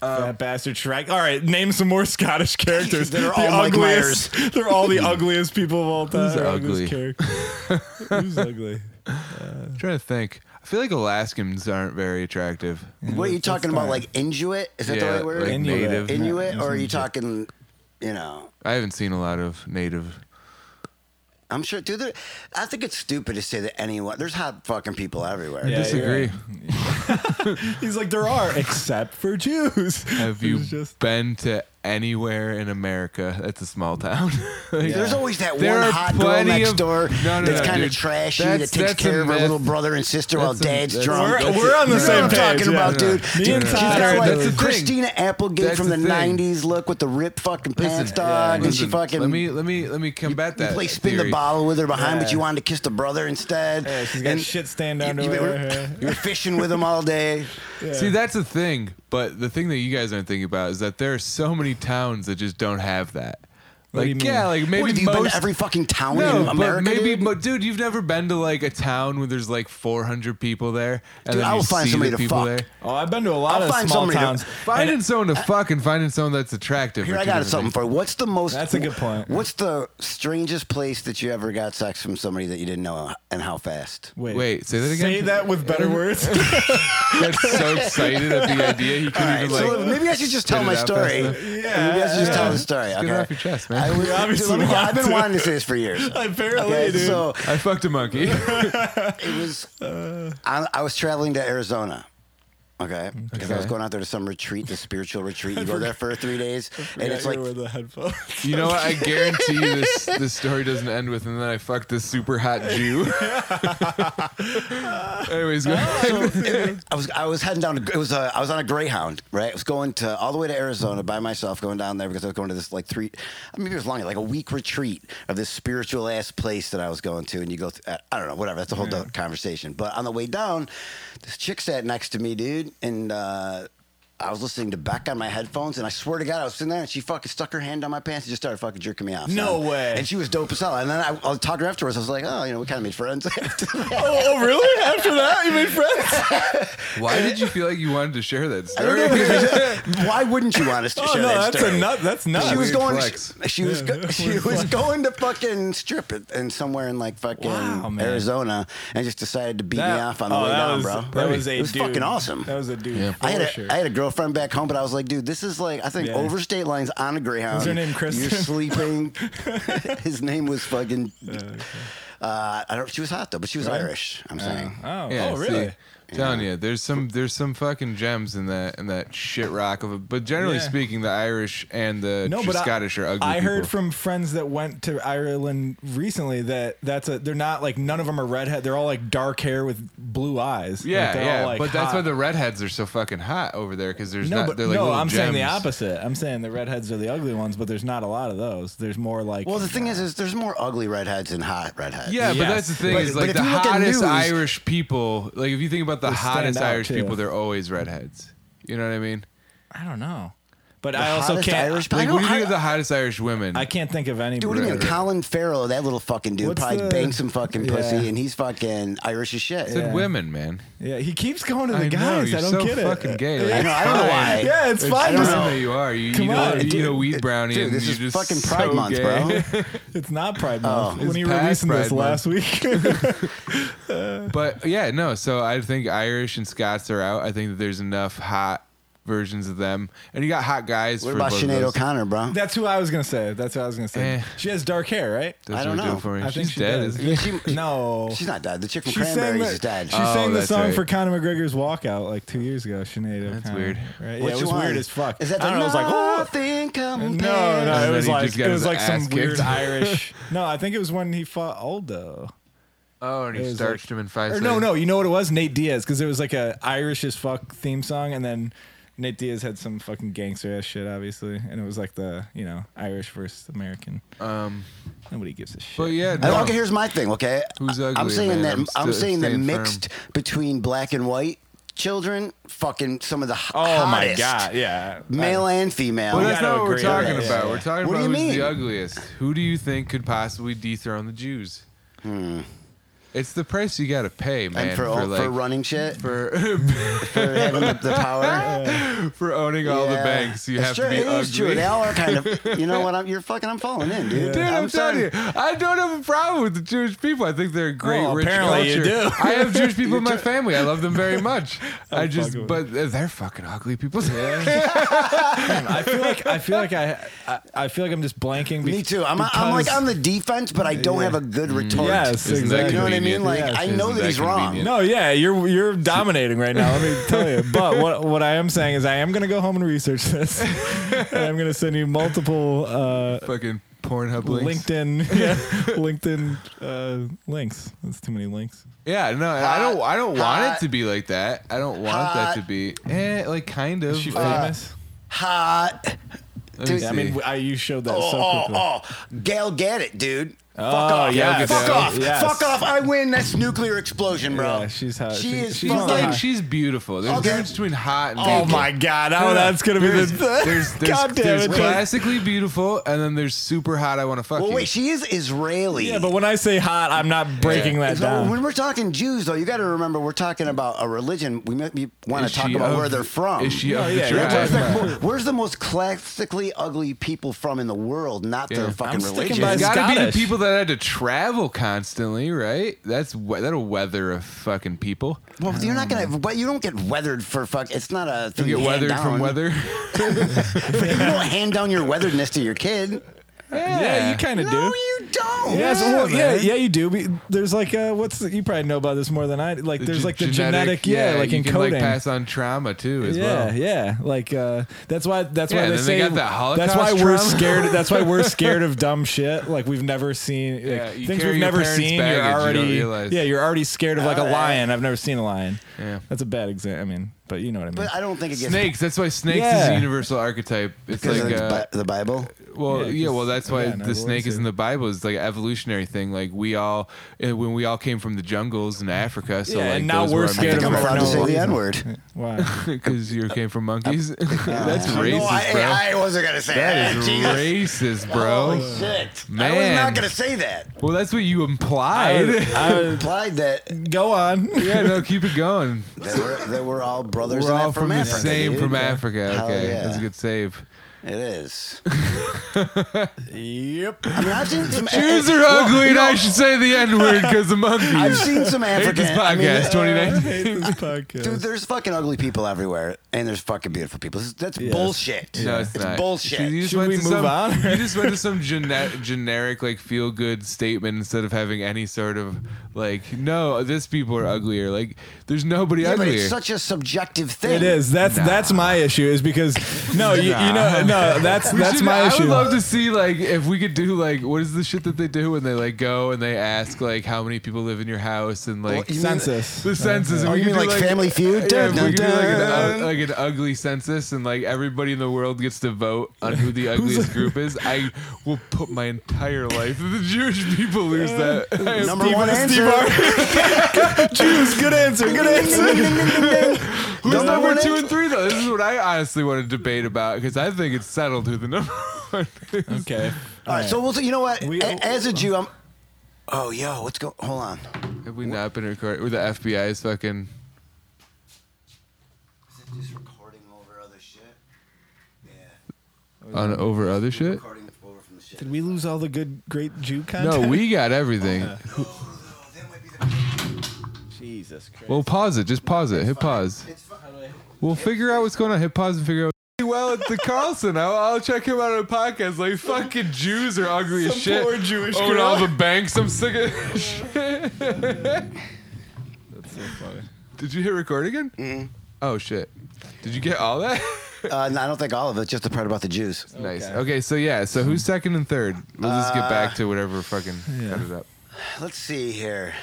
Speaker 7: Fat bastard Shrek. All right, name some
Speaker 6: *laughs*
Speaker 7: more Scottish characters.
Speaker 1: They're all Mike
Speaker 7: ugliest. *laughs* They're all the ugliest people of all time.
Speaker 6: Who's
Speaker 7: They're ugliest
Speaker 6: ugly? *laughs*
Speaker 7: characters. Who's ugly?
Speaker 6: I'm *laughs* trying to think. I feel like Alaskans aren't very attractive.
Speaker 1: What are you
Speaker 7: That's
Speaker 1: talking about?
Speaker 7: fine.
Speaker 1: Like Inuit? Is that
Speaker 6: Yeah,
Speaker 1: the right word?
Speaker 6: like
Speaker 7: Inuit.
Speaker 6: native.
Speaker 1: Inuit,
Speaker 7: Yeah,
Speaker 1: or are you
Speaker 7: Inuit.
Speaker 1: talking? You know,
Speaker 6: I haven't seen a lot of native.
Speaker 1: I'm sure. Dude, there- I think it's stupid to say that anyone. There's hot fucking people everywhere.
Speaker 7: Yeah, you're
Speaker 6: Disagree.
Speaker 7: right. He's like there are, except for
Speaker 6: *laughs*
Speaker 7: Jews. *laughs*
Speaker 6: Have you
Speaker 7: It's just-
Speaker 6: been to anywhere in America? That's a small town. *laughs* Like,
Speaker 1: There's always that
Speaker 6: There
Speaker 1: one
Speaker 6: are
Speaker 1: hot girl
Speaker 6: plenty
Speaker 1: next
Speaker 6: of-
Speaker 1: door
Speaker 6: No, no,
Speaker 1: that's
Speaker 6: no,
Speaker 1: kind of
Speaker 6: dude.
Speaker 1: trashy
Speaker 6: That's-
Speaker 1: that takes
Speaker 6: that's a
Speaker 1: care of her
Speaker 6: myth.
Speaker 1: little brother and sister while
Speaker 6: That's a-
Speaker 1: dad's
Speaker 6: that's-
Speaker 1: drunk.
Speaker 7: We're-
Speaker 1: That's
Speaker 7: we're
Speaker 1: it.
Speaker 7: on the
Speaker 1: You know
Speaker 7: same
Speaker 1: what I'm
Speaker 7: page,
Speaker 1: talking
Speaker 7: yeah.
Speaker 1: about, dude.
Speaker 7: Me and
Speaker 1: She's
Speaker 7: Todd
Speaker 1: got
Speaker 7: are-
Speaker 6: that's the
Speaker 1: like
Speaker 6: thing.
Speaker 1: Christina Applegate
Speaker 6: That's
Speaker 1: from
Speaker 6: the
Speaker 1: the
Speaker 6: thing.
Speaker 1: '90s look with the ripped fucking pants,
Speaker 6: Listen,
Speaker 1: dog, and she
Speaker 6: listen,
Speaker 1: fucking.
Speaker 6: let me let me let me combat
Speaker 1: You
Speaker 6: that.
Speaker 1: play spin
Speaker 6: theory.
Speaker 1: the bottle with her behind, but
Speaker 7: Yeah.
Speaker 1: you wanted to kiss the brother instead.
Speaker 7: Yeah, she's got
Speaker 1: And
Speaker 7: shit stand down
Speaker 1: you,
Speaker 7: to
Speaker 1: you
Speaker 7: her.
Speaker 1: were, you were fishing with him all day.
Speaker 6: See, that's the thing. But the thing that you guys aren't thinking about is that there are so many towns that just don't have that.
Speaker 7: What do
Speaker 6: Like,
Speaker 7: you
Speaker 6: yeah,
Speaker 7: mean?
Speaker 6: like maybe
Speaker 1: What, have you
Speaker 6: most
Speaker 1: been to every fucking town in America?
Speaker 6: But maybe,
Speaker 1: dude?
Speaker 6: but dude, you've never been to like a town where there's like 400 people there, and
Speaker 1: Dude,
Speaker 6: then
Speaker 1: I
Speaker 6: you
Speaker 1: will find
Speaker 6: see
Speaker 1: somebody
Speaker 6: the
Speaker 1: to
Speaker 6: people
Speaker 1: fuck.
Speaker 6: there.
Speaker 7: Oh, I've been to a lot
Speaker 1: I'll
Speaker 7: of
Speaker 1: find
Speaker 7: small
Speaker 1: somebody to-
Speaker 7: towns.
Speaker 6: Finding someone to fuck and finding someone that's attractive.
Speaker 1: Here,
Speaker 6: are
Speaker 1: I
Speaker 6: two
Speaker 1: got
Speaker 6: different
Speaker 1: something
Speaker 6: things.
Speaker 1: for you. What's the most?
Speaker 7: That's a good point.
Speaker 1: What's the strangest place that you ever got sex from somebody that you didn't know, uh, and how fast?
Speaker 7: Wait,
Speaker 6: Wait, say that again?
Speaker 7: Say that with
Speaker 1: *laughs*
Speaker 7: better words.
Speaker 6: *laughs*
Speaker 7: *laughs*
Speaker 6: That's so excited at the idea. He couldn't even like.
Speaker 1: so maybe I should just tell
Speaker 6: get it
Speaker 1: my
Speaker 6: out
Speaker 1: story.
Speaker 6: fast
Speaker 1: Maybe I should just tell the story.
Speaker 6: Get
Speaker 1: okay.
Speaker 6: it off your chest, man.
Speaker 1: I was,
Speaker 7: You
Speaker 1: dude,
Speaker 7: obviously
Speaker 1: let me-
Speaker 7: want
Speaker 1: I've been
Speaker 7: to.
Speaker 1: wanting to say this for
Speaker 7: *laughs*
Speaker 1: years.
Speaker 7: Apparently,
Speaker 1: Okay,
Speaker 7: dude.
Speaker 1: so uh,
Speaker 6: I
Speaker 7: *laughs*
Speaker 6: fucked a monkey.
Speaker 1: it was. I, I was traveling to Arizona, Okay. Because I was going out there to some retreat, the spiritual retreat.
Speaker 7: *laughs*
Speaker 1: You go there for three days, and
Speaker 7: Yeah,
Speaker 1: it's
Speaker 7: you
Speaker 1: like
Speaker 7: wear the headphones. *laughs*
Speaker 6: You know what? I guarantee you this this story doesn't end with and then I fucked this super hot
Speaker 7: *laughs*
Speaker 6: Jew. Anyways,
Speaker 7: Oh.
Speaker 6: go
Speaker 1: I was I was heading down. To, it was uh, I was on a Greyhound, right? I was going to all the way to Arizona by myself, going down there because I was going to this like three, I mean, it was long, like a week retreat of this spiritual ass place that I was going to. And you go, th- uh, I- I don't know, whatever. That's a whole other conversation. But on the way down, this chick sat next to me, dude, and. uh I was listening to Beck on my headphones, and I swear to God, I was sitting there, and she fucking stuck her hand down my pants and just started fucking jerking me off.
Speaker 7: No
Speaker 1: son.
Speaker 7: way.
Speaker 1: And she was dope as hell. And then I, I was talking to her afterwards. I was like, oh, you know, we kind of made friends. *laughs* after that.
Speaker 7: oh, oh, really? After that, you
Speaker 1: *laughs*
Speaker 7: made friends?
Speaker 6: Why did you feel like you wanted to share that
Speaker 1: I don't know,
Speaker 6: story?
Speaker 1: because- *laughs* Why wouldn't you want us to
Speaker 7: Oh
Speaker 1: share
Speaker 7: no,
Speaker 1: that
Speaker 7: that's
Speaker 1: story?
Speaker 7: a nut. That's nuts.
Speaker 1: She was
Speaker 6: Weird
Speaker 1: going.
Speaker 6: flex.
Speaker 1: She, she was. Go,
Speaker 7: *laughs* Yeah,
Speaker 1: she
Speaker 7: weird
Speaker 1: was
Speaker 7: flex.
Speaker 1: going to fucking strip it and somewhere in like fucking
Speaker 7: Wow, man.
Speaker 1: Arizona, and just decided to beat me off on the
Speaker 7: oh,
Speaker 1: way
Speaker 7: that
Speaker 1: down,
Speaker 7: was-
Speaker 1: bro.
Speaker 7: That was a
Speaker 1: it was
Speaker 7: dude.
Speaker 1: fucking awesome.
Speaker 7: That was a dude.
Speaker 5: Yeah.
Speaker 1: I had,
Speaker 7: for
Speaker 1: a,
Speaker 7: sure.
Speaker 1: I had a girlfriend back home, but I was like, dude, this is like, I think
Speaker 7: Yeah.
Speaker 1: over state lines on a Greyhound.
Speaker 7: Is her name Kristen?
Speaker 1: You're sleeping.
Speaker 7: *laughs*
Speaker 1: *laughs* His name was fucking.
Speaker 7: Oh,
Speaker 1: Uh, I don't. She was hot though, but she was Irish. I'm saying.
Speaker 6: *laughs*
Speaker 7: oh,
Speaker 6: Yeah,
Speaker 7: oh,
Speaker 6: see,
Speaker 7: really?
Speaker 6: I'm telling you, there's some there's some fucking gems in that in that shit rock of it. But generally
Speaker 7: Yeah.
Speaker 6: speaking, the Irish and the
Speaker 7: No,
Speaker 6: tr-
Speaker 7: but I-
Speaker 6: Scottish are ugly.
Speaker 7: I heard
Speaker 6: people.
Speaker 7: from friends that went to Ireland recently that that's a they're not like none of them are redhead. They're all like dark hair with blue eyes.
Speaker 6: yeah,
Speaker 7: Like, they're all,
Speaker 6: yeah.
Speaker 7: like,
Speaker 6: but that's
Speaker 7: hot.
Speaker 6: why the redheads are so fucking hot over there because there's
Speaker 7: no,
Speaker 6: not
Speaker 7: but
Speaker 6: they're like
Speaker 7: no.
Speaker 6: little
Speaker 7: I'm saying the
Speaker 6: gems.
Speaker 7: opposite. I'm saying the redheads are the ugly ones, but there's not a lot of those. There's more like
Speaker 1: Well, the thing is, is there's more ugly redheads than hot redheads.
Speaker 6: Yeah,
Speaker 7: Yes.
Speaker 6: but that's the thing
Speaker 1: But-
Speaker 6: is
Speaker 1: but
Speaker 6: like
Speaker 1: if
Speaker 6: the
Speaker 1: you look at
Speaker 6: hottest
Speaker 1: news-
Speaker 6: Irish people. Like if you think about the
Speaker 7: They stand
Speaker 6: hottest
Speaker 7: out,
Speaker 6: Irish
Speaker 7: too.
Speaker 6: people, they're always redheads. You know what I mean?
Speaker 7: I don't know. But I also
Speaker 1: hottest
Speaker 7: can't.
Speaker 1: Irish- But I
Speaker 6: Like, what do you
Speaker 1: don't-
Speaker 6: think of
Speaker 1: I-
Speaker 6: the hottest Irish women?
Speaker 7: I can't think of any.
Speaker 1: Dude, what do you mean?
Speaker 6: Right.
Speaker 1: Colin Farrell, that little fucking dude,
Speaker 7: What's
Speaker 1: probably
Speaker 7: the-
Speaker 1: banged some fucking pussy,
Speaker 7: Yeah.
Speaker 1: and he's fucking Irish as shit.
Speaker 6: said
Speaker 7: Yeah.
Speaker 6: women, man.
Speaker 7: Yeah, he keeps going to the
Speaker 6: I know,
Speaker 7: guys.
Speaker 6: you're
Speaker 7: I don't
Speaker 6: so
Speaker 7: get it.
Speaker 6: fucking gay.
Speaker 7: *laughs* Yeah.
Speaker 1: I know, I don't know why.
Speaker 7: Yeah, it's
Speaker 6: I
Speaker 7: fine.
Speaker 6: don't
Speaker 1: don't
Speaker 7: Just,
Speaker 1: know.
Speaker 6: know you are. You,
Speaker 7: Come
Speaker 6: you know,
Speaker 7: on,
Speaker 6: you
Speaker 1: dude.
Speaker 6: eat a weed brownie.
Speaker 1: Dude,
Speaker 6: and
Speaker 1: this
Speaker 6: you're
Speaker 1: is
Speaker 6: just
Speaker 1: fucking
Speaker 6: so
Speaker 1: Pride Month,
Speaker 6: gay. *laughs*
Speaker 1: bro.
Speaker 7: it's not Pride
Speaker 1: Oh.
Speaker 7: Month.
Speaker 6: It's
Speaker 7: when you
Speaker 6: past
Speaker 7: releasing this
Speaker 6: Pride
Speaker 7: last
Speaker 6: Month.
Speaker 7: week, *laughs*
Speaker 6: But yeah, no. So I think Irish and Scots are out. I think that there's enough hot versions of them, and you got hot guys.
Speaker 1: What
Speaker 6: for
Speaker 1: about
Speaker 6: both of
Speaker 1: Sinead
Speaker 6: those.
Speaker 1: O'Connor, bro?
Speaker 7: that's who I was gonna say. That's who I was gonna say.
Speaker 6: Eh.
Speaker 7: She has dark hair, right?
Speaker 6: Doesn't
Speaker 1: I don't
Speaker 6: really do it
Speaker 1: know.
Speaker 6: for me.
Speaker 7: I think
Speaker 6: She's
Speaker 7: she
Speaker 6: dead.
Speaker 7: does.
Speaker 6: Isn't
Speaker 1: Yeah, she,
Speaker 7: *laughs* No,
Speaker 1: she's not dead. The chick from
Speaker 7: She sang
Speaker 1: Cranberries
Speaker 7: the-
Speaker 1: is dead.
Speaker 7: She
Speaker 6: Oh,
Speaker 7: sang the
Speaker 6: that's
Speaker 7: song
Speaker 6: right.
Speaker 7: for Conor McGregor's walkout like two years ago. Sinead.
Speaker 6: That's
Speaker 7: O'Connor,
Speaker 6: weird.
Speaker 7: Right?
Speaker 1: What
Speaker 7: Yeah, it
Speaker 1: you
Speaker 7: was
Speaker 1: want?
Speaker 7: weird as fuck.
Speaker 1: Is that the
Speaker 7: I don't know. I was like, oh.
Speaker 1: nothing compares?
Speaker 7: No, no,
Speaker 6: And
Speaker 7: it
Speaker 6: then
Speaker 7: was
Speaker 6: he
Speaker 7: like
Speaker 6: just got
Speaker 7: it
Speaker 6: his
Speaker 7: was like
Speaker 6: ass
Speaker 7: some
Speaker 6: kicked. *laughs*
Speaker 7: weird Irish. No, I think it was when he fought Aldo.
Speaker 6: Oh, and
Speaker 7: It
Speaker 6: he
Speaker 7: was
Speaker 6: starched
Speaker 7: like-
Speaker 6: him in five.
Speaker 7: Or
Speaker 6: seconds.
Speaker 7: no, no, you know what it was? Nate Diaz, because it was like a Irish as fuck theme song, and then Nate Diaz had some fucking gangster ass shit, obviously, and it was like the you know Irish versus American.
Speaker 6: Um,
Speaker 7: Nobody gives a shit.
Speaker 6: but yeah,
Speaker 1: And,
Speaker 6: no.
Speaker 1: Okay, here's my thing. Okay,
Speaker 6: Who's
Speaker 1: I- I'm
Speaker 6: uglier,
Speaker 1: saying
Speaker 6: man?
Speaker 1: that
Speaker 6: I'm
Speaker 1: I'm,
Speaker 6: sti-
Speaker 1: saying that
Speaker 6: staying firm.
Speaker 1: mixed between black and white children, fucking some of the h-
Speaker 7: oh my
Speaker 1: hottest
Speaker 7: god, yeah,
Speaker 1: male and female.
Speaker 6: Well,
Speaker 7: You
Speaker 6: that's
Speaker 7: gotta
Speaker 6: not what we're
Speaker 7: agree
Speaker 6: talking
Speaker 7: on that.
Speaker 6: about.
Speaker 7: Yeah,
Speaker 6: We're
Speaker 7: yeah.
Speaker 6: talking
Speaker 1: What do
Speaker 6: about
Speaker 1: you
Speaker 6: who's
Speaker 1: mean?
Speaker 6: the ugliest. Who do you think could possibly dethrone the Jews? It's the price you got to pay, man,
Speaker 1: Hmm. and for,
Speaker 6: for,
Speaker 1: for,
Speaker 6: like
Speaker 1: running shit, for,
Speaker 6: for
Speaker 1: having the, the power.
Speaker 6: *laughs* for owning all the
Speaker 1: Yeah.
Speaker 6: banks. You
Speaker 1: It's
Speaker 6: have
Speaker 1: true.
Speaker 6: to be
Speaker 1: It
Speaker 6: ugly.
Speaker 1: is true. They all are kind of. You know what? I'm, you're fucking. I'm falling in, dude.
Speaker 6: *laughs* Dude, I'm, telling
Speaker 1: sorry.
Speaker 6: you, I don't have a problem with the Jewish people. I think they're a great
Speaker 7: Oh,
Speaker 6: rich
Speaker 7: apparently you
Speaker 6: culture.
Speaker 7: do.
Speaker 6: I have
Speaker 1: *laughs*
Speaker 6: Jewish people in my family. I love them very much. I just,
Speaker 7: fucking with
Speaker 6: but they're fucking ugly people.
Speaker 7: I feel like I feel like I I, I feel like I'm just blanking.
Speaker 1: Me
Speaker 7: bec-
Speaker 1: too. I'm, I'm like
Speaker 7: because-
Speaker 1: on the defense, but I don't
Speaker 7: Yeah.
Speaker 1: have a good retort.
Speaker 7: Yes,
Speaker 6: Isn't that
Speaker 7: exactly.
Speaker 1: You know what I mean?
Speaker 6: convenient?
Speaker 1: Like
Speaker 6: Yeah.
Speaker 1: I
Speaker 6: Isn't
Speaker 1: know that
Speaker 6: that
Speaker 1: he's wrong.
Speaker 6: convenient?
Speaker 7: *laughs* No, yeah, you're you're dominating right now. Let me
Speaker 1: *laughs*
Speaker 7: tell you. But what what I am saying is, I am gonna go home and research this, *laughs* and I'm gonna send you multiple uh,
Speaker 6: *laughs* fucking Pornhub links.
Speaker 7: LinkedIn *laughs* yeah, LinkedIn uh, links. That's too many links.
Speaker 6: Yeah, no, I don't. I don't want
Speaker 1: hot.
Speaker 6: it to be like that. I don't want
Speaker 1: Hot.
Speaker 6: that to be eh, like kind of.
Speaker 7: She
Speaker 6: like,
Speaker 7: famous?
Speaker 1: Hot.
Speaker 6: let me
Speaker 1: dude,
Speaker 7: yeah, I
Speaker 6: see.
Speaker 7: mean, I, you showed that
Speaker 1: Oh,
Speaker 7: so
Speaker 1: oh,
Speaker 7: quickly.
Speaker 1: oh. Gail, get it, dude.
Speaker 7: Oh,
Speaker 1: Fuck off.
Speaker 7: yes.
Speaker 1: Fuck off.
Speaker 7: Yes.
Speaker 1: Fuck off. I win. That's nuclear explosion, bro.
Speaker 7: Yeah, she's hot.
Speaker 1: She,
Speaker 7: She-
Speaker 1: is
Speaker 7: she's
Speaker 6: She's
Speaker 7: on the
Speaker 1: fucking.
Speaker 6: like
Speaker 7: high.
Speaker 6: she's beautiful. There's a
Speaker 1: Okay.
Speaker 6: difference between hot and
Speaker 7: Oh
Speaker 6: beautiful.
Speaker 7: my god! *laughs* Oh, that's gonna be
Speaker 6: there's,
Speaker 7: the
Speaker 6: there's, there's,
Speaker 7: god damn
Speaker 6: there's
Speaker 7: it.
Speaker 6: classically beautiful, and then there's super hot. I want to fuck
Speaker 1: Well,
Speaker 6: you.
Speaker 1: wait, she is Israeli.
Speaker 7: yeah, but when I say hot, I'm not breaking that
Speaker 1: So
Speaker 7: down.
Speaker 1: when we're talking Jews, though, you got to remember we're talking about a religion. We want
Speaker 6: Is
Speaker 1: to talk
Speaker 6: she
Speaker 1: about
Speaker 6: of-
Speaker 1: where they're from.
Speaker 6: Is she
Speaker 7: No,
Speaker 6: of
Speaker 7: Oh,
Speaker 6: the
Speaker 7: yeah, you're
Speaker 6: tribe?
Speaker 1: Where's
Speaker 7: talking
Speaker 1: the,
Speaker 7: about-
Speaker 1: where- where's the most classically ugly people from in the world? Not
Speaker 6: Yeah.
Speaker 1: their
Speaker 6: I'm
Speaker 1: fucking
Speaker 7: sticking
Speaker 1: religion.
Speaker 7: by
Speaker 6: It's got to be the
Speaker 7: Scottish.
Speaker 6: people that had to travel constantly, right? That's we- that'll weather a fucking people.
Speaker 1: Well, you're not gonna. But you don't get weathered for fuck. It's not a
Speaker 6: You
Speaker 1: thing.
Speaker 6: get
Speaker 1: you hand
Speaker 6: weathered from
Speaker 1: down. *laughs*
Speaker 6: weather.
Speaker 1: You don't hand down your weatheredness to your kid.
Speaker 7: yeah, you kind of
Speaker 1: no,
Speaker 7: do.
Speaker 1: you don't.
Speaker 6: know.
Speaker 7: Yes, well, yeah,
Speaker 6: man.
Speaker 7: yeah, you do. But there's like uh what's the, you probably know about this more than I. Like there's
Speaker 6: ge-
Speaker 7: like the genetic, yeah, like
Speaker 6: you
Speaker 7: encoding.
Speaker 6: can like pass on trauma too as
Speaker 7: yeah,
Speaker 6: well.
Speaker 7: yeah. Like uh, that's why that's
Speaker 6: Yeah,
Speaker 7: why
Speaker 6: then
Speaker 7: they
Speaker 6: they
Speaker 7: say
Speaker 6: got the
Speaker 7: that's
Speaker 6: Holocaust
Speaker 7: why we're
Speaker 6: trauma.
Speaker 7: scared. That's
Speaker 6: *laughs*
Speaker 7: why we're scared of dumb shit. Like we've never seen like,
Speaker 6: Yeah, you
Speaker 7: things
Speaker 6: carry
Speaker 7: we've
Speaker 6: your
Speaker 7: never
Speaker 6: parents'
Speaker 7: seen.
Speaker 6: baggage, you
Speaker 7: you're
Speaker 6: don't
Speaker 7: already
Speaker 6: realize. Uh,
Speaker 7: yeah, you're already scared of like a
Speaker 1: Alright.
Speaker 7: lion. I've never seen a lion.
Speaker 6: Yeah.
Speaker 7: that's a bad example. I mean, but you know what I mean.
Speaker 1: But I don't think it gets
Speaker 6: Snakes. That's why snakes is
Speaker 7: Yeah.
Speaker 6: a universal archetype. It's
Speaker 1: because
Speaker 6: like
Speaker 1: of the
Speaker 6: uh,
Speaker 1: Bi- the Bible.
Speaker 6: Well,
Speaker 7: Yeah,
Speaker 6: yeah,
Speaker 7: 'cause-
Speaker 6: well, that's why
Speaker 7: yeah, no,
Speaker 6: the
Speaker 7: it
Speaker 6: snake
Speaker 7: was,
Speaker 6: is in the Bible. It's like an evolutionary thing. Like we all, uh, when we all came from the jungles in Africa, so
Speaker 7: Yeah,
Speaker 6: like
Speaker 7: and now
Speaker 6: those
Speaker 7: we're
Speaker 6: were
Speaker 1: I
Speaker 7: Scared
Speaker 1: think
Speaker 7: of
Speaker 1: I'm
Speaker 7: it for
Speaker 1: allowed
Speaker 7: no
Speaker 1: to
Speaker 6: *laughs*
Speaker 1: say the
Speaker 7: reason.
Speaker 1: N word.
Speaker 7: wow.
Speaker 1: *laughs*
Speaker 6: because you came from monkeys. *laughs* that's racist,
Speaker 1: No, I,
Speaker 6: bro.
Speaker 1: I wasn't gonna say that.
Speaker 6: that is
Speaker 1: Jesus.
Speaker 6: racist, bro.
Speaker 1: Holy shit! I was
Speaker 6: Man.
Speaker 1: not gonna say that.
Speaker 6: Well, that's what you
Speaker 7: I
Speaker 6: implied.
Speaker 7: would- I would-
Speaker 1: Implied that *laughs*
Speaker 7: go on.
Speaker 6: *laughs* yeah,
Speaker 7: *laughs*
Speaker 6: no, keep it going.
Speaker 1: that we're, that we're all brothers.
Speaker 6: We're
Speaker 1: and
Speaker 6: all
Speaker 1: from,
Speaker 6: from the
Speaker 1: Africa,
Speaker 6: same
Speaker 1: dude.
Speaker 6: from Africa.
Speaker 1: Hell
Speaker 6: Okay,
Speaker 1: yeah.
Speaker 6: that's a good save.
Speaker 1: It
Speaker 6: *laughs*
Speaker 1: is.
Speaker 7: yep.
Speaker 1: I mean, I've seen some.
Speaker 6: Jews are
Speaker 1: Well,
Speaker 6: ugly,
Speaker 1: you
Speaker 6: and
Speaker 1: know,
Speaker 6: I should say the N word because the monkeys.
Speaker 1: I've seen some
Speaker 6: *laughs* Hate
Speaker 1: African.
Speaker 6: this
Speaker 1: I mean,
Speaker 6: podcast. Twenty nineteen.
Speaker 1: Dude, there's fucking ugly people everywhere, and there's fucking beautiful people. This- That's
Speaker 7: Yes.
Speaker 1: bullshit.
Speaker 6: No, it's, not.
Speaker 1: bullshit.
Speaker 6: You just
Speaker 7: Should
Speaker 6: went
Speaker 7: we
Speaker 6: to
Speaker 7: move
Speaker 6: some,
Speaker 7: on?
Speaker 6: you just went to some gene- generic, like feel good statement instead of having any sort of like, no, this people are uglier. Like, there's nobody
Speaker 1: yeah, but
Speaker 6: uglier.
Speaker 1: it's such a subjective thing.
Speaker 7: It is. That's that's my issue. Is because no, you, you know, no. That's
Speaker 6: We
Speaker 7: that's
Speaker 6: should-
Speaker 7: my
Speaker 6: I
Speaker 7: issue.
Speaker 6: would love to see like if we could do like what is the shit that they do when they like go and they ask like how many people live in your house and like
Speaker 1: you mean-
Speaker 6: *laughs*
Speaker 7: census.
Speaker 6: the census. and
Speaker 1: Oh,
Speaker 6: we
Speaker 1: you
Speaker 6: could
Speaker 1: mean
Speaker 6: do,
Speaker 1: like Family Feud?
Speaker 6: Yeah, if we
Speaker 1: Dun,
Speaker 6: could do like an,
Speaker 1: dun,
Speaker 6: u- like an ugly census, and like everybody in the world gets to vote on
Speaker 1: *laughs*
Speaker 6: who the
Speaker 7: the-
Speaker 6: ugliest group is. I will put my entire life. If the Jewish people lose that. I am-
Speaker 1: Number one answer. *laughs*
Speaker 7: Jews, good answer. *laughs* Good
Speaker 6: *laughs*
Speaker 7: answer.
Speaker 6: Who's
Speaker 1: number
Speaker 6: number
Speaker 1: one
Speaker 6: two
Speaker 1: answer.
Speaker 6: and three though? This is what I honestly want to debate about because I think it's settled who the *laughs* number one. Is.
Speaker 7: okay.
Speaker 1: All right, so we'll. You know what?
Speaker 7: We-
Speaker 1: A- As a Jew, I'm. Oh, yo, what's going? Hold on.
Speaker 6: Have we not been recording? With the FBI is fucking.
Speaker 1: Is it just recording over other shit? Yeah.
Speaker 6: on over other shit?
Speaker 1: Recording over from the shit.
Speaker 7: Did we lose all the good, great Jew *laughs* content?
Speaker 6: No, we got everything.
Speaker 7: Jesus Christ.
Speaker 6: Well, pause it. Just pause it. Hit pause. We'll figure out what's going on. Hit pause and figure out. *laughs* Well, it's the Carlson. I'll, I'll check him out on a podcast. Like fucking Jews are ugly as
Speaker 7: Some
Speaker 6: shit. Oh,
Speaker 7: poor Jewish
Speaker 6: Own
Speaker 7: girl.
Speaker 6: all the banks. I'm sick
Speaker 7: *laughs*
Speaker 6: of. *laughs* shit.
Speaker 7: That's so funny.
Speaker 6: Did you hit record again? Oh shit! Did you get all that? *laughs*
Speaker 1: Uh, no, I don't think all of it. Just the part about the Jews.
Speaker 6: nice. Okay, so yeah. So who's second and third? We'll just
Speaker 7: Uh,
Speaker 6: get back to whatever. Fucking cut it up.
Speaker 1: Let's see here.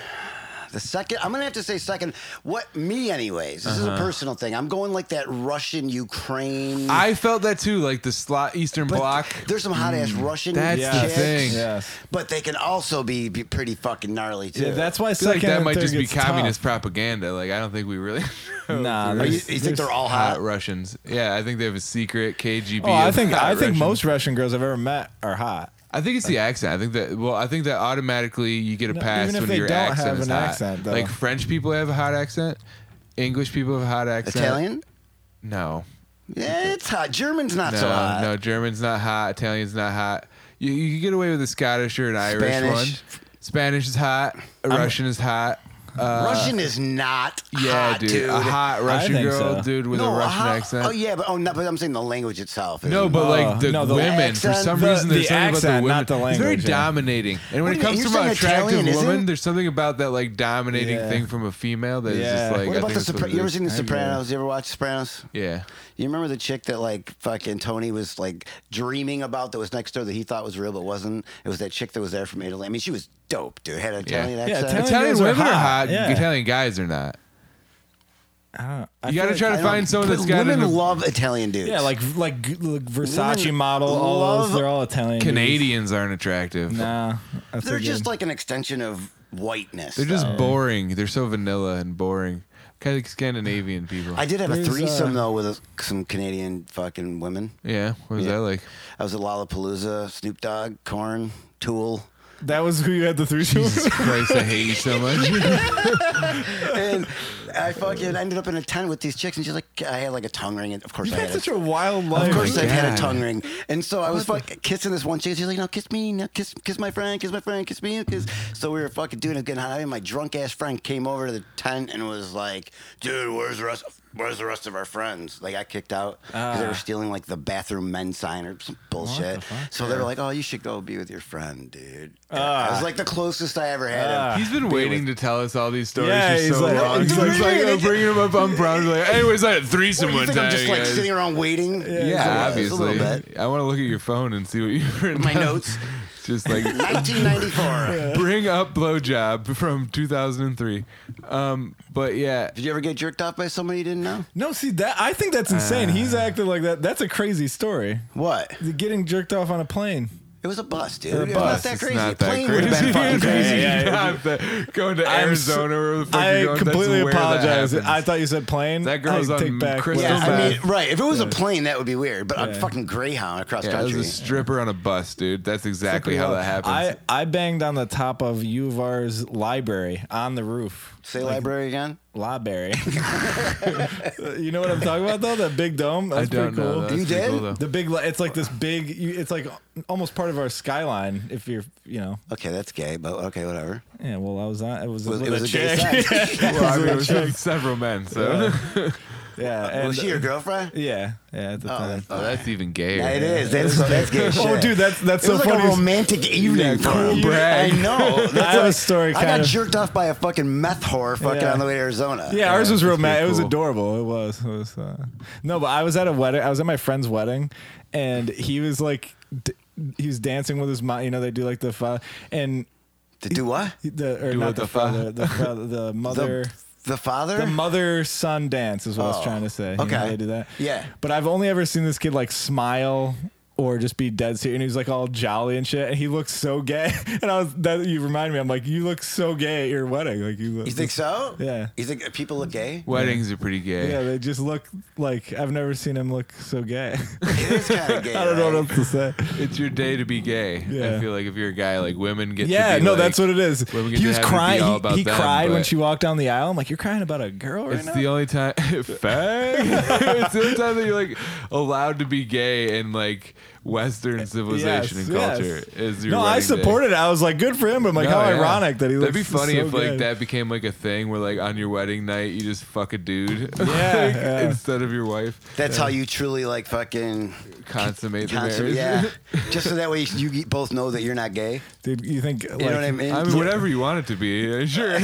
Speaker 1: The second, I'm gonna have to say second. What me, anyways? This is
Speaker 6: Uh-huh.
Speaker 1: a personal thing. I'm going like that Russian Ukraine. *laughs*
Speaker 6: I felt that too. Like the slot Eastern
Speaker 1: but
Speaker 6: Bloc.
Speaker 1: There's some hot ass Russian.
Speaker 6: Mm, That's the
Speaker 1: chicks,
Speaker 6: thing.
Speaker 7: Yes.
Speaker 1: But they can also be, be pretty fucking gnarly too.
Speaker 7: Yeah, that's why
Speaker 6: I feel like
Speaker 7: second
Speaker 6: that
Speaker 7: and
Speaker 6: might
Speaker 7: third
Speaker 6: just be
Speaker 7: gets tough.
Speaker 6: communist propaganda. Like I don't think we really. *laughs*
Speaker 7: Nah.
Speaker 1: Are you,
Speaker 7: there's-
Speaker 1: you think they're all
Speaker 6: hot
Speaker 1: hot?
Speaker 6: Russians. Yeah, I think they have a secret KGB.
Speaker 7: Oh, I
Speaker 6: of
Speaker 7: think
Speaker 6: hot
Speaker 7: I think
Speaker 6: Russians.
Speaker 7: most Russian girls I've ever met are hot.
Speaker 6: I think it's the accent. I think that. Well, I think that automatically you get a
Speaker 7: No,
Speaker 6: pass
Speaker 7: even if
Speaker 6: when
Speaker 7: they
Speaker 6: your
Speaker 7: don't
Speaker 6: accent
Speaker 7: have
Speaker 6: is
Speaker 7: an
Speaker 6: hot.
Speaker 7: accent, though.
Speaker 6: like French people have a hot accent. English people have a hot accent.
Speaker 1: Italian?
Speaker 6: No,
Speaker 1: Yeah, it's hot. German's not
Speaker 6: no,
Speaker 1: so hot.
Speaker 6: no. German's not hot. Italian's not hot. You you can get away with a Scottish or an Irish
Speaker 1: Spanish.
Speaker 6: one. Spanish is hot. A Russian is hot. Uh,
Speaker 1: Russian is not
Speaker 6: yeah,
Speaker 1: hot,
Speaker 6: dude.
Speaker 1: dude.
Speaker 6: A hot Russian
Speaker 7: think
Speaker 6: girl,
Speaker 7: so.
Speaker 6: dude, with
Speaker 1: no,
Speaker 6: a Russian
Speaker 1: hot-
Speaker 6: accent.
Speaker 1: Oh yeah, but oh no, but I'm saying the language itself.
Speaker 6: No,
Speaker 1: isn't-
Speaker 6: but like the
Speaker 7: no, the
Speaker 6: women,
Speaker 1: accent-
Speaker 6: for some
Speaker 7: the-
Speaker 6: reason, there's
Speaker 7: the
Speaker 6: something
Speaker 7: accent,
Speaker 6: about
Speaker 7: not
Speaker 6: the
Speaker 7: the
Speaker 6: women. It's very
Speaker 7: language, yeah.
Speaker 6: dominating. And when
Speaker 1: What
Speaker 6: it
Speaker 1: do you
Speaker 6: comes
Speaker 1: mean?
Speaker 6: from
Speaker 1: You're
Speaker 6: an
Speaker 1: saying
Speaker 6: attractive
Speaker 1: Italian, isn't
Speaker 6: woman,
Speaker 1: it?
Speaker 6: there's something about that like dominating
Speaker 7: Yeah.
Speaker 6: thing from a female that is
Speaker 7: Yeah.
Speaker 6: just like.
Speaker 1: what
Speaker 6: I
Speaker 1: about
Speaker 6: think
Speaker 1: the
Speaker 6: that's
Speaker 1: Sopra-
Speaker 6: what it
Speaker 1: You ever
Speaker 6: is.
Speaker 1: seen the
Speaker 7: I agree.
Speaker 1: Sopranos? You ever watch Sopranos?
Speaker 6: Yeah.
Speaker 1: You remember the chick that like fucking Tony was like dreaming about that was next door that he thought was real but wasn't? It was that chick that was there from Italy. I mean, she was dope, dude. Had an
Speaker 6: Yeah.
Speaker 1: Italian
Speaker 7: Yeah,
Speaker 1: accent.
Speaker 7: Italian
Speaker 6: Italian
Speaker 7: girls are
Speaker 6: women are
Speaker 7: hot,
Speaker 6: hot.
Speaker 7: yeah.
Speaker 6: Italian guys are not.
Speaker 7: I don't, I
Speaker 6: You
Speaker 7: feel
Speaker 6: gotta
Speaker 7: like-
Speaker 6: try to
Speaker 1: I don't-
Speaker 6: find someone
Speaker 1: but
Speaker 6: that's got
Speaker 1: women
Speaker 6: an-
Speaker 1: love Italian dudes.
Speaker 7: Yeah, like like, g- like Versace
Speaker 1: Women
Speaker 7: model. All
Speaker 1: love
Speaker 7: those, they're all Italian. dudes.
Speaker 6: Canadians aren't attractive.
Speaker 7: Nah, that's
Speaker 1: they're
Speaker 7: a
Speaker 1: just
Speaker 7: good-
Speaker 1: like an extension of whiteness.
Speaker 6: They're just
Speaker 1: though.
Speaker 6: boring. They're so vanilla and boring. Kind of like Scandinavian people.
Speaker 1: I did have a
Speaker 7: There's,
Speaker 1: threesome
Speaker 7: uh,
Speaker 1: though with a, some Canadian fucking women.
Speaker 6: yeah. What was
Speaker 1: Yeah.
Speaker 6: that like?
Speaker 1: I was at Lollapalooza, Snoop Dogg, Corn,
Speaker 7: *laughs*
Speaker 1: Tool,
Speaker 7: that was who you had the three *laughs*
Speaker 6: Jesus Christ, I hate you so much.
Speaker 1: and I fucking ended up in a tent with these chicks, and she's like, I had like a tongue ring, and of course
Speaker 7: You
Speaker 1: I
Speaker 7: had
Speaker 1: had
Speaker 7: such
Speaker 1: a
Speaker 7: a wild life.
Speaker 1: Of course,
Speaker 6: my
Speaker 1: I had a
Speaker 6: God.
Speaker 1: tongue ring, and so I was like kissing this one chick. She's like, "No, kiss me, no, kiss, kiss my friend, kiss my friend, kiss me, kiss." So we were fucking doing it, getting high, and my drunk ass friend came over to the tent and was like, "Dude, where's the rest?" where's the rest of our friends? They got kicked out because they were stealing like the bathroom men sign or some bullshit.
Speaker 7: the fuck?
Speaker 1: so they were like, "Oh, you should go be with your friend, dude." it was like the closest I ever had. of
Speaker 6: He's *laughs* been waiting to tell us all these stories
Speaker 7: Yeah,
Speaker 6: for
Speaker 7: he's
Speaker 6: so
Speaker 7: like-
Speaker 6: long.
Speaker 7: he's
Speaker 6: He's
Speaker 7: like-
Speaker 6: like, uh, bringing him up on Brown. Like, anyways, I had a threesome
Speaker 1: Well, you
Speaker 6: one
Speaker 1: think
Speaker 6: time.
Speaker 1: I'm just like
Speaker 6: guys."
Speaker 1: sitting around waiting? Yeah,
Speaker 6: yeah,
Speaker 1: it's a little
Speaker 6: obviously. *laughs*
Speaker 1: bit.
Speaker 6: I want to look at your phone and see what you've written.
Speaker 1: My
Speaker 6: down.
Speaker 1: notes.
Speaker 6: *laughs* Just like
Speaker 1: 1994.
Speaker 6: bring up blowjob from 2003. Um, but yeah,
Speaker 1: Did you ever get jerked off by somebody you didn't know?
Speaker 7: No, see that I think
Speaker 6: Uh,
Speaker 7: that's insane. He's acting like that. That's a crazy story.
Speaker 1: What?
Speaker 7: The Getting jerked off on a plane.
Speaker 1: It was a bus, dude.
Speaker 7: a
Speaker 1: It's
Speaker 7: bus.
Speaker 1: not that
Speaker 6: it's
Speaker 1: crazy.
Speaker 6: not that
Speaker 1: Plane would
Speaker 7: *laughs*
Speaker 1: have been fucking
Speaker 6: crazy.
Speaker 1: crazy.
Speaker 6: *laughs*
Speaker 7: Yeah, yeah,
Speaker 6: Not that- going to
Speaker 7: I'm s-
Speaker 6: Arizona or the fuck you're
Speaker 7: I
Speaker 6: going, that's
Speaker 7: completely
Speaker 6: where that
Speaker 7: apologize.
Speaker 6: happens.
Speaker 7: I thought you said plane.
Speaker 6: That girl's
Speaker 7: I
Speaker 6: on
Speaker 7: take back.
Speaker 6: crystal
Speaker 7: what I
Speaker 1: Yeah, I
Speaker 7: said.
Speaker 1: mean, right. If it was a plane, that would be weird. But a fucking Greyhound across
Speaker 6: yeah,
Speaker 1: country.
Speaker 6: as a stripper on a bus, dude. That's exactly how that happens.
Speaker 7: I, I banged on the top of U of R's library on the roof.
Speaker 1: Say library again. *laughs*
Speaker 7: Library. you know what I'm talking about though? That big dome. That's
Speaker 6: I don't
Speaker 7: pretty
Speaker 6: know.
Speaker 7: cool.
Speaker 6: That's
Speaker 1: You
Speaker 6: pretty
Speaker 1: did?
Speaker 6: cool,
Speaker 7: *laughs*
Speaker 6: though.
Speaker 7: The big, li- it's like this big. you- It's like almost part of our skyline. If you're, you know,
Speaker 1: Okay, that's gay, but okay, whatever.
Speaker 7: yeah. Well, I was on. It was,
Speaker 1: It was,
Speaker 7: with
Speaker 1: it was a gay
Speaker 7: chick.
Speaker 1: sex.
Speaker 6: Well, I mean, it was with several men, so
Speaker 7: *laughs* yeah, and,
Speaker 1: Was Oh, she your girlfriend?
Speaker 7: yeah, yeah. At the time.
Speaker 6: Oh, that's even gayer.
Speaker 1: Yeah, it is. That's, that's gay shit.
Speaker 7: *laughs* Oh, dude, that's that's
Speaker 1: It
Speaker 7: so
Speaker 1: was like
Speaker 7: funny.
Speaker 1: a romantic evening. for
Speaker 6: cool
Speaker 1: him.
Speaker 6: brag.
Speaker 1: I
Speaker 7: *laughs*
Speaker 1: know. That's
Speaker 7: I have a
Speaker 1: like-
Speaker 7: story
Speaker 1: I
Speaker 7: kind
Speaker 1: got
Speaker 7: of-
Speaker 1: jerked off by a fucking meth whore fucking
Speaker 7: Yeah.
Speaker 1: on the way to Arizona.
Speaker 7: yeah, ours was
Speaker 6: that's
Speaker 7: romantic.
Speaker 6: pretty
Speaker 7: It was
Speaker 6: cool.
Speaker 7: adorable. It was. It was. Uh, no, but I was at a wedding. I was at my friend's wedding, and he was like, d- he was dancing with his mom. You know, they do like the fa- and
Speaker 1: To do what?
Speaker 7: the or
Speaker 6: Do
Speaker 7: not
Speaker 6: what
Speaker 7: the,
Speaker 6: the fa-
Speaker 7: father, the father, the mother.
Speaker 1: The, the father?
Speaker 7: The mother son dance is what I was
Speaker 1: Oh,
Speaker 7: trying to say. You know
Speaker 1: okay.
Speaker 7: how they do that.
Speaker 1: Yeah.
Speaker 7: But I've only ever seen this kid like smile or just be dead serious. And he was like all jolly and shit. And he looked so gay. *laughs* And I was, that you remind me, I'm like, you look so gay at your wedding. Like, you look.
Speaker 1: you think so?
Speaker 7: Yeah.
Speaker 1: You think people look gay?
Speaker 6: Weddings are pretty gay.
Speaker 7: Yeah, they just look like I've never seen him look so gay. *laughs*
Speaker 1: It is kind of gay.
Speaker 7: I don't know
Speaker 1: right?
Speaker 7: what else to say.
Speaker 6: It's your day to be gay.
Speaker 7: Yeah.
Speaker 6: I feel like if you're a guy, like women get.
Speaker 7: Yeah,
Speaker 6: to be
Speaker 7: no,
Speaker 6: like,
Speaker 7: that's what it is.
Speaker 6: women get
Speaker 7: He
Speaker 6: to
Speaker 7: was
Speaker 6: have it be
Speaker 7: crying.
Speaker 6: all
Speaker 7: He,
Speaker 6: about
Speaker 7: he
Speaker 6: them,
Speaker 7: cried when
Speaker 6: but
Speaker 7: she walked down the aisle. I'm like, you're crying about a girl right
Speaker 6: It's
Speaker 7: now.
Speaker 6: the only time. *laughs* Fag.
Speaker 7: *laughs*
Speaker 6: it's the only time that you're like allowed to be gay in like Western civilization
Speaker 7: Yes,
Speaker 6: and culture.
Speaker 7: yes.
Speaker 6: Is your
Speaker 7: no, I
Speaker 6: wedding day.
Speaker 7: supported it. I was like, good for him. But I'm like,
Speaker 6: No,
Speaker 7: how
Speaker 6: yeah.
Speaker 7: ironic that he looks
Speaker 6: That'd be funny
Speaker 7: so
Speaker 6: if
Speaker 7: gay.
Speaker 6: like that became like a thing where like on your wedding night you just fuck a dude. *laughs* like,
Speaker 7: yeah.
Speaker 6: Instead of your wife,
Speaker 1: That's how you truly like fucking.
Speaker 6: consummate the
Speaker 1: Consum-
Speaker 6: marriage.
Speaker 1: yeah. Just so that way you you both know that you're not gay.
Speaker 7: Dude, you think like,
Speaker 1: You know what I mean?
Speaker 6: *laughs* I *laughs* mean, whatever you want it to be, *laughs* uh, sure.
Speaker 1: I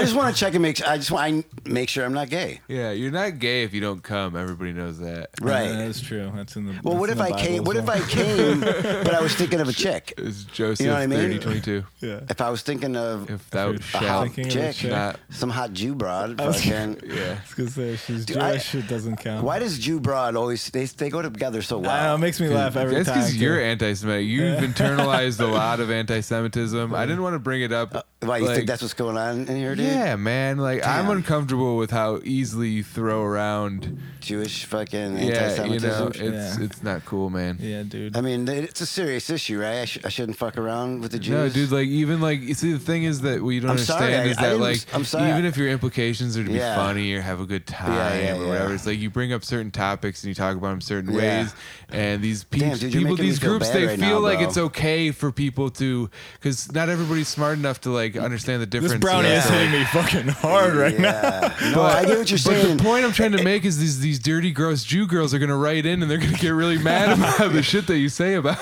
Speaker 1: just want to check and make. I just want to make sure I'm not gay.
Speaker 6: yeah, you're not gay if you don't come. Everybody knows that.
Speaker 1: Right.
Speaker 7: Yeah, that's true. That's in the.
Speaker 1: well,
Speaker 7: that's
Speaker 1: what
Speaker 7: in
Speaker 1: if
Speaker 7: the
Speaker 1: I
Speaker 7: Bible
Speaker 1: came?
Speaker 7: as
Speaker 1: What if
Speaker 7: well.
Speaker 1: I came?
Speaker 6: *laughs*
Speaker 1: But I was thinking of a chick.
Speaker 6: It's Joseph
Speaker 1: You know what I mean?
Speaker 6: 3022.
Speaker 7: *laughs* Yeah.
Speaker 1: If I was thinking of
Speaker 6: If thou
Speaker 1: a
Speaker 6: shalt
Speaker 1: hot
Speaker 7: Thinking of a
Speaker 1: chick,
Speaker 7: chick.
Speaker 6: not,
Speaker 1: some hot Jew broad,
Speaker 7: was-
Speaker 1: fucking.
Speaker 6: *laughs* yeah.
Speaker 7: I was gonna say she's
Speaker 1: Dude, I-
Speaker 7: Jewish. it doesn't count.
Speaker 1: Why does Jew broad always they they go together so well?
Speaker 6: Um,
Speaker 7: I don't know. It makes me laugh every
Speaker 6: That's
Speaker 7: time.
Speaker 6: because you're
Speaker 7: too.
Speaker 6: anti-Semitic. You've internalized
Speaker 7: *laughs*
Speaker 6: a lot of anti-Semitism. I didn't want to bring it up.
Speaker 1: Uh, Why you
Speaker 6: like-
Speaker 1: think that's what's going on in here, dude?
Speaker 6: Yeah, man. Like
Speaker 1: Damn.
Speaker 6: I'm uncomfortable with how easily you throw around.
Speaker 1: Jewish fucking
Speaker 6: Yeah, you know,
Speaker 1: anti-Semitism.
Speaker 6: it's
Speaker 7: Yeah.
Speaker 6: it's not cool, man.
Speaker 7: Yeah, dude.
Speaker 1: I mean, th- it's a serious issue, right? I, sh- I shouldn't fuck around with the Jews.
Speaker 6: No, dude. Like even like you see, the thing is that what you don't
Speaker 1: I'm
Speaker 6: understand
Speaker 1: sorry, I-
Speaker 6: is
Speaker 1: I
Speaker 6: that
Speaker 1: didn't-
Speaker 6: like
Speaker 1: I'm sorry.
Speaker 6: even if your implications are to be
Speaker 1: Yeah.
Speaker 6: funny or have a good time
Speaker 1: yeah,
Speaker 6: or whatever,
Speaker 1: yeah.
Speaker 6: it's like you bring up certain topics and you talk about them certain
Speaker 1: Yeah.
Speaker 6: ways, and these peeps,
Speaker 1: Damn, dude, you're
Speaker 6: people,
Speaker 1: making me
Speaker 6: these
Speaker 1: feel
Speaker 6: groups,
Speaker 1: bad
Speaker 6: they
Speaker 1: right
Speaker 6: feel
Speaker 1: now,
Speaker 6: like
Speaker 1: bro.
Speaker 6: it's okay for people to, because not everybody's smart enough to like understand the difference.
Speaker 7: this brownie
Speaker 6: you know?
Speaker 7: is hitting me fucking hard *laughs* right now.
Speaker 1: *laughs* yeah. No, I get what you're
Speaker 6: But
Speaker 1: saying.
Speaker 6: the point
Speaker 1: *laughs*
Speaker 6: I'm trying to make is these these dirty, gross Jew girls are gonna write in and they're gonna get really mad
Speaker 1: *laughs*
Speaker 6: about the shit that you say about.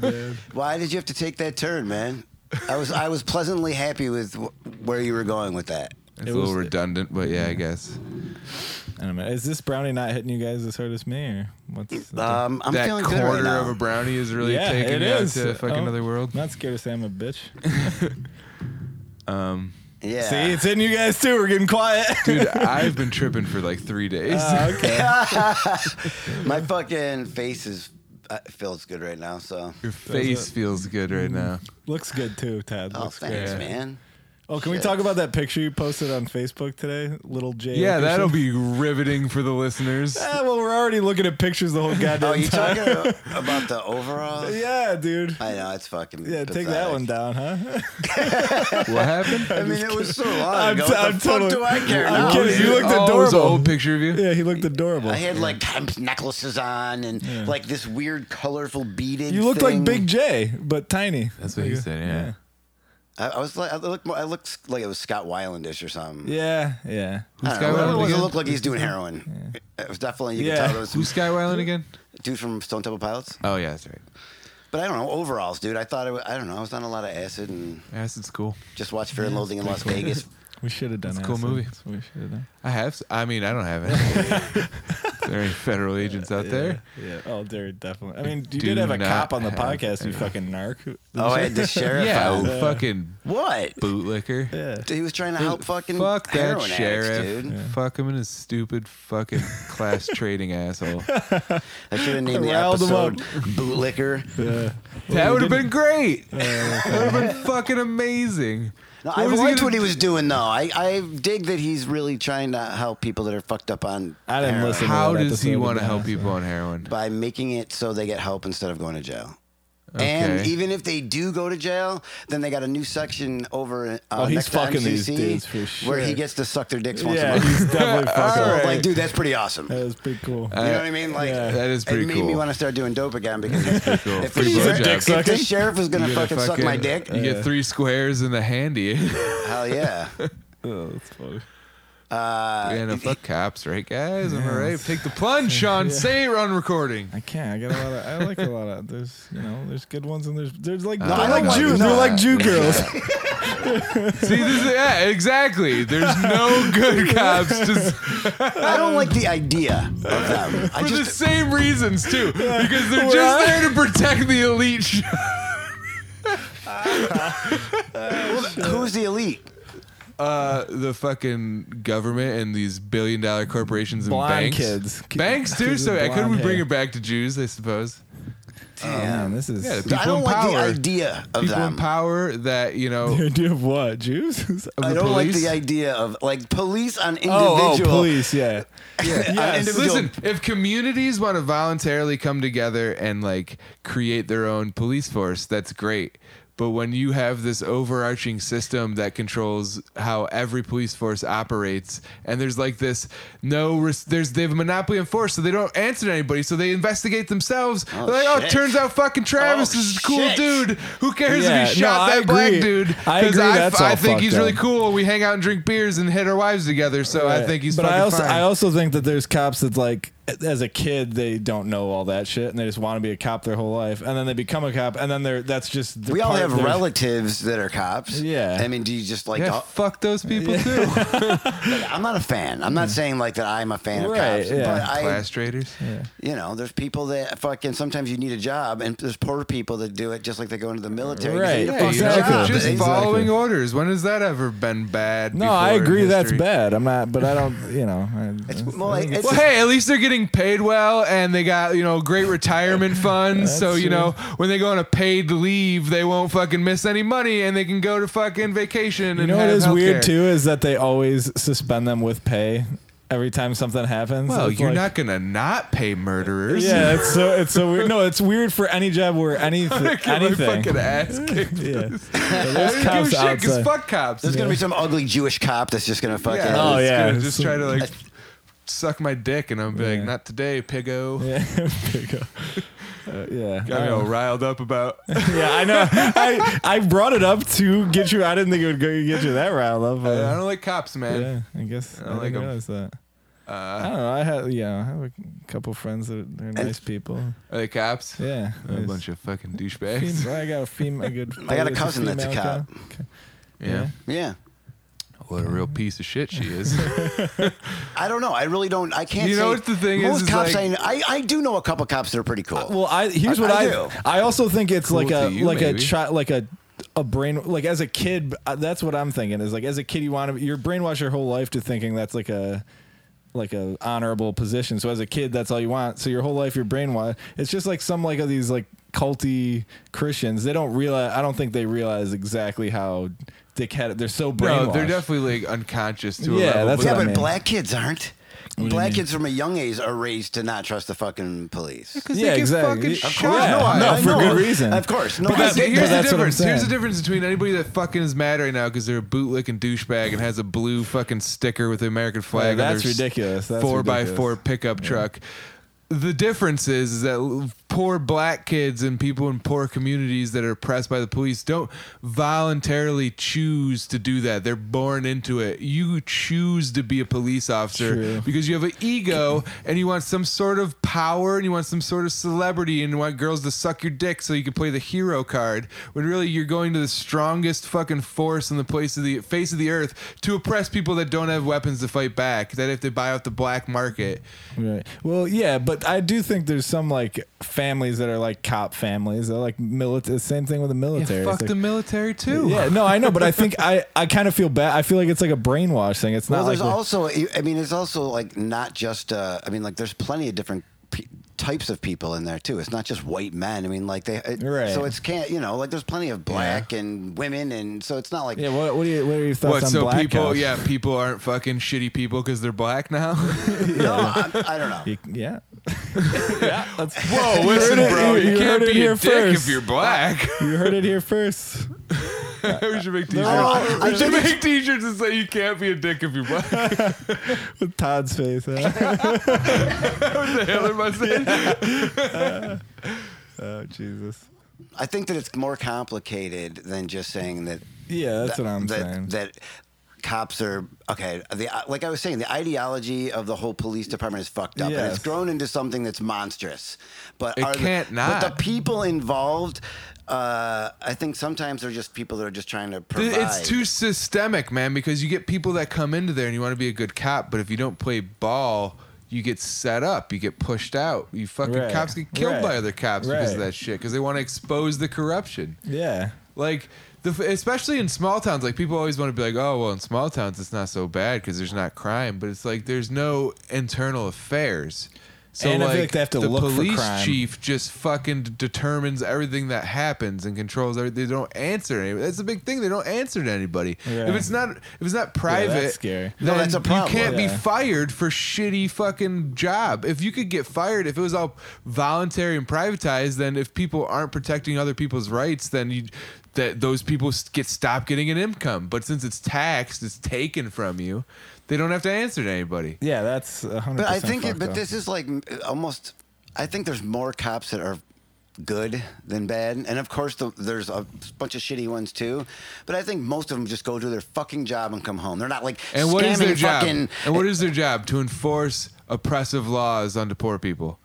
Speaker 6: Them.
Speaker 1: Why did you have to take that turn, man? I was I was pleasantly happy with wh- where you were going with that.
Speaker 6: It's
Speaker 7: It
Speaker 6: a little
Speaker 7: was-
Speaker 6: redundant, but yeah, I guess.
Speaker 7: I don't know. Is this brownie not hitting you guys as hard as me, or what's? the-
Speaker 1: Um, I'm
Speaker 6: that
Speaker 1: feeling
Speaker 6: quarter
Speaker 1: good right now.
Speaker 6: of a brownie is really
Speaker 7: yeah,
Speaker 6: taking
Speaker 7: it
Speaker 6: you out
Speaker 7: is.
Speaker 6: to fucking
Speaker 7: Oh,
Speaker 6: another
Speaker 7: *laughs*
Speaker 6: world.
Speaker 7: Not scared to say I'm a bitch.
Speaker 1: yeah.
Speaker 7: See, it's hitting you guys too. We're getting quiet. *laughs* Ah,
Speaker 6: Dude, I've been tripping for like three days.
Speaker 7: Uh,
Speaker 1: My fucking face is uh, feels good right now. So,
Speaker 6: *laughs* Your face feels good right now.
Speaker 7: Looks good too, Tad.
Speaker 1: oh,
Speaker 7: Looks good.
Speaker 1: thanks,
Speaker 6: great.
Speaker 1: man.
Speaker 7: Oh, can we
Speaker 1: Shit.
Speaker 7: talk about that picture you posted on Facebook today? Little J.
Speaker 6: Yeah,
Speaker 7: Oakerson?
Speaker 6: that'll
Speaker 7: *laughs*
Speaker 6: be riveting for the listeners.
Speaker 7: Ah, well, we're already looking at
Speaker 6: *laughs*
Speaker 7: pictures the whole goddamn
Speaker 1: Oh, you
Speaker 7: time. *laughs*
Speaker 1: talking about the overall?
Speaker 7: yeah, dude.
Speaker 1: I know it's fucking.
Speaker 7: Yeah, take that
Speaker 1: pathetic.
Speaker 7: one down, huh? *laughs*
Speaker 6: What happened?
Speaker 1: I mean, it was so long
Speaker 7: I'm
Speaker 1: ago.
Speaker 7: t-
Speaker 1: what
Speaker 7: I'm
Speaker 1: the fuck
Speaker 7: totally-
Speaker 1: do I care
Speaker 7: I'm
Speaker 1: now?
Speaker 7: kidding.
Speaker 1: dude?
Speaker 7: You looked
Speaker 6: oh, it was an
Speaker 7: adorable.
Speaker 6: old picture of you.
Speaker 7: yeah, he looked adorable.
Speaker 1: I had like hemp necklaces on and like this weird colorful beaded.
Speaker 7: you looked
Speaker 1: thing.
Speaker 7: like Big J, but tiny.
Speaker 6: That's what he said. Yeah.
Speaker 1: I, I was like, I looked, more, I looked like it was Scott Weilandish or something.
Speaker 7: Yeah, yeah.
Speaker 1: I don't know.
Speaker 6: Skywiland
Speaker 1: It was- It
Speaker 6: again?
Speaker 1: looked like he's doing heroin. It was definitely you
Speaker 7: Yeah.
Speaker 1: can tell it was some
Speaker 6: Who's Sky Weiland again?
Speaker 1: dude from Stone Temple Pilots.
Speaker 6: Oh yeah,
Speaker 1: *laughs*
Speaker 6: that's right.
Speaker 1: But I don't know overalls, dude. I thought it was, I don't know. I was on a lot of acid and
Speaker 6: Acid's cool.
Speaker 1: just watched Fear and Loathing in Las
Speaker 6: *laughs*
Speaker 1: Vegas.
Speaker 7: We should have done
Speaker 6: It's a
Speaker 7: that.
Speaker 6: cool movie.
Speaker 7: That's what we should have done.
Speaker 6: I have. s- I mean, I don't have any.
Speaker 7: *laughs*
Speaker 6: there are any federal agents out there.
Speaker 7: Yeah. Oh, there definitely. I mean,
Speaker 6: Do
Speaker 7: you did have a
Speaker 6: not
Speaker 7: cop on the
Speaker 6: have
Speaker 7: podcast, you fucking narc.
Speaker 1: Oh, I had the sheriff
Speaker 6: Yeah,
Speaker 1: out.
Speaker 6: fucking
Speaker 1: What?
Speaker 6: bootlicker.
Speaker 7: Yeah.
Speaker 1: He was trying to help fucking
Speaker 6: Fuck
Speaker 1: heroin
Speaker 6: that
Speaker 1: addicts,
Speaker 6: sheriff.
Speaker 1: dude.
Speaker 6: Fuck him and his stupid fucking
Speaker 1: *laughs*
Speaker 6: class trading asshole.
Speaker 1: I should have named the
Speaker 7: Riled him up.
Speaker 1: episode Bootlicker.
Speaker 6: that would have
Speaker 1: *laughs*
Speaker 6: been great. that would have been fucking amazing.
Speaker 1: No,
Speaker 6: What
Speaker 1: I
Speaker 6: was he
Speaker 1: liked
Speaker 6: gonna
Speaker 1: what he
Speaker 6: do?
Speaker 1: was doing, though. I, I dig that he's really trying to help people that are fucked up on
Speaker 7: I didn't
Speaker 1: heroin
Speaker 7: listen.
Speaker 6: How
Speaker 7: that
Speaker 6: does he
Speaker 7: episode,
Speaker 6: want to
Speaker 7: yeah,
Speaker 6: help
Speaker 7: so-
Speaker 6: people on heroin?
Speaker 1: by making it so they get help instead of going to jail. And
Speaker 6: Okay.
Speaker 1: even if they do go to jail, then they got a new section over. Uh,
Speaker 7: Oh, he's
Speaker 1: next to
Speaker 7: fucking these
Speaker 1: MCC,
Speaker 7: dudes for
Speaker 1: Where he
Speaker 7: sure.
Speaker 1: gets to suck their dicks once
Speaker 7: Yeah,
Speaker 1: a month.
Speaker 6: *laughs*
Speaker 7: he's definitely
Speaker 1: *laughs*
Speaker 7: fucking.
Speaker 1: So,
Speaker 6: right.
Speaker 1: like, dude, that's pretty awesome.
Speaker 7: That was pretty cool.
Speaker 6: Uh,
Speaker 1: You know what I mean? Like
Speaker 7: Yeah.
Speaker 6: That is
Speaker 1: It
Speaker 6: pretty
Speaker 1: made
Speaker 6: cool.
Speaker 1: me want to start doing dope again because
Speaker 6: *laughs*
Speaker 1: if,
Speaker 6: cool.
Speaker 1: if,
Speaker 6: Free
Speaker 1: the
Speaker 6: blowjobs.
Speaker 1: sheriff,
Speaker 6: Dick
Speaker 1: if the
Speaker 7: sucking?
Speaker 1: sheriff was gonna
Speaker 6: You gotta
Speaker 1: fucking suck my dick,
Speaker 6: *laughs* You get three squares in the handy. *laughs*
Speaker 1: hell yeah. Uh,
Speaker 7: Oh, that's funny.
Speaker 6: yeah, no, fuck cops, right, guys? Am I right? Take the *laughs* plunge, Sean. Say it on recording.
Speaker 7: I can't. I got a lot of. I like a lot of. There's, you know, there's good ones and there's, there's
Speaker 6: Uh,
Speaker 7: like.
Speaker 1: I
Speaker 7: they're
Speaker 1: don't
Speaker 7: like
Speaker 1: like
Speaker 7: Jews.
Speaker 1: that.
Speaker 7: They're like *laughs* Jew
Speaker 6: *laughs*
Speaker 7: girls.
Speaker 6: See, this is, yeah, exactly. There's no *laughs* good cops just for
Speaker 1: I don't like the idea of them. I
Speaker 6: the
Speaker 1: just
Speaker 6: same reasons too, because they're just there *laughs* to protect the elite. Sean.
Speaker 1: who's the elite?
Speaker 6: Uh, the fucking government and these billion dollar corporations and
Speaker 7: Blonde
Speaker 6: banks.
Speaker 7: kids.
Speaker 6: Banks too.
Speaker 7: Kids
Speaker 6: So
Speaker 7: with
Speaker 6: yeah, couldn't we
Speaker 7: blonde
Speaker 6: bring
Speaker 7: hair.
Speaker 6: it back to Jews? I suppose.
Speaker 7: Man, this is. *laughs*
Speaker 6: Yeah, the
Speaker 1: I
Speaker 6: people
Speaker 1: don't
Speaker 6: in
Speaker 1: like the
Speaker 6: power.
Speaker 1: idea of
Speaker 6: People in
Speaker 1: them.
Speaker 6: power that you
Speaker 7: The
Speaker 6: know.
Speaker 7: idea of what? Jews? *laughs*
Speaker 6: Oh,
Speaker 1: I don't like
Speaker 6: police.
Speaker 1: the idea of like police on
Speaker 7: Oh,
Speaker 1: individual.
Speaker 7: oh, police, *laughs* yeah.
Speaker 6: uh,
Speaker 1: on
Speaker 7: Yes.
Speaker 1: individual-
Speaker 6: Listen, if communities want to voluntarily come together and like create their own police force, that's great. But when you have this overarching system that controls how every police force operates, and there's like this no, res- there's they have a monopoly on force, so they don't answer to anybody, so they investigate themselves.
Speaker 1: Oh,
Speaker 6: They're like, oh,
Speaker 1: shit.
Speaker 6: turns out fucking Travis
Speaker 1: Oh,
Speaker 6: is a cool
Speaker 1: shit.
Speaker 6: dude. Who cares
Speaker 7: Yeah,
Speaker 6: if he shot
Speaker 7: no, I
Speaker 6: that black
Speaker 7: agree.
Speaker 6: dude?
Speaker 7: I
Speaker 6: 'Cause
Speaker 7: agree,
Speaker 6: I,
Speaker 7: that's
Speaker 6: I
Speaker 7: all
Speaker 6: think he's
Speaker 7: fucked
Speaker 6: really
Speaker 7: up.
Speaker 6: cool. We hang out and drink beers and hit our wives together, so I
Speaker 7: Right.
Speaker 6: think he's.
Speaker 7: But I
Speaker 6: fucking
Speaker 7: also
Speaker 6: fine.
Speaker 7: I also think that there's cops that like as a kid they don't know all that shit and they just want to be a cop their whole life and then they become a cop and then they're that's just the
Speaker 1: We all
Speaker 7: part
Speaker 1: have
Speaker 7: they're-
Speaker 1: relatives that are cops.
Speaker 7: Yeah.
Speaker 1: I mean, do you just like?
Speaker 6: Yeah,
Speaker 7: uh,
Speaker 1: oh,
Speaker 6: fuck those people too.
Speaker 7: *laughs*
Speaker 1: I'm not a fan. I'm not
Speaker 6: Mm.
Speaker 1: saying like that. I'm a fan
Speaker 7: Right,
Speaker 1: of cops,
Speaker 7: yeah.
Speaker 1: but I,
Speaker 6: Class traders.
Speaker 1: you know, there's people that fucking sometimes you need a job, and there's poor people that do it just like they go into the military. 'cause they need a
Speaker 7: Right,
Speaker 1: fucking
Speaker 7: exactly.
Speaker 1: job.
Speaker 6: Oh, Just
Speaker 1: They-
Speaker 7: Exactly.
Speaker 6: following orders. When has that ever been bad?
Speaker 7: No, I
Speaker 6: before in
Speaker 7: agree that's
Speaker 6: history?
Speaker 7: bad. I'm not but I don't,
Speaker 6: *laughs*
Speaker 7: you know. I,
Speaker 1: It's, well, like, it's
Speaker 6: Well, hey, at least they're getting paid well, and they got you know great retirement funds. so you
Speaker 7: true.
Speaker 6: know when they go on a paid leave, they won't fucking miss any money, and they can go to fucking vacation.
Speaker 7: you
Speaker 6: and
Speaker 7: know what
Speaker 6: have
Speaker 7: is weird
Speaker 6: healthcare.
Speaker 7: too is that they always suspend them with pay every time something happens.
Speaker 6: Well,
Speaker 7: It's
Speaker 6: Oh, you're
Speaker 7: like-
Speaker 6: not gonna not pay murderers. *laughs*
Speaker 7: Yeah, it's so it's so weird. No, it's weird for any job where anything
Speaker 6: Get my
Speaker 7: anything.
Speaker 6: fucking ass kicked.
Speaker 7: Yeah. So
Speaker 6: *laughs* I
Speaker 7: there's
Speaker 6: don't give a
Speaker 7: cops
Speaker 6: shit 'cause
Speaker 7: outside.
Speaker 6: fuck cops.
Speaker 1: There's gonna be some ugly Jewish cop that's just gonna fucking.
Speaker 6: Yeah,
Speaker 7: Oh,
Speaker 6: it's
Speaker 7: yeah.
Speaker 6: gonna just try to like suck my dick, and I'm be like, not today, piggo.
Speaker 7: *laughs* Yeah, there
Speaker 6: *laughs*
Speaker 7: you go. Uh, yeah.
Speaker 6: Got me all riled up about.
Speaker 7: *laughs* Yeah, I know. I I brought it up to get you. I didn't think it would go get you that riled up. but-
Speaker 6: I don't like cops, man.
Speaker 7: yeah, I guess I,
Speaker 6: don't like
Speaker 7: didn't
Speaker 6: 'em. Uh,
Speaker 7: realize that. I don't know. I have yeah. I have a couple friends that are, they're nice people.
Speaker 6: Are they cops?
Speaker 7: Yeah,
Speaker 6: A
Speaker 7: there's
Speaker 6: bunch of fucking *laughs*
Speaker 7: fem-
Speaker 6: douchebags.
Speaker 7: I got a female. A good.
Speaker 1: I got a
Speaker 7: there's
Speaker 1: cousin that's a
Speaker 7: female
Speaker 1: cop.
Speaker 6: Yeah.
Speaker 1: Yeah.
Speaker 6: What a real piece of shit she
Speaker 7: *laughs*
Speaker 6: is.
Speaker 1: I don't know. I really don't. I can't.
Speaker 6: You
Speaker 1: say,
Speaker 6: know what the thing is,
Speaker 1: most
Speaker 6: is
Speaker 1: cops
Speaker 6: like-
Speaker 1: I, I I do know a couple cops that are pretty cool.
Speaker 7: Well, I here's
Speaker 1: I-
Speaker 7: what
Speaker 1: I
Speaker 7: I
Speaker 1: do.
Speaker 7: I, also think it's like
Speaker 6: Cool
Speaker 7: a
Speaker 6: to you,
Speaker 7: like a
Speaker 6: maybe.
Speaker 7: child like a a brain like as a kid uh, that's what I'm thinking is like as a kid you want to you're brainwashed your whole life to thinking that's like a like a honorable position. So as a kid that's all you want. So your whole life you're brainwashed. It's just like some like of these like culty Christians. They don't realize I don't think they realize exactly how dickhead they're so brainwashed.
Speaker 6: no, they're definitely like unconscious to
Speaker 7: Yeah,
Speaker 6: a level.
Speaker 7: that's
Speaker 6: but
Speaker 1: yeah,
Speaker 7: what I
Speaker 1: but
Speaker 7: mean.
Speaker 1: black kids aren't.
Speaker 7: you
Speaker 1: Black
Speaker 7: mean?
Speaker 1: kids from a young age are raised to not trust the fucking police. Of
Speaker 6: they
Speaker 7: yeah,
Speaker 6: get fucking
Speaker 7: exactly. Of course,
Speaker 6: shot.
Speaker 7: yeah.
Speaker 1: No, I-
Speaker 7: No,
Speaker 1: I
Speaker 7: for
Speaker 1: know.
Speaker 7: good reason.
Speaker 1: Of course. No,
Speaker 6: Because
Speaker 1: I get
Speaker 6: here's
Speaker 1: that.
Speaker 6: the
Speaker 7: that's what I'm
Speaker 6: difference. Here's the
Speaker 7: saying.
Speaker 6: difference between anybody that fucking is mad right now because they're a bootlicking douchebag and has a blue fucking sticker with the American flag.
Speaker 7: Yeah,
Speaker 6: on
Speaker 7: that's
Speaker 6: their s-
Speaker 7: ridiculous. That's
Speaker 6: four by
Speaker 7: ridiculous.
Speaker 6: four pickup truck. The difference is, is that l- poor black kids and people in poor communities that are oppressed by the police don't voluntarily choose to do that. They're born into it. You choose to be a police officer
Speaker 7: True.
Speaker 6: because you have an ego and you want some sort of power and you want some sort of celebrity and you want girls to suck your dick so you can play the hero card when really you're going to the strongest fucking force in the place of the face of the earth to oppress people that don't have weapons to fight back that have to buy off the black market
Speaker 7: Right. Well, yeah, but I do think there's some like families that are like cop families. They're like military. Same thing with the
Speaker 6: yeah,
Speaker 7: military.
Speaker 6: fuck
Speaker 7: It's like-
Speaker 6: the military too
Speaker 7: yeah, no, I know, but I think I, I kind of feel bad. I feel like it's like a brainwash thing. It's
Speaker 1: Well,
Speaker 7: not like
Speaker 1: there's also, I mean, it's also like not just. Uh, I mean, like there's plenty of different pe- types of people in there too. It's not just white men. I mean, like they. It,
Speaker 7: Right.
Speaker 1: So it's can't you know like there's plenty of black and women and so it's not like
Speaker 7: yeah. What, what, are you, what are your thoughts
Speaker 6: What?
Speaker 7: on
Speaker 6: So
Speaker 7: black
Speaker 6: people,
Speaker 7: cops?
Speaker 6: yeah, people aren't fucking shitty people because they're black
Speaker 7: *laughs*
Speaker 6: now.
Speaker 1: no, I, I don't know.
Speaker 7: You- *laughs* yeah.
Speaker 6: *laughs*
Speaker 7: that's-
Speaker 6: Whoa,
Speaker 7: listen, heard it- bro, you you can't heard it be a here dick if first.
Speaker 6: you're
Speaker 7: you're *laughs*
Speaker 6: black. *laughs*
Speaker 7: you heard it here first.
Speaker 6: we should make t-shirts.
Speaker 1: all- I
Speaker 6: we should
Speaker 1: think-
Speaker 6: make t-shirts that say you can't be a dick if you're black. *laughs*
Speaker 7: With Todd's face.
Speaker 1: *laughs*
Speaker 7: Huh?
Speaker 6: the Hitler mustache.
Speaker 7: oh Jesus.
Speaker 1: I think that it's more complicated than just saying that.
Speaker 7: Yeah, that's
Speaker 1: that,
Speaker 7: what I'm
Speaker 1: that,
Speaker 7: saying.
Speaker 1: That cops are okay. The like I was saying, the ideology of the whole police department is fucked up, and
Speaker 7: Yes.
Speaker 1: it's grown into something that's monstrous. But
Speaker 6: It
Speaker 1: are the-
Speaker 6: can't
Speaker 1: But
Speaker 6: not.
Speaker 1: the people involved, uh, I think sometimes they're just people that are just trying to provide.
Speaker 6: It's too systemic, man, because you get people that come into there and you want to be a good cop, but if you don't play ball, you get set up, you get pushed out. You fucking
Speaker 7: Right.
Speaker 6: cops get killed
Speaker 7: Right.
Speaker 6: by other cops because of
Speaker 7: Right.
Speaker 6: that shit because they want to expose the corruption.
Speaker 7: Yeah.
Speaker 6: Like the especially in small towns, like people always want to be like, oh well, in small towns it's not so bad because there's not crime, but it's like there's no internal affairs. So
Speaker 7: And I
Speaker 6: like,
Speaker 7: feel like they have to
Speaker 6: the
Speaker 7: look for
Speaker 6: police
Speaker 7: crime.
Speaker 6: chief just fucking d- determines everything that happens and controls. Every, they don't answer anybody. That's the big thing. They don't answer to anybody.
Speaker 7: Yeah.
Speaker 6: If it's not if it's not private,
Speaker 7: scary.
Speaker 1: No,
Speaker 6: then
Speaker 1: that's a problem.
Speaker 6: You can't be
Speaker 7: Yeah.
Speaker 6: fired for shitty fucking job. If you could get fired, if it was all voluntary and privatized, then if people aren't protecting other people's rights, then you that those people s- get stop getting an income. But since it's taxed, it's taken from you. They don't have to answer to anybody.
Speaker 7: Yeah, that's a hundred.
Speaker 1: But I think, it,
Speaker 7: fucked
Speaker 1: but
Speaker 7: up.
Speaker 1: this is like m- almost. I think there's more cops that are good than bad, and of course the, there's a bunch of shitty ones too. But I think most of them just go do their fucking job and come home. They're not like
Speaker 6: And what is
Speaker 1: scamming
Speaker 6: their job?
Speaker 1: Fucking,
Speaker 6: and what is their job? To enforce oppressive laws onto poor people.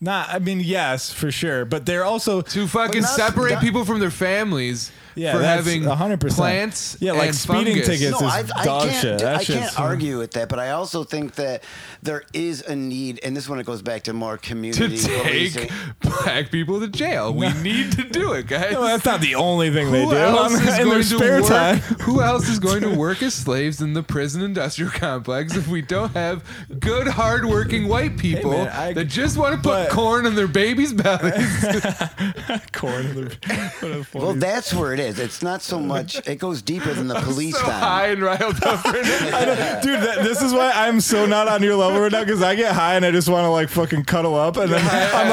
Speaker 7: Not. I mean, yes, for sure. But they're also
Speaker 6: To fucking
Speaker 1: that's-
Speaker 6: separate
Speaker 1: that-
Speaker 6: people from their families
Speaker 7: yeah,
Speaker 6: for
Speaker 7: that's
Speaker 6: having
Speaker 7: 100%.
Speaker 6: plants.
Speaker 7: Yeah, like
Speaker 6: and
Speaker 7: speeding
Speaker 6: fungus.
Speaker 7: tickets.
Speaker 1: no,
Speaker 7: is
Speaker 1: I, I
Speaker 7: dog
Speaker 1: can't.
Speaker 7: shit.
Speaker 1: do-
Speaker 7: That
Speaker 1: I
Speaker 7: shit's-
Speaker 1: can't argue with that, but I also think that there is a need, and this one it goes back to more
Speaker 6: to
Speaker 1: community
Speaker 6: take
Speaker 1: policing.
Speaker 6: black people to jail.
Speaker 7: *laughs*
Speaker 6: We need to do it, guys.
Speaker 7: No, that's not the only thing they
Speaker 6: who
Speaker 7: do.
Speaker 6: else is
Speaker 7: *laughs* in their
Speaker 6: going
Speaker 7: spare
Speaker 6: to work? *laughs*
Speaker 7: time.
Speaker 6: Who else is going to work as slaves in the prison industrial complex if we don't have good, hardworking white people
Speaker 7: man, I-
Speaker 6: that just want to put
Speaker 7: but-
Speaker 6: corn in their babies'
Speaker 7: *laughs*
Speaker 6: bellies? *laughs*
Speaker 7: Corn. in the- what a funny-
Speaker 1: Well, that's where it is. It's not so *laughs* much. It goes deeper than the police.
Speaker 6: so
Speaker 1: then.
Speaker 6: high and riled up right
Speaker 7: *laughs*
Speaker 6: now.
Speaker 7: I know, dude, that, this is why I'm so not on your level right now because I get high and I just want to like fucking cuddle up and then I'm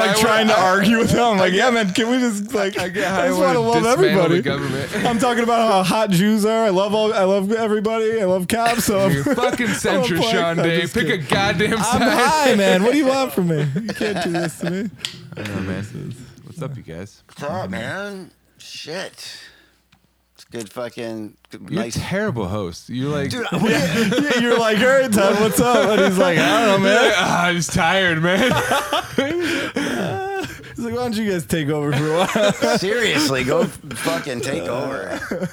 Speaker 6: I- I-
Speaker 7: like trying to
Speaker 6: I-
Speaker 7: argue with him. I'm like, yeah, man, can we just like?
Speaker 6: I get high, I
Speaker 7: just
Speaker 6: wanna
Speaker 7: want to love
Speaker 6: dismantle the
Speaker 7: everybody.
Speaker 6: government.
Speaker 7: *laughs*
Speaker 6: *laughs*
Speaker 7: I'm talking about how hot Jews are. I love all. I love everybody. I love cops. So I'm-
Speaker 6: You're fucking centrist,
Speaker 7: playing-
Speaker 6: Sean
Speaker 7: I'm
Speaker 6: Day.
Speaker 7: just
Speaker 6: Pick a
Speaker 7: kidding.
Speaker 6: goddamn
Speaker 7: *laughs* I'm
Speaker 6: side. *laughs*
Speaker 7: high, man. What do you want from me? You can't do this to me. *laughs*
Speaker 6: What's up, you guys?
Speaker 1: What's up, man? Shit. It's good fucking good,
Speaker 6: You're
Speaker 1: nice.
Speaker 6: a terrible host. You're like,
Speaker 1: Dude, what are you-
Speaker 7: Yeah, you're like, all right, Todd, what's up? And he's like, I don't
Speaker 6: *laughs*
Speaker 7: know, man.
Speaker 6: *laughs* "Ah, I'm just tired,
Speaker 7: *laughs*
Speaker 6: man.
Speaker 7: He's like, why don't you guys take over for a while?
Speaker 1: seriously, go *laughs* fucking take over.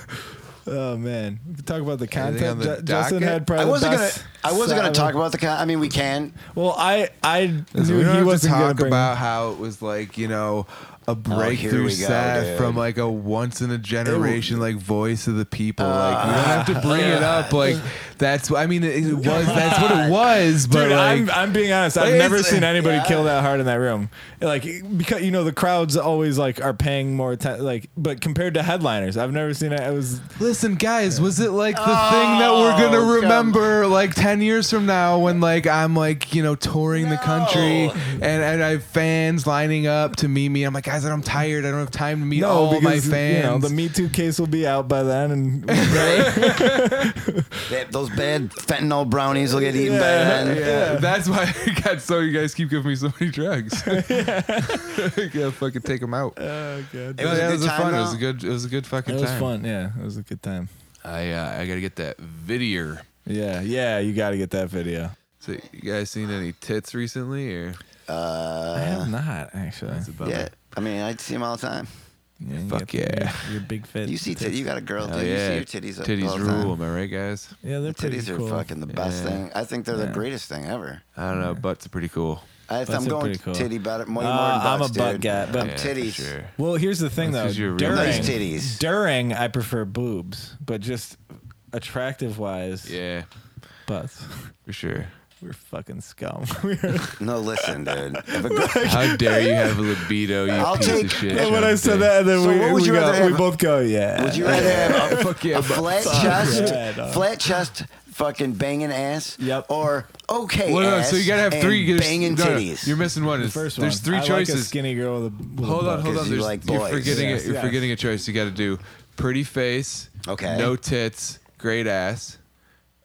Speaker 7: Oh man, we could talk about the
Speaker 6: Anything on
Speaker 7: content.
Speaker 6: the
Speaker 7: Ju- Justin
Speaker 6: docket?
Speaker 7: had
Speaker 1: I
Speaker 7: probably.
Speaker 1: wasn't
Speaker 7: the
Speaker 1: gonna.
Speaker 7: best
Speaker 1: I wasn't gonna
Speaker 7: seven-
Speaker 1: talk about the. Con- I mean, we can.
Speaker 7: Well, I I
Speaker 6: So we
Speaker 7: knew
Speaker 6: don't
Speaker 7: he
Speaker 6: have to
Speaker 7: wasn't gonna
Speaker 6: talk
Speaker 7: bring.
Speaker 6: about how it was like you know
Speaker 7: Oh,
Speaker 6: a breakthrough
Speaker 1: we go,
Speaker 6: sad
Speaker 1: dude.
Speaker 6: from like a once in a generation like voice of the people. like
Speaker 7: Uh,
Speaker 6: we don't have to bring it up. Like that's I mean it, it was that's what it was. But
Speaker 7: Dude,
Speaker 6: like
Speaker 7: I'm, I'm being honest. I've
Speaker 6: It's-
Speaker 7: never seen anybody
Speaker 1: yeah.
Speaker 7: kill that hard in that room. Like because you know the crowds always like are paying more attention. Like, but compared to headliners, I've never seen it. I was
Speaker 6: listen, guys, was it like the thing that
Speaker 7: Oh,
Speaker 6: we're
Speaker 1: come-
Speaker 6: gonna remember like ten years from now when like I'm like you know touring the country
Speaker 1: No.
Speaker 6: and and I have fans lining up to meet me. I'm like guys, I'm tired. I don't have time to meet
Speaker 7: No,
Speaker 6: all my
Speaker 7: oh, because
Speaker 6: fans.
Speaker 7: you know the Me Too case will be out by
Speaker 6: *laughs*
Speaker 7: then, and
Speaker 1: That, those bad fentanyl brownies will get eaten by
Speaker 7: Yeah,
Speaker 1: then.
Speaker 6: yeah, *laughs* that's why I got so you guys keep giving me so many drugs.
Speaker 1: *laughs*
Speaker 6: *laughs* gotta fucking take them out.
Speaker 7: *laughs*
Speaker 1: It Uh, was a
Speaker 6: yeah,
Speaker 1: good
Speaker 6: it was a
Speaker 1: time,
Speaker 6: fun. It was
Speaker 1: though.
Speaker 6: a good. It was a good fucking
Speaker 7: it was
Speaker 6: time.
Speaker 7: fun. Yeah, it was a good time.
Speaker 6: I uh, I gotta get that video.
Speaker 7: Yeah, yeah, you got to get that video.
Speaker 6: So you guys seen any tits recently or
Speaker 7: I
Speaker 6: Uh,
Speaker 7: have not actually.
Speaker 6: it's about
Speaker 1: Yeah, I mean, I see them all the time.
Speaker 7: Yeah, you
Speaker 6: Fuck
Speaker 7: get-
Speaker 6: yeah.
Speaker 7: your- Your big fit.
Speaker 1: You see, tit you got a girl,
Speaker 6: Hell
Speaker 1: dude.
Speaker 6: yeah.
Speaker 1: You see your titties, up
Speaker 6: titties
Speaker 1: all the
Speaker 6: rule,
Speaker 1: time.
Speaker 6: am I right, guys?
Speaker 7: Yeah, they're pretty
Speaker 1: Titties are
Speaker 7: cool.
Speaker 1: fucking the best
Speaker 6: Yeah.
Speaker 1: thing. I think they're the greatest thing ever.
Speaker 6: I don't know, butts are pretty cool.
Speaker 1: I, I'm
Speaker 7: are
Speaker 1: going
Speaker 7: pretty cool.
Speaker 1: titty better. More, more
Speaker 7: Uh,
Speaker 1: than
Speaker 7: I'm
Speaker 1: butts,
Speaker 7: a butt
Speaker 1: dude.
Speaker 7: guy, but-
Speaker 1: I'm
Speaker 7: Yeah,
Speaker 6: for
Speaker 1: titties.
Speaker 6: sure.
Speaker 7: Well, here's the thing though.
Speaker 6: 'cause you're a real
Speaker 7: during,
Speaker 6: man. Nice
Speaker 1: titties.
Speaker 7: During, I prefer boobs, but just attractive wise,
Speaker 6: Yeah,
Speaker 7: butts. *laughs*
Speaker 1: *laughs*
Speaker 6: for sure.
Speaker 7: We're fucking scum. *laughs* We're-
Speaker 1: No, listen,
Speaker 6: *laughs*
Speaker 1: dude. If a girl,
Speaker 6: How dare you have a libido, you
Speaker 1: I'll
Speaker 6: piece
Speaker 1: take-
Speaker 6: of shit.
Speaker 7: and when I
Speaker 6: Sean
Speaker 7: said
Speaker 6: Dick.
Speaker 7: that, and then
Speaker 1: So
Speaker 7: we,
Speaker 1: what would
Speaker 7: we,
Speaker 1: you
Speaker 7: go,
Speaker 1: rather have?
Speaker 7: we both go, yeah.
Speaker 1: would you rather have a,
Speaker 6: Fuck yeah,
Speaker 1: a
Speaker 6: but-
Speaker 1: flat
Speaker 7: fuck
Speaker 1: chest,
Speaker 7: yeah, dog.
Speaker 1: flat chest, fucking banging ass?
Speaker 7: Yep.
Speaker 1: Or okay
Speaker 6: Well, no,
Speaker 1: ass
Speaker 6: so you gotta have
Speaker 1: and
Speaker 6: three. there's-
Speaker 1: banging
Speaker 6: no, no,
Speaker 1: titties.
Speaker 6: You're missing one.
Speaker 7: The
Speaker 6: It's-
Speaker 7: first one.
Speaker 6: there's three
Speaker 7: I Like a
Speaker 6: choices.
Speaker 7: skinny girl with a with a
Speaker 6: hold on,
Speaker 7: butt.
Speaker 6: hold on.
Speaker 1: you
Speaker 6: There's, you
Speaker 1: like
Speaker 6: are
Speaker 1: boys.
Speaker 6: forgetting
Speaker 7: Yes,
Speaker 6: it. You're
Speaker 7: yes.
Speaker 6: forgetting a choice. You got to do pretty face.
Speaker 1: Okay.
Speaker 6: No tits. Great ass.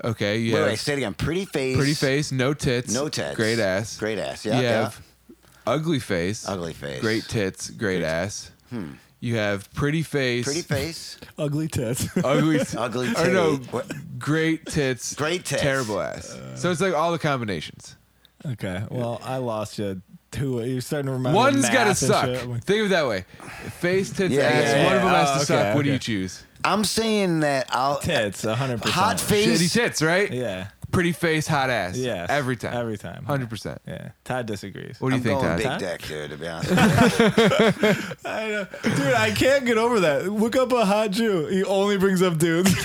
Speaker 6: Okay. You
Speaker 1: Wait, wait,
Speaker 6: have
Speaker 1: say it again. Pretty face.
Speaker 6: pretty face. No tits.
Speaker 1: No tits.
Speaker 6: Great ass.
Speaker 1: Great ass.
Speaker 6: You
Speaker 1: Yeah. yeah.
Speaker 6: have ugly face.
Speaker 1: Ugly face.
Speaker 6: Great tits. Great ass. Hmm. You have pretty face.
Speaker 1: Pretty face.
Speaker 7: Ugly
Speaker 6: *laughs*
Speaker 7: tits.
Speaker 6: Ugly.
Speaker 1: *laughs*
Speaker 6: t-
Speaker 1: Ugly
Speaker 6: Or no.
Speaker 1: titty. What-
Speaker 6: Great tits.
Speaker 1: Great tits.
Speaker 6: Terrible ass.
Speaker 7: Uh,
Speaker 6: so it's like all the combinations.
Speaker 7: okay. Well, I lost you. Two. You're starting to remember.
Speaker 6: One's
Speaker 7: math
Speaker 6: gotta
Speaker 7: and
Speaker 6: suck.
Speaker 7: shit. I'm like,
Speaker 6: Think of it that way. Face, tits,
Speaker 1: Yeah,
Speaker 6: ass.
Speaker 1: yeah,
Speaker 6: One of them has
Speaker 7: yeah.
Speaker 6: to
Speaker 7: Oh,
Speaker 6: suck.
Speaker 7: okay,
Speaker 6: What do
Speaker 7: okay.
Speaker 6: you choose?
Speaker 1: I'm saying that I'll
Speaker 7: Tits. 100. percent
Speaker 1: hot
Speaker 6: Shitty
Speaker 1: face.
Speaker 6: tits, right?
Speaker 7: Yeah.
Speaker 6: Pretty face, hot ass.
Speaker 7: Yeah.
Speaker 6: Every time.
Speaker 7: Every time.
Speaker 6: Hundred percent.
Speaker 7: Yeah. Todd disagrees.
Speaker 6: What do you
Speaker 1: I'm
Speaker 6: think,
Speaker 1: going
Speaker 6: Todd?
Speaker 1: big
Speaker 7: Huh?
Speaker 1: dick, dude. To be honest, with you.
Speaker 7: I know. Dude, I can't get over that. Look up a hot Jew. He only brings up dudes. *laughs*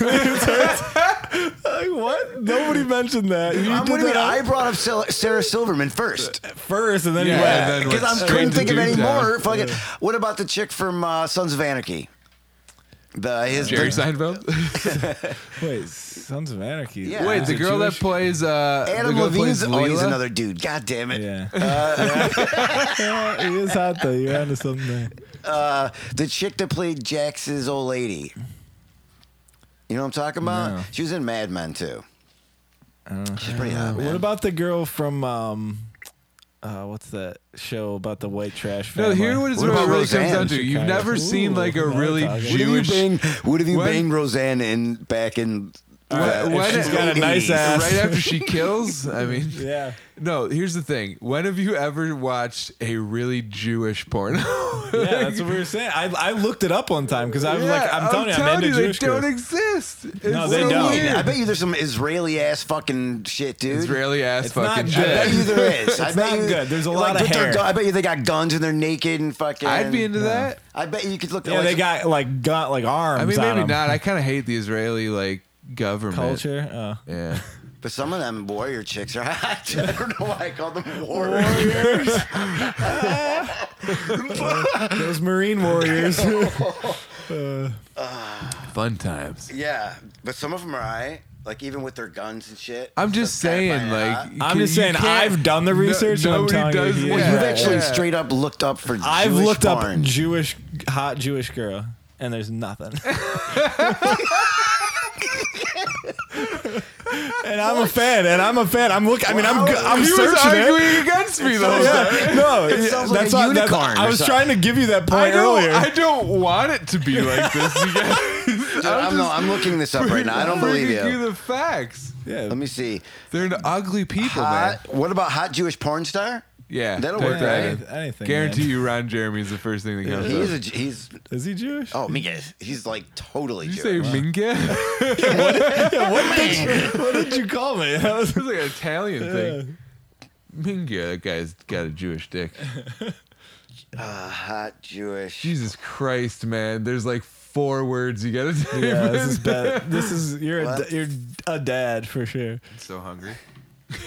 Speaker 7: like, what? Nobody mentioned that. You
Speaker 1: I'm-
Speaker 7: did
Speaker 1: what do you
Speaker 7: that
Speaker 1: mean? I brought up Sil- Sarah Silverman first.
Speaker 7: first, and then
Speaker 6: Yeah,
Speaker 7: you
Speaker 6: and
Speaker 7: went.
Speaker 6: then
Speaker 1: because
Speaker 6: went
Speaker 1: I
Speaker 6: straight
Speaker 1: couldn't
Speaker 6: to
Speaker 1: think of
Speaker 6: Dude
Speaker 1: any
Speaker 6: Town.
Speaker 1: more. Fucking, what about the chick from uh, Sons of Anarchy? The his
Speaker 6: Jerry
Speaker 1: the,
Speaker 7: *laughs*
Speaker 6: Seinfeld.
Speaker 7: Wait, Sons of Anarchy.
Speaker 1: Yeah.
Speaker 6: Wait,
Speaker 7: Is
Speaker 6: the
Speaker 7: it
Speaker 6: girl that
Speaker 7: Jewish?
Speaker 6: plays uh,
Speaker 1: Adam
Speaker 6: the girl that
Speaker 1: Levine's.
Speaker 6: plays
Speaker 1: Oh, he's
Speaker 6: Leela?
Speaker 1: another dude. God damn it.
Speaker 7: Yeah.
Speaker 6: Uh,
Speaker 7: *laughs* yeah. He is hot, though. You're onto something there.
Speaker 1: Uh, the chick that played Jax's old lady. You know what I'm talking about?
Speaker 7: No.
Speaker 1: She was in Mad Men too. She's pretty hot.
Speaker 7: What
Speaker 1: man.
Speaker 7: about the girl from. um uh, what's that show about the white trash
Speaker 6: No,
Speaker 7: family?
Speaker 6: here what it's
Speaker 1: What
Speaker 6: what it
Speaker 1: about
Speaker 6: really comes
Speaker 1: Roseanne?
Speaker 6: down to. You've
Speaker 7: Chicago.
Speaker 6: never seen
Speaker 7: Ooh,
Speaker 6: like a
Speaker 7: now we're
Speaker 6: really
Speaker 7: talking.
Speaker 1: Would have you
Speaker 6: Jewish.
Speaker 1: banged? Would have you
Speaker 6: When-
Speaker 1: banged Roseanne in back in?
Speaker 6: When-
Speaker 7: if
Speaker 6: when-
Speaker 7: she's got a nice
Speaker 1: 80s.
Speaker 7: ass.
Speaker 6: Right after she kills, I mean,
Speaker 7: *laughs* Yeah.
Speaker 6: No, here's the thing. When have you ever watched a really Jewish porno?
Speaker 7: Yeah,
Speaker 6: *laughs*
Speaker 7: that's what we were saying. I, I looked it up one time because I was
Speaker 6: Yeah,
Speaker 7: like, I'm telling you, I'm into
Speaker 6: they
Speaker 7: Jewish
Speaker 6: don't
Speaker 7: girls.
Speaker 6: exist. It's
Speaker 7: No, they
Speaker 6: so
Speaker 7: don't.
Speaker 6: weird.
Speaker 1: I bet you there's some Israeli ass fucking shit, dude.
Speaker 6: Israeli ass
Speaker 7: It's
Speaker 6: fucking
Speaker 7: not
Speaker 1: I bet
Speaker 6: shit.
Speaker 1: you there is. I
Speaker 7: *laughs* It's
Speaker 1: bet
Speaker 7: not
Speaker 1: you,
Speaker 7: good. There's a
Speaker 1: like,
Speaker 7: lot of
Speaker 1: with their
Speaker 7: hair.
Speaker 1: gu- I bet you they got guns and they're naked and fucking.
Speaker 6: I'd be into that.
Speaker 1: I bet you could look.
Speaker 7: Yeah,
Speaker 1: like,
Speaker 7: they got like got like arms.
Speaker 6: I mean,
Speaker 7: on
Speaker 6: maybe
Speaker 7: 'em. *laughs*
Speaker 6: not. I kind of hate the Israeli like government
Speaker 7: Culture. Oh. *laughs*
Speaker 6: Yeah,
Speaker 1: But some of them warrior chicks are *laughs* hot. I don't know why I call them warrior.
Speaker 7: Those Marine warriors.
Speaker 1: *laughs*
Speaker 6: fun times.
Speaker 1: *laughs* Yeah, but some of them are high. Like even with their guns and shit.
Speaker 6: I'm just
Speaker 1: Stuff kinda
Speaker 6: saying,
Speaker 1: by
Speaker 6: like,
Speaker 1: eye.
Speaker 7: I'm
Speaker 6: can-
Speaker 7: just
Speaker 6: you
Speaker 7: saying,
Speaker 6: can't-
Speaker 7: I've done the
Speaker 6: no-
Speaker 7: research, and I'm
Speaker 6: nobody
Speaker 7: telling you,
Speaker 6: does-
Speaker 7: he is
Speaker 6: Well,
Speaker 1: Well, you've
Speaker 7: right.
Speaker 1: actually
Speaker 6: yeah.
Speaker 1: straight up looked up for.
Speaker 7: I've
Speaker 1: Jewish
Speaker 7: looked
Speaker 1: porn.
Speaker 7: up Jewish hot Jewish girl, and
Speaker 1: *laughs*
Speaker 7: there's nothing. and I'm a fan, and I'm a fan. I'm looking. I mean, I'm go- I'm
Speaker 6: he was
Speaker 7: searching it. Oh,
Speaker 6: arguing against me the whole time.
Speaker 7: *laughs* Yeah, no, yeah,
Speaker 1: sounds
Speaker 7: that's
Speaker 1: like a
Speaker 7: what- that's-
Speaker 1: unicorn
Speaker 7: I
Speaker 1: or
Speaker 7: was
Speaker 1: something.
Speaker 7: trying to give you that
Speaker 6: I
Speaker 7: point
Speaker 6: don't,
Speaker 7: earlier.
Speaker 6: I don't want it to be like this. You guys.
Speaker 1: *laughs* Dude, I'm, no, I'm looking this *laughs* up right now.
Speaker 7: *laughs*
Speaker 1: I don't believe
Speaker 6: bringing
Speaker 1: you.
Speaker 6: the facts.
Speaker 7: yeah,
Speaker 1: Let me see.
Speaker 6: They're an ugly people, man.
Speaker 1: Hot, what about hot Jewish porn star?
Speaker 6: Yeah,
Speaker 1: That'll
Speaker 6: they're
Speaker 1: work,
Speaker 6: bad.
Speaker 7: right? Anything,
Speaker 6: Guarantee
Speaker 7: man.
Speaker 6: you, Ron Jeremy is the first thing that comes
Speaker 1: He's
Speaker 6: up.
Speaker 1: a, he's
Speaker 7: is he Jewish?
Speaker 1: oh Mingus. He's like totally
Speaker 6: Did you say
Speaker 1: Jewish.
Speaker 6: Minga?
Speaker 7: *laughs*
Speaker 6: *laughs*
Speaker 7: what did you call me? That was-
Speaker 6: It's like an Italian thing. Minga, that guy's got a Jewish dick.
Speaker 1: Uh, hot Jewish.
Speaker 6: Jesus Christ, man. There's like four words you gotta *laughs* say.
Speaker 7: yeah,
Speaker 6: man.
Speaker 7: this
Speaker 6: *laughs*
Speaker 7: is bad. This is you're a,
Speaker 1: What?
Speaker 7: da- you're a dad for sure.
Speaker 6: I'm so hungry.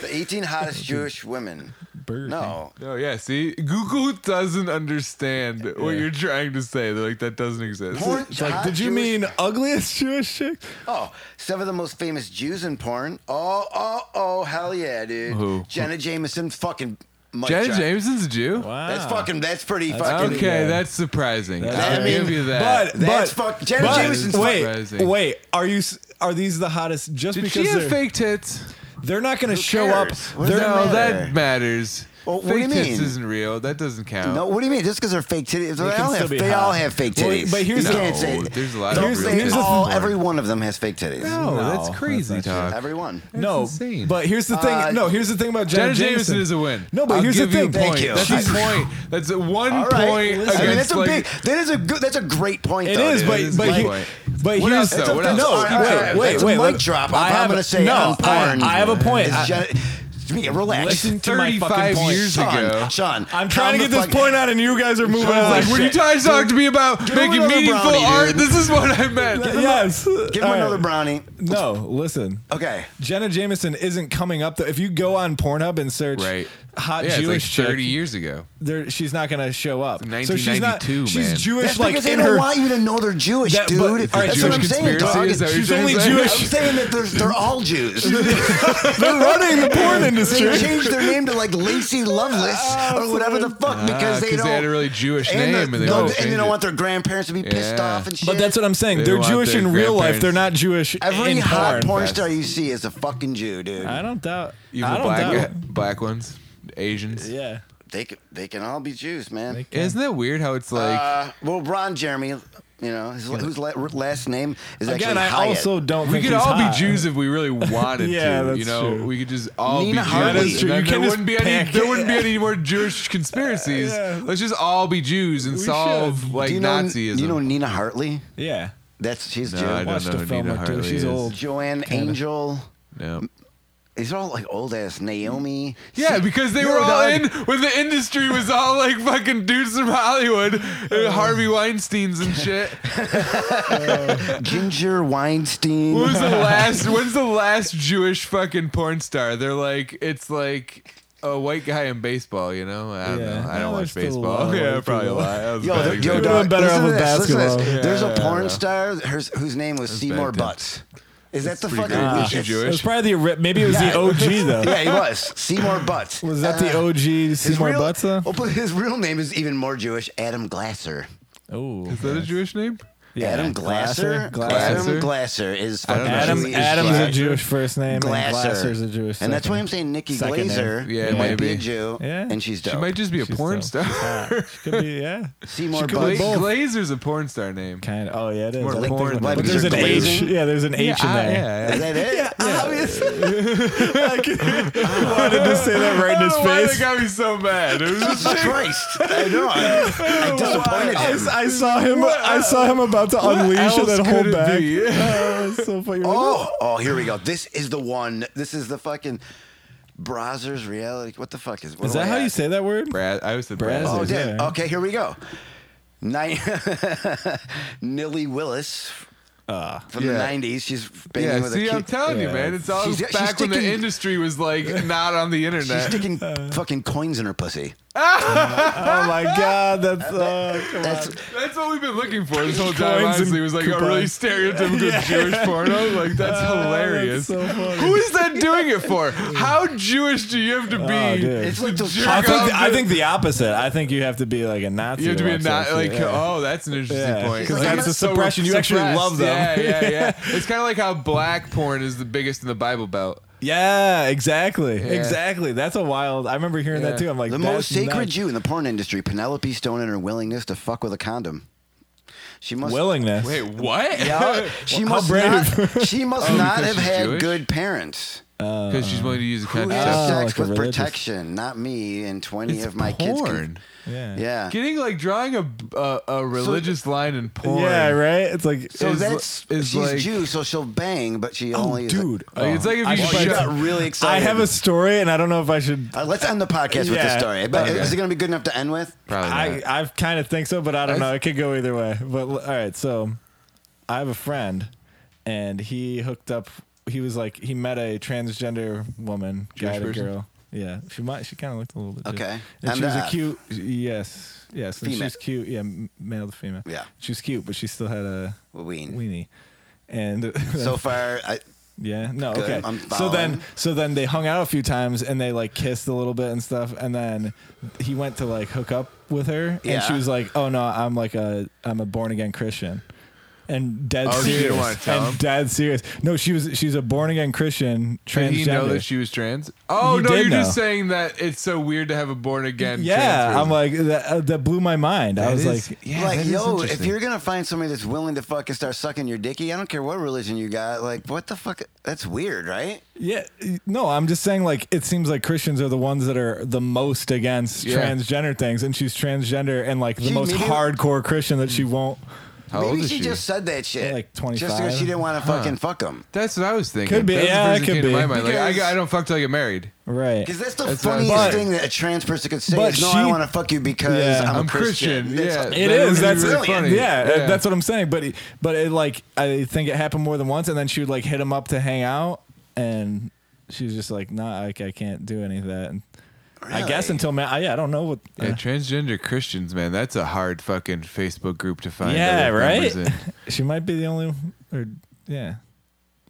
Speaker 1: The 18 hottest Jewish women.
Speaker 7: Burger
Speaker 1: No.
Speaker 6: Oh yeah, see, Google doesn't understand what you're trying to say. They're like, that doesn't exist.
Speaker 1: Porn,
Speaker 7: It's like,
Speaker 1: hot
Speaker 7: did you
Speaker 1: Jewish-
Speaker 7: mean ugliest *laughs* Jewish chick?
Speaker 1: Oh, some of the most famous Jews in porn. Oh, oh, oh, hell yeah, dude.
Speaker 6: Who?
Speaker 1: Jenna Jameson, fucking Mike
Speaker 6: Jenna
Speaker 1: Johnson.
Speaker 6: Jameson's a Jew.
Speaker 7: Wow.
Speaker 1: That's fucking. That's pretty fucking.
Speaker 6: Okay, that's surprising.
Speaker 1: That-
Speaker 6: I'll
Speaker 1: I mean,
Speaker 6: give you that.
Speaker 7: But
Speaker 1: That's
Speaker 7: but,
Speaker 1: fuck- Janet
Speaker 7: but-
Speaker 1: Jameson's
Speaker 7: wait,
Speaker 6: surprising.
Speaker 7: wait. Are you? s- Are these the hottest? Just
Speaker 6: did
Speaker 7: because
Speaker 6: she have
Speaker 7: they're,
Speaker 6: fake tits?
Speaker 7: they're not going to show
Speaker 1: cares?
Speaker 7: up.
Speaker 1: What does that
Speaker 7: They're,
Speaker 6: No,
Speaker 1: matter?
Speaker 6: that matters.
Speaker 1: Well, what do
Speaker 6: fake
Speaker 1: you
Speaker 6: tits
Speaker 1: mean?
Speaker 6: isn't real. That doesn't count.
Speaker 1: No, what do you mean? Just because they're fake titties, they,
Speaker 7: can
Speaker 1: all
Speaker 7: still
Speaker 1: have,
Speaker 7: be
Speaker 1: they
Speaker 7: hot.
Speaker 1: all have fake
Speaker 7: Well,
Speaker 1: titties.
Speaker 7: but here's
Speaker 1: you
Speaker 7: the-
Speaker 1: can't say
Speaker 6: No, Oh, there's a lot
Speaker 1: Don't
Speaker 7: of real
Speaker 1: say
Speaker 7: titties.
Speaker 1: all.
Speaker 7: Here's the-
Speaker 1: every one of them has fake titties.
Speaker 6: No, that's
Speaker 7: No,
Speaker 6: crazy talk.
Speaker 1: Every one.
Speaker 7: no,
Speaker 6: That's insane.
Speaker 7: but here's the thing.
Speaker 1: Uh,
Speaker 7: no, here's the thing about Jenna,
Speaker 6: Jenna Jameson is a win.
Speaker 7: No, but
Speaker 6: I'll
Speaker 7: here's the
Speaker 6: give you a
Speaker 7: thing.
Speaker 1: Thank
Speaker 6: point.
Speaker 1: you.
Speaker 6: That's a point. That's a one
Speaker 1: All right.
Speaker 6: point
Speaker 1: I mean,
Speaker 6: against
Speaker 1: that's a
Speaker 6: like
Speaker 1: big. That is a good. That's a great point.
Speaker 7: It
Speaker 1: though,
Speaker 7: is,
Speaker 1: dude.
Speaker 7: but
Speaker 6: It is
Speaker 7: but,
Speaker 6: my
Speaker 7: he-
Speaker 6: point.
Speaker 7: but
Speaker 6: What
Speaker 7: here's
Speaker 6: else, though? What
Speaker 7: no.
Speaker 6: else? All right, all
Speaker 7: wait,
Speaker 6: right,
Speaker 7: wait,
Speaker 1: that's
Speaker 7: wait.
Speaker 1: A
Speaker 7: let-
Speaker 1: mic drop.
Speaker 7: I
Speaker 1: I'm,
Speaker 7: have
Speaker 1: I'm going
Speaker 7: a-
Speaker 1: to say
Speaker 7: no,
Speaker 1: on porn.
Speaker 7: I, I have a point.
Speaker 1: Is
Speaker 7: I-
Speaker 1: Jenna- Mika, relax.
Speaker 7: Listen to my fucking
Speaker 6: 35
Speaker 7: point.
Speaker 6: years
Speaker 1: Sean,
Speaker 6: ago.
Speaker 1: Sean,
Speaker 7: I'm trying to
Speaker 1: how
Speaker 7: get
Speaker 1: the
Speaker 7: this
Speaker 1: fuck-
Speaker 7: point out, and you guys are moving on.
Speaker 6: Like, were you trying to talk to me about making
Speaker 1: another
Speaker 6: meaningful
Speaker 1: brownie,
Speaker 6: art?
Speaker 1: dude.
Speaker 6: This is what I meant.
Speaker 7: yes.
Speaker 1: Give him another brownie.
Speaker 7: No, listen.
Speaker 1: Okay.
Speaker 7: Jenna Jameson isn't coming up. Though. If you go on Pornhub and search
Speaker 6: Right.
Speaker 7: hot
Speaker 6: yeah,
Speaker 7: Jewish
Speaker 6: it's like 30
Speaker 7: chick,
Speaker 6: years ago.
Speaker 7: there, she's not going to show up. So she's not.
Speaker 6: 1992,
Speaker 7: She's
Speaker 6: man.
Speaker 7: Jewish,
Speaker 1: That's
Speaker 7: like
Speaker 1: because they
Speaker 7: in
Speaker 1: don't
Speaker 7: her.
Speaker 1: want you to know they're Jewish,
Speaker 7: That- but-
Speaker 1: dude.
Speaker 7: all right,
Speaker 1: That's
Speaker 6: Jewish
Speaker 1: what I'm saying.
Speaker 6: conspiracy,
Speaker 1: dog.
Speaker 6: is that what you're
Speaker 1: She's
Speaker 6: trying
Speaker 7: only
Speaker 6: to say?
Speaker 1: I'm
Speaker 7: Jewish.
Speaker 1: saying that they're, they're all
Speaker 7: *laughs*
Speaker 1: Jews.
Speaker 7: They're running the porn
Speaker 1: they
Speaker 7: industry. Ah,
Speaker 1: changed their name to like Lacey Lovelace or whatever the fuck because
Speaker 6: Ah,
Speaker 1: they
Speaker 6: 'cause
Speaker 1: don't.
Speaker 6: they had a really Jewish
Speaker 1: and
Speaker 6: name,
Speaker 1: the-
Speaker 6: and they
Speaker 1: no,
Speaker 6: wanted
Speaker 1: and
Speaker 6: to
Speaker 1: they
Speaker 6: change
Speaker 1: don't
Speaker 6: it.
Speaker 1: want their grandparents to be pissed
Speaker 6: Yeah.
Speaker 1: off and shit.
Speaker 7: But that's what I'm saying.
Speaker 6: They
Speaker 7: They're
Speaker 6: want
Speaker 7: Jewish
Speaker 6: their
Speaker 7: in real life.
Speaker 6: grandparents.
Speaker 7: They're not Jewish
Speaker 1: every
Speaker 7: in
Speaker 1: hot
Speaker 7: porn. Uh-huh.
Speaker 1: porn star you see is a fucking Jew, dude.
Speaker 7: I don't doubt.
Speaker 6: Even
Speaker 7: I don't
Speaker 6: black,
Speaker 7: doubt.
Speaker 6: black ones, Asians.
Speaker 7: Yeah.
Speaker 1: They can, they can all be Jews, man.
Speaker 6: Isn't that weird how it's like.
Speaker 1: Uh, well, Ron Jeremy, you know, his, whose la- last name is
Speaker 7: Again,
Speaker 1: actually
Speaker 7: I
Speaker 1: Hyatt.
Speaker 7: also don't.
Speaker 6: we
Speaker 7: think
Speaker 6: could
Speaker 7: he's
Speaker 6: all
Speaker 7: hot.
Speaker 6: be Jews if we
Speaker 7: *laughs*
Speaker 6: really wanted
Speaker 7: Yeah,
Speaker 6: to.
Speaker 7: that's
Speaker 6: you know,
Speaker 7: true.
Speaker 6: we could just all
Speaker 1: Nina
Speaker 6: be
Speaker 1: Hartley. That
Speaker 6: Jews.
Speaker 1: is
Speaker 7: true. You
Speaker 6: Then
Speaker 7: can't
Speaker 6: there
Speaker 7: just
Speaker 6: wouldn't be any.
Speaker 7: pack
Speaker 6: There
Speaker 7: it.
Speaker 6: wouldn't be any more
Speaker 7: *laughs*
Speaker 6: Jewish conspiracies.
Speaker 7: Yeah.
Speaker 6: Let's just all be Jews and
Speaker 7: We
Speaker 6: solve
Speaker 7: should.
Speaker 6: like
Speaker 1: do you know,
Speaker 6: Nazism.
Speaker 1: Do you know Nina Hartley?
Speaker 7: Yeah.
Speaker 1: That's she's
Speaker 6: No,
Speaker 1: Jew.
Speaker 6: I don't
Speaker 7: Watched
Speaker 6: know
Speaker 7: a
Speaker 6: who
Speaker 7: film
Speaker 6: Nina
Speaker 7: or two.
Speaker 6: Hartley
Speaker 7: She's
Speaker 6: is.
Speaker 7: old.
Speaker 1: Joanne
Speaker 7: Kinda.
Speaker 1: Angel.
Speaker 6: no.
Speaker 1: These are all like old ass Naomi.
Speaker 6: Yeah,
Speaker 1: See,
Speaker 6: because they
Speaker 1: yo,
Speaker 6: were all
Speaker 1: dog,
Speaker 6: in when the industry was all like fucking dudes from
Speaker 7: *laughs*
Speaker 6: Hollywood,
Speaker 7: Uh-huh.
Speaker 6: and Harvey Weinstein's and shit.
Speaker 1: Ginger Weinstein.
Speaker 6: What
Speaker 7: *laughs*
Speaker 6: was the last? When's the last Jewish fucking porn star? They're like, it's like a white guy in baseball. You know, I don't
Speaker 7: Yeah.
Speaker 6: know. I
Speaker 7: No,
Speaker 6: don't
Speaker 7: there's
Speaker 6: watch
Speaker 7: still a
Speaker 6: baseball.
Speaker 7: lot of
Speaker 6: Yeah,
Speaker 7: white
Speaker 6: probably a
Speaker 7: people.
Speaker 6: lot. That was a
Speaker 1: Yo,
Speaker 6: bad
Speaker 1: there- yo,
Speaker 6: example.
Speaker 7: Could've
Speaker 1: dog,
Speaker 7: been better
Speaker 1: listen
Speaker 7: off
Speaker 1: to
Speaker 7: with
Speaker 1: this, listen to this.
Speaker 7: basketball.
Speaker 1: There's a
Speaker 6: Yeah.
Speaker 1: porn star hers, whose name was Seymour
Speaker 6: back then.
Speaker 1: Butts. Is that the
Speaker 6: pretty
Speaker 1: fucking?
Speaker 6: good.
Speaker 1: is
Speaker 6: Was she
Speaker 1: it's-
Speaker 7: Uh, It was
Speaker 6: Jewish?
Speaker 7: probably the ri- maybe it was the OG
Speaker 1: *laughs*
Speaker 7: though.
Speaker 1: Yeah, he was Seymour Butts.
Speaker 7: Was that the
Speaker 1: Uh,
Speaker 7: OG
Speaker 1: his
Speaker 7: Seymour
Speaker 1: real-
Speaker 7: Butts?
Speaker 1: Well, but his real name is even more Jewish. Adam Glasser.
Speaker 7: Oh,
Speaker 6: Is that a Jewish name?
Speaker 1: Adam Glasser.
Speaker 7: Glasser.
Speaker 1: Adam Glasser is
Speaker 6: I don't
Speaker 1: fucking
Speaker 6: know.
Speaker 7: Adam
Speaker 1: Jewish.
Speaker 7: Adam's
Speaker 1: Yeah.
Speaker 7: a Jewish first name.
Speaker 1: Glasser.
Speaker 7: And Glasser's a Jewish.
Speaker 1: And that's
Speaker 7: second
Speaker 1: why I'm saying Nikki
Speaker 7: Second name.
Speaker 1: Glazer
Speaker 6: Yeah,
Speaker 1: might be a
Speaker 6: maybe.
Speaker 1: Jew,
Speaker 7: Yeah.
Speaker 1: and she's dope.
Speaker 6: She might just be a
Speaker 7: She's
Speaker 6: porn
Speaker 7: dope.
Speaker 6: star.
Speaker 7: name. Could be yeah.
Speaker 1: Seymour
Speaker 7: she could
Speaker 1: Butts.
Speaker 7: be
Speaker 6: Gla-
Speaker 7: both.
Speaker 6: Glazer's a porn star name.
Speaker 7: Kind of. Oh yeah, it is.
Speaker 6: More
Speaker 7: I
Speaker 6: like
Speaker 7: think
Speaker 6: porn
Speaker 7: there's,
Speaker 6: than-
Speaker 7: but there's an H.
Speaker 1: Glazing?
Speaker 7: Yeah, there's an H in
Speaker 6: I-
Speaker 7: there. *laughs*
Speaker 6: yeah,
Speaker 1: Is that it?
Speaker 7: wanted to say that right in his
Speaker 6: I don't know why that
Speaker 7: face.
Speaker 6: got me so mad. It was just
Speaker 1: Jesus Christ! I know.
Speaker 7: *laughs*
Speaker 1: I, I disappointed
Speaker 7: *laughs* I,
Speaker 1: him.
Speaker 7: I saw him. I saw him about to unleash and
Speaker 6: else
Speaker 7: then
Speaker 6: could
Speaker 7: hold
Speaker 6: it
Speaker 7: back.
Speaker 6: be?
Speaker 7: *laughs* Oh, that's so funny. You're like,
Speaker 1: Oh, oh, here we go. This is the one. This is the fucking browsers reality. What the fuck is? what
Speaker 7: Is
Speaker 1: am
Speaker 7: that
Speaker 1: I
Speaker 7: how
Speaker 1: at?
Speaker 7: you say that
Speaker 6: *laughs*
Speaker 7: word?
Speaker 6: Brad. I was the
Speaker 7: Brad.
Speaker 6: Brad.
Speaker 1: Oh,
Speaker 7: it?
Speaker 1: damn.
Speaker 7: Yeah.
Speaker 1: Okay, here we go. *laughs* Nine, Nilly Willis from
Speaker 6: Uh, Yeah.
Speaker 1: the '90s. She's banging
Speaker 6: Yeah,
Speaker 1: with
Speaker 6: see,
Speaker 1: a
Speaker 6: I'm
Speaker 1: kid.
Speaker 6: telling you,
Speaker 7: Yeah.
Speaker 6: man. It's all
Speaker 1: She's- she's
Speaker 6: back when the
Speaker 1: sticking-
Speaker 6: industry was like not on the
Speaker 1: She's
Speaker 6: internet.
Speaker 1: sticking fucking coins in her pussy.
Speaker 7: Oh my god, that's uh, come on.
Speaker 1: That's
Speaker 6: That's what we've been looking for this whole time.
Speaker 7: Coins and
Speaker 6: Honestly, was like a really
Speaker 7: coupons.
Speaker 6: stereotypical Jewish porno. Like that's
Speaker 7: Oh,
Speaker 6: hilarious.
Speaker 7: That's so funny.
Speaker 6: Who is that doing it for? How Jewish do you have to
Speaker 7: Oh,
Speaker 6: be?
Speaker 7: dude.
Speaker 1: it's
Speaker 7: It's
Speaker 1: like those.
Speaker 6: jerk
Speaker 7: *laughs* I think,
Speaker 6: off
Speaker 7: the, I
Speaker 6: to-
Speaker 7: think the opposite. I think you have to be like a Nazi.
Speaker 6: You have to be a
Speaker 7: watch
Speaker 6: not
Speaker 7: that
Speaker 6: like
Speaker 7: shit. Yeah.
Speaker 6: oh that's an interesting
Speaker 7: Yeah.
Speaker 6: point.
Speaker 7: Because
Speaker 6: Like,
Speaker 7: that's a
Speaker 6: so
Speaker 7: suppression. You actually
Speaker 6: suppressed.
Speaker 7: love them.
Speaker 6: Yeah, yeah, yeah. it's kind of like how black porn is the biggest in the Bible Belt.
Speaker 7: Yeah, exactly, exactly. That's a wild. I remember hearing
Speaker 6: Yeah.
Speaker 7: that too. I'm like
Speaker 1: The
Speaker 7: that's
Speaker 1: most sacred
Speaker 7: nuts.
Speaker 1: Jew in the porn industry, Penelope Stone, and her willingness to fuck with a condom. She must
Speaker 7: willingness.
Speaker 6: Wait, what? *laughs*
Speaker 1: Yeah, *laughs* she must
Speaker 7: brave.
Speaker 1: not. She must not
Speaker 6: Oh, because
Speaker 1: have
Speaker 6: she's
Speaker 1: had
Speaker 6: Jewish?
Speaker 1: good parents.
Speaker 6: Because she's willing to use a
Speaker 1: Who
Speaker 6: contraceptive.
Speaker 1: had
Speaker 7: Oh,
Speaker 1: sex
Speaker 7: like a
Speaker 1: with
Speaker 7: religious-
Speaker 1: protection, not me and twenty
Speaker 6: It's
Speaker 1: of my kids. con-
Speaker 6: porn.
Speaker 7: Yeah.
Speaker 1: yeah.
Speaker 6: Getting like drawing a a, a religious line in porn.
Speaker 7: Yeah, right. It's like,
Speaker 1: So
Speaker 6: is-
Speaker 1: that's
Speaker 6: is
Speaker 1: she's
Speaker 6: like-
Speaker 1: Jew, so she'll bang, but she
Speaker 7: oh,
Speaker 1: only is
Speaker 7: dude,
Speaker 6: Like, it's like if
Speaker 7: I
Speaker 6: you
Speaker 7: should-
Speaker 1: Like,
Speaker 6: shut-
Speaker 1: Oh, you got really
Speaker 7: *laughs* I
Speaker 1: excited.
Speaker 7: have a story, and I don't know if I should.
Speaker 1: Uh, let's end the podcast with this
Speaker 7: Yeah.
Speaker 1: story. But
Speaker 6: Okay.
Speaker 1: is it going to be good enough to end with?
Speaker 6: Probably not.
Speaker 7: I I kind of think so, but I don't know.
Speaker 6: That's-
Speaker 7: It could go either way. But l- all right, so I have a friend, and he hooked up. He was like he met a transgender woman,
Speaker 6: Jewish
Speaker 7: guy to
Speaker 6: person?
Speaker 7: girl. Yeah, she might. She kind of looked a little bit. Jewish.
Speaker 1: Okay.
Speaker 7: and she was a
Speaker 1: MF.
Speaker 7: cute. Yes, yes, and she
Speaker 1: Female.
Speaker 7: was cute. Yeah, m- male to female.
Speaker 1: Yeah.
Speaker 7: she was cute, but she still had a
Speaker 1: Ween.
Speaker 7: weenie. And *laughs*
Speaker 1: So far, I,
Speaker 7: Yeah. No.
Speaker 1: Good.
Speaker 7: Okay.
Speaker 1: I'm
Speaker 7: so then,
Speaker 1: following.
Speaker 7: so then they hung out a few times and they like kissed a little bit and stuff. And then he went to like hook up with her,
Speaker 1: Yeah.
Speaker 7: and she was like, "Oh no, I'm like a I'm a born again Christian." And dead
Speaker 6: Oh, she didn't
Speaker 7: serious.
Speaker 6: wanna tell
Speaker 7: and
Speaker 6: him?
Speaker 7: dead serious. No, she was she's a born again Christian transgender.
Speaker 6: Did he know that she was trans? Oh
Speaker 7: He
Speaker 6: no,
Speaker 7: did
Speaker 6: you're just
Speaker 7: know.
Speaker 6: saying that it's so weird to have a born again.
Speaker 7: yeah,
Speaker 6: trans
Speaker 7: I'm like that. Uh, that blew my mind. I was like,
Speaker 6: yeah,
Speaker 1: like,
Speaker 6: that is
Speaker 1: yo, if
Speaker 6: interesting.
Speaker 1: you're gonna find somebody that's willing to fucking start sucking your dicky, I don't care what religion you got. Like, what the fuck? That's weird, right?
Speaker 7: Yeah, no, I'm just saying like it seems like Christians are the ones that are the most against
Speaker 6: Yeah.
Speaker 7: transgender things, and she's transgender and like the
Speaker 1: She
Speaker 7: most
Speaker 1: immediately-
Speaker 7: hardcore Christian that she won't.
Speaker 6: How old
Speaker 1: Maybe
Speaker 6: is
Speaker 1: she, just said that shit,
Speaker 7: Like
Speaker 1: just because
Speaker 7: 25?
Speaker 1: she didn't want to fucking fuck him.
Speaker 6: That's what I was thinking.
Speaker 7: Could be,
Speaker 6: That was the
Speaker 7: yeah,
Speaker 6: first thing
Speaker 7: it could
Speaker 6: came to
Speaker 7: be.
Speaker 6: my mind. Like, I,
Speaker 1: Because-
Speaker 6: I don't fuck till I get married.
Speaker 7: Right.
Speaker 1: Because that's the
Speaker 6: That's what I'm
Speaker 1: funniest
Speaker 7: saying.
Speaker 1: thing that a trans person could say
Speaker 7: But
Speaker 1: is, "No, I
Speaker 7: she-
Speaker 1: want to fuck you because
Speaker 7: Yeah.
Speaker 1: I'm, a
Speaker 6: I'm
Speaker 1: Christian."
Speaker 6: Christian.
Speaker 1: That's-
Speaker 6: Yeah.
Speaker 7: It
Speaker 6: That
Speaker 7: is.
Speaker 6: would be
Speaker 7: That's
Speaker 6: really funny.
Speaker 7: Yeah,
Speaker 6: Yeah.
Speaker 7: that's what I'm saying. But it, but it like I think it happened more than once, and then she would like hit him up to hang out, and she was just like, "Nah, I, I can't do any of that." And I guess
Speaker 1: Really?
Speaker 7: until man, I, yeah, I don't know what. uh,
Speaker 6: Yeah, transgender Christians, man, that's a hard fucking Facebook group to find.
Speaker 7: yeah,
Speaker 6: other members
Speaker 7: right.
Speaker 6: in.
Speaker 7: *laughs* she might be the only, or yeah,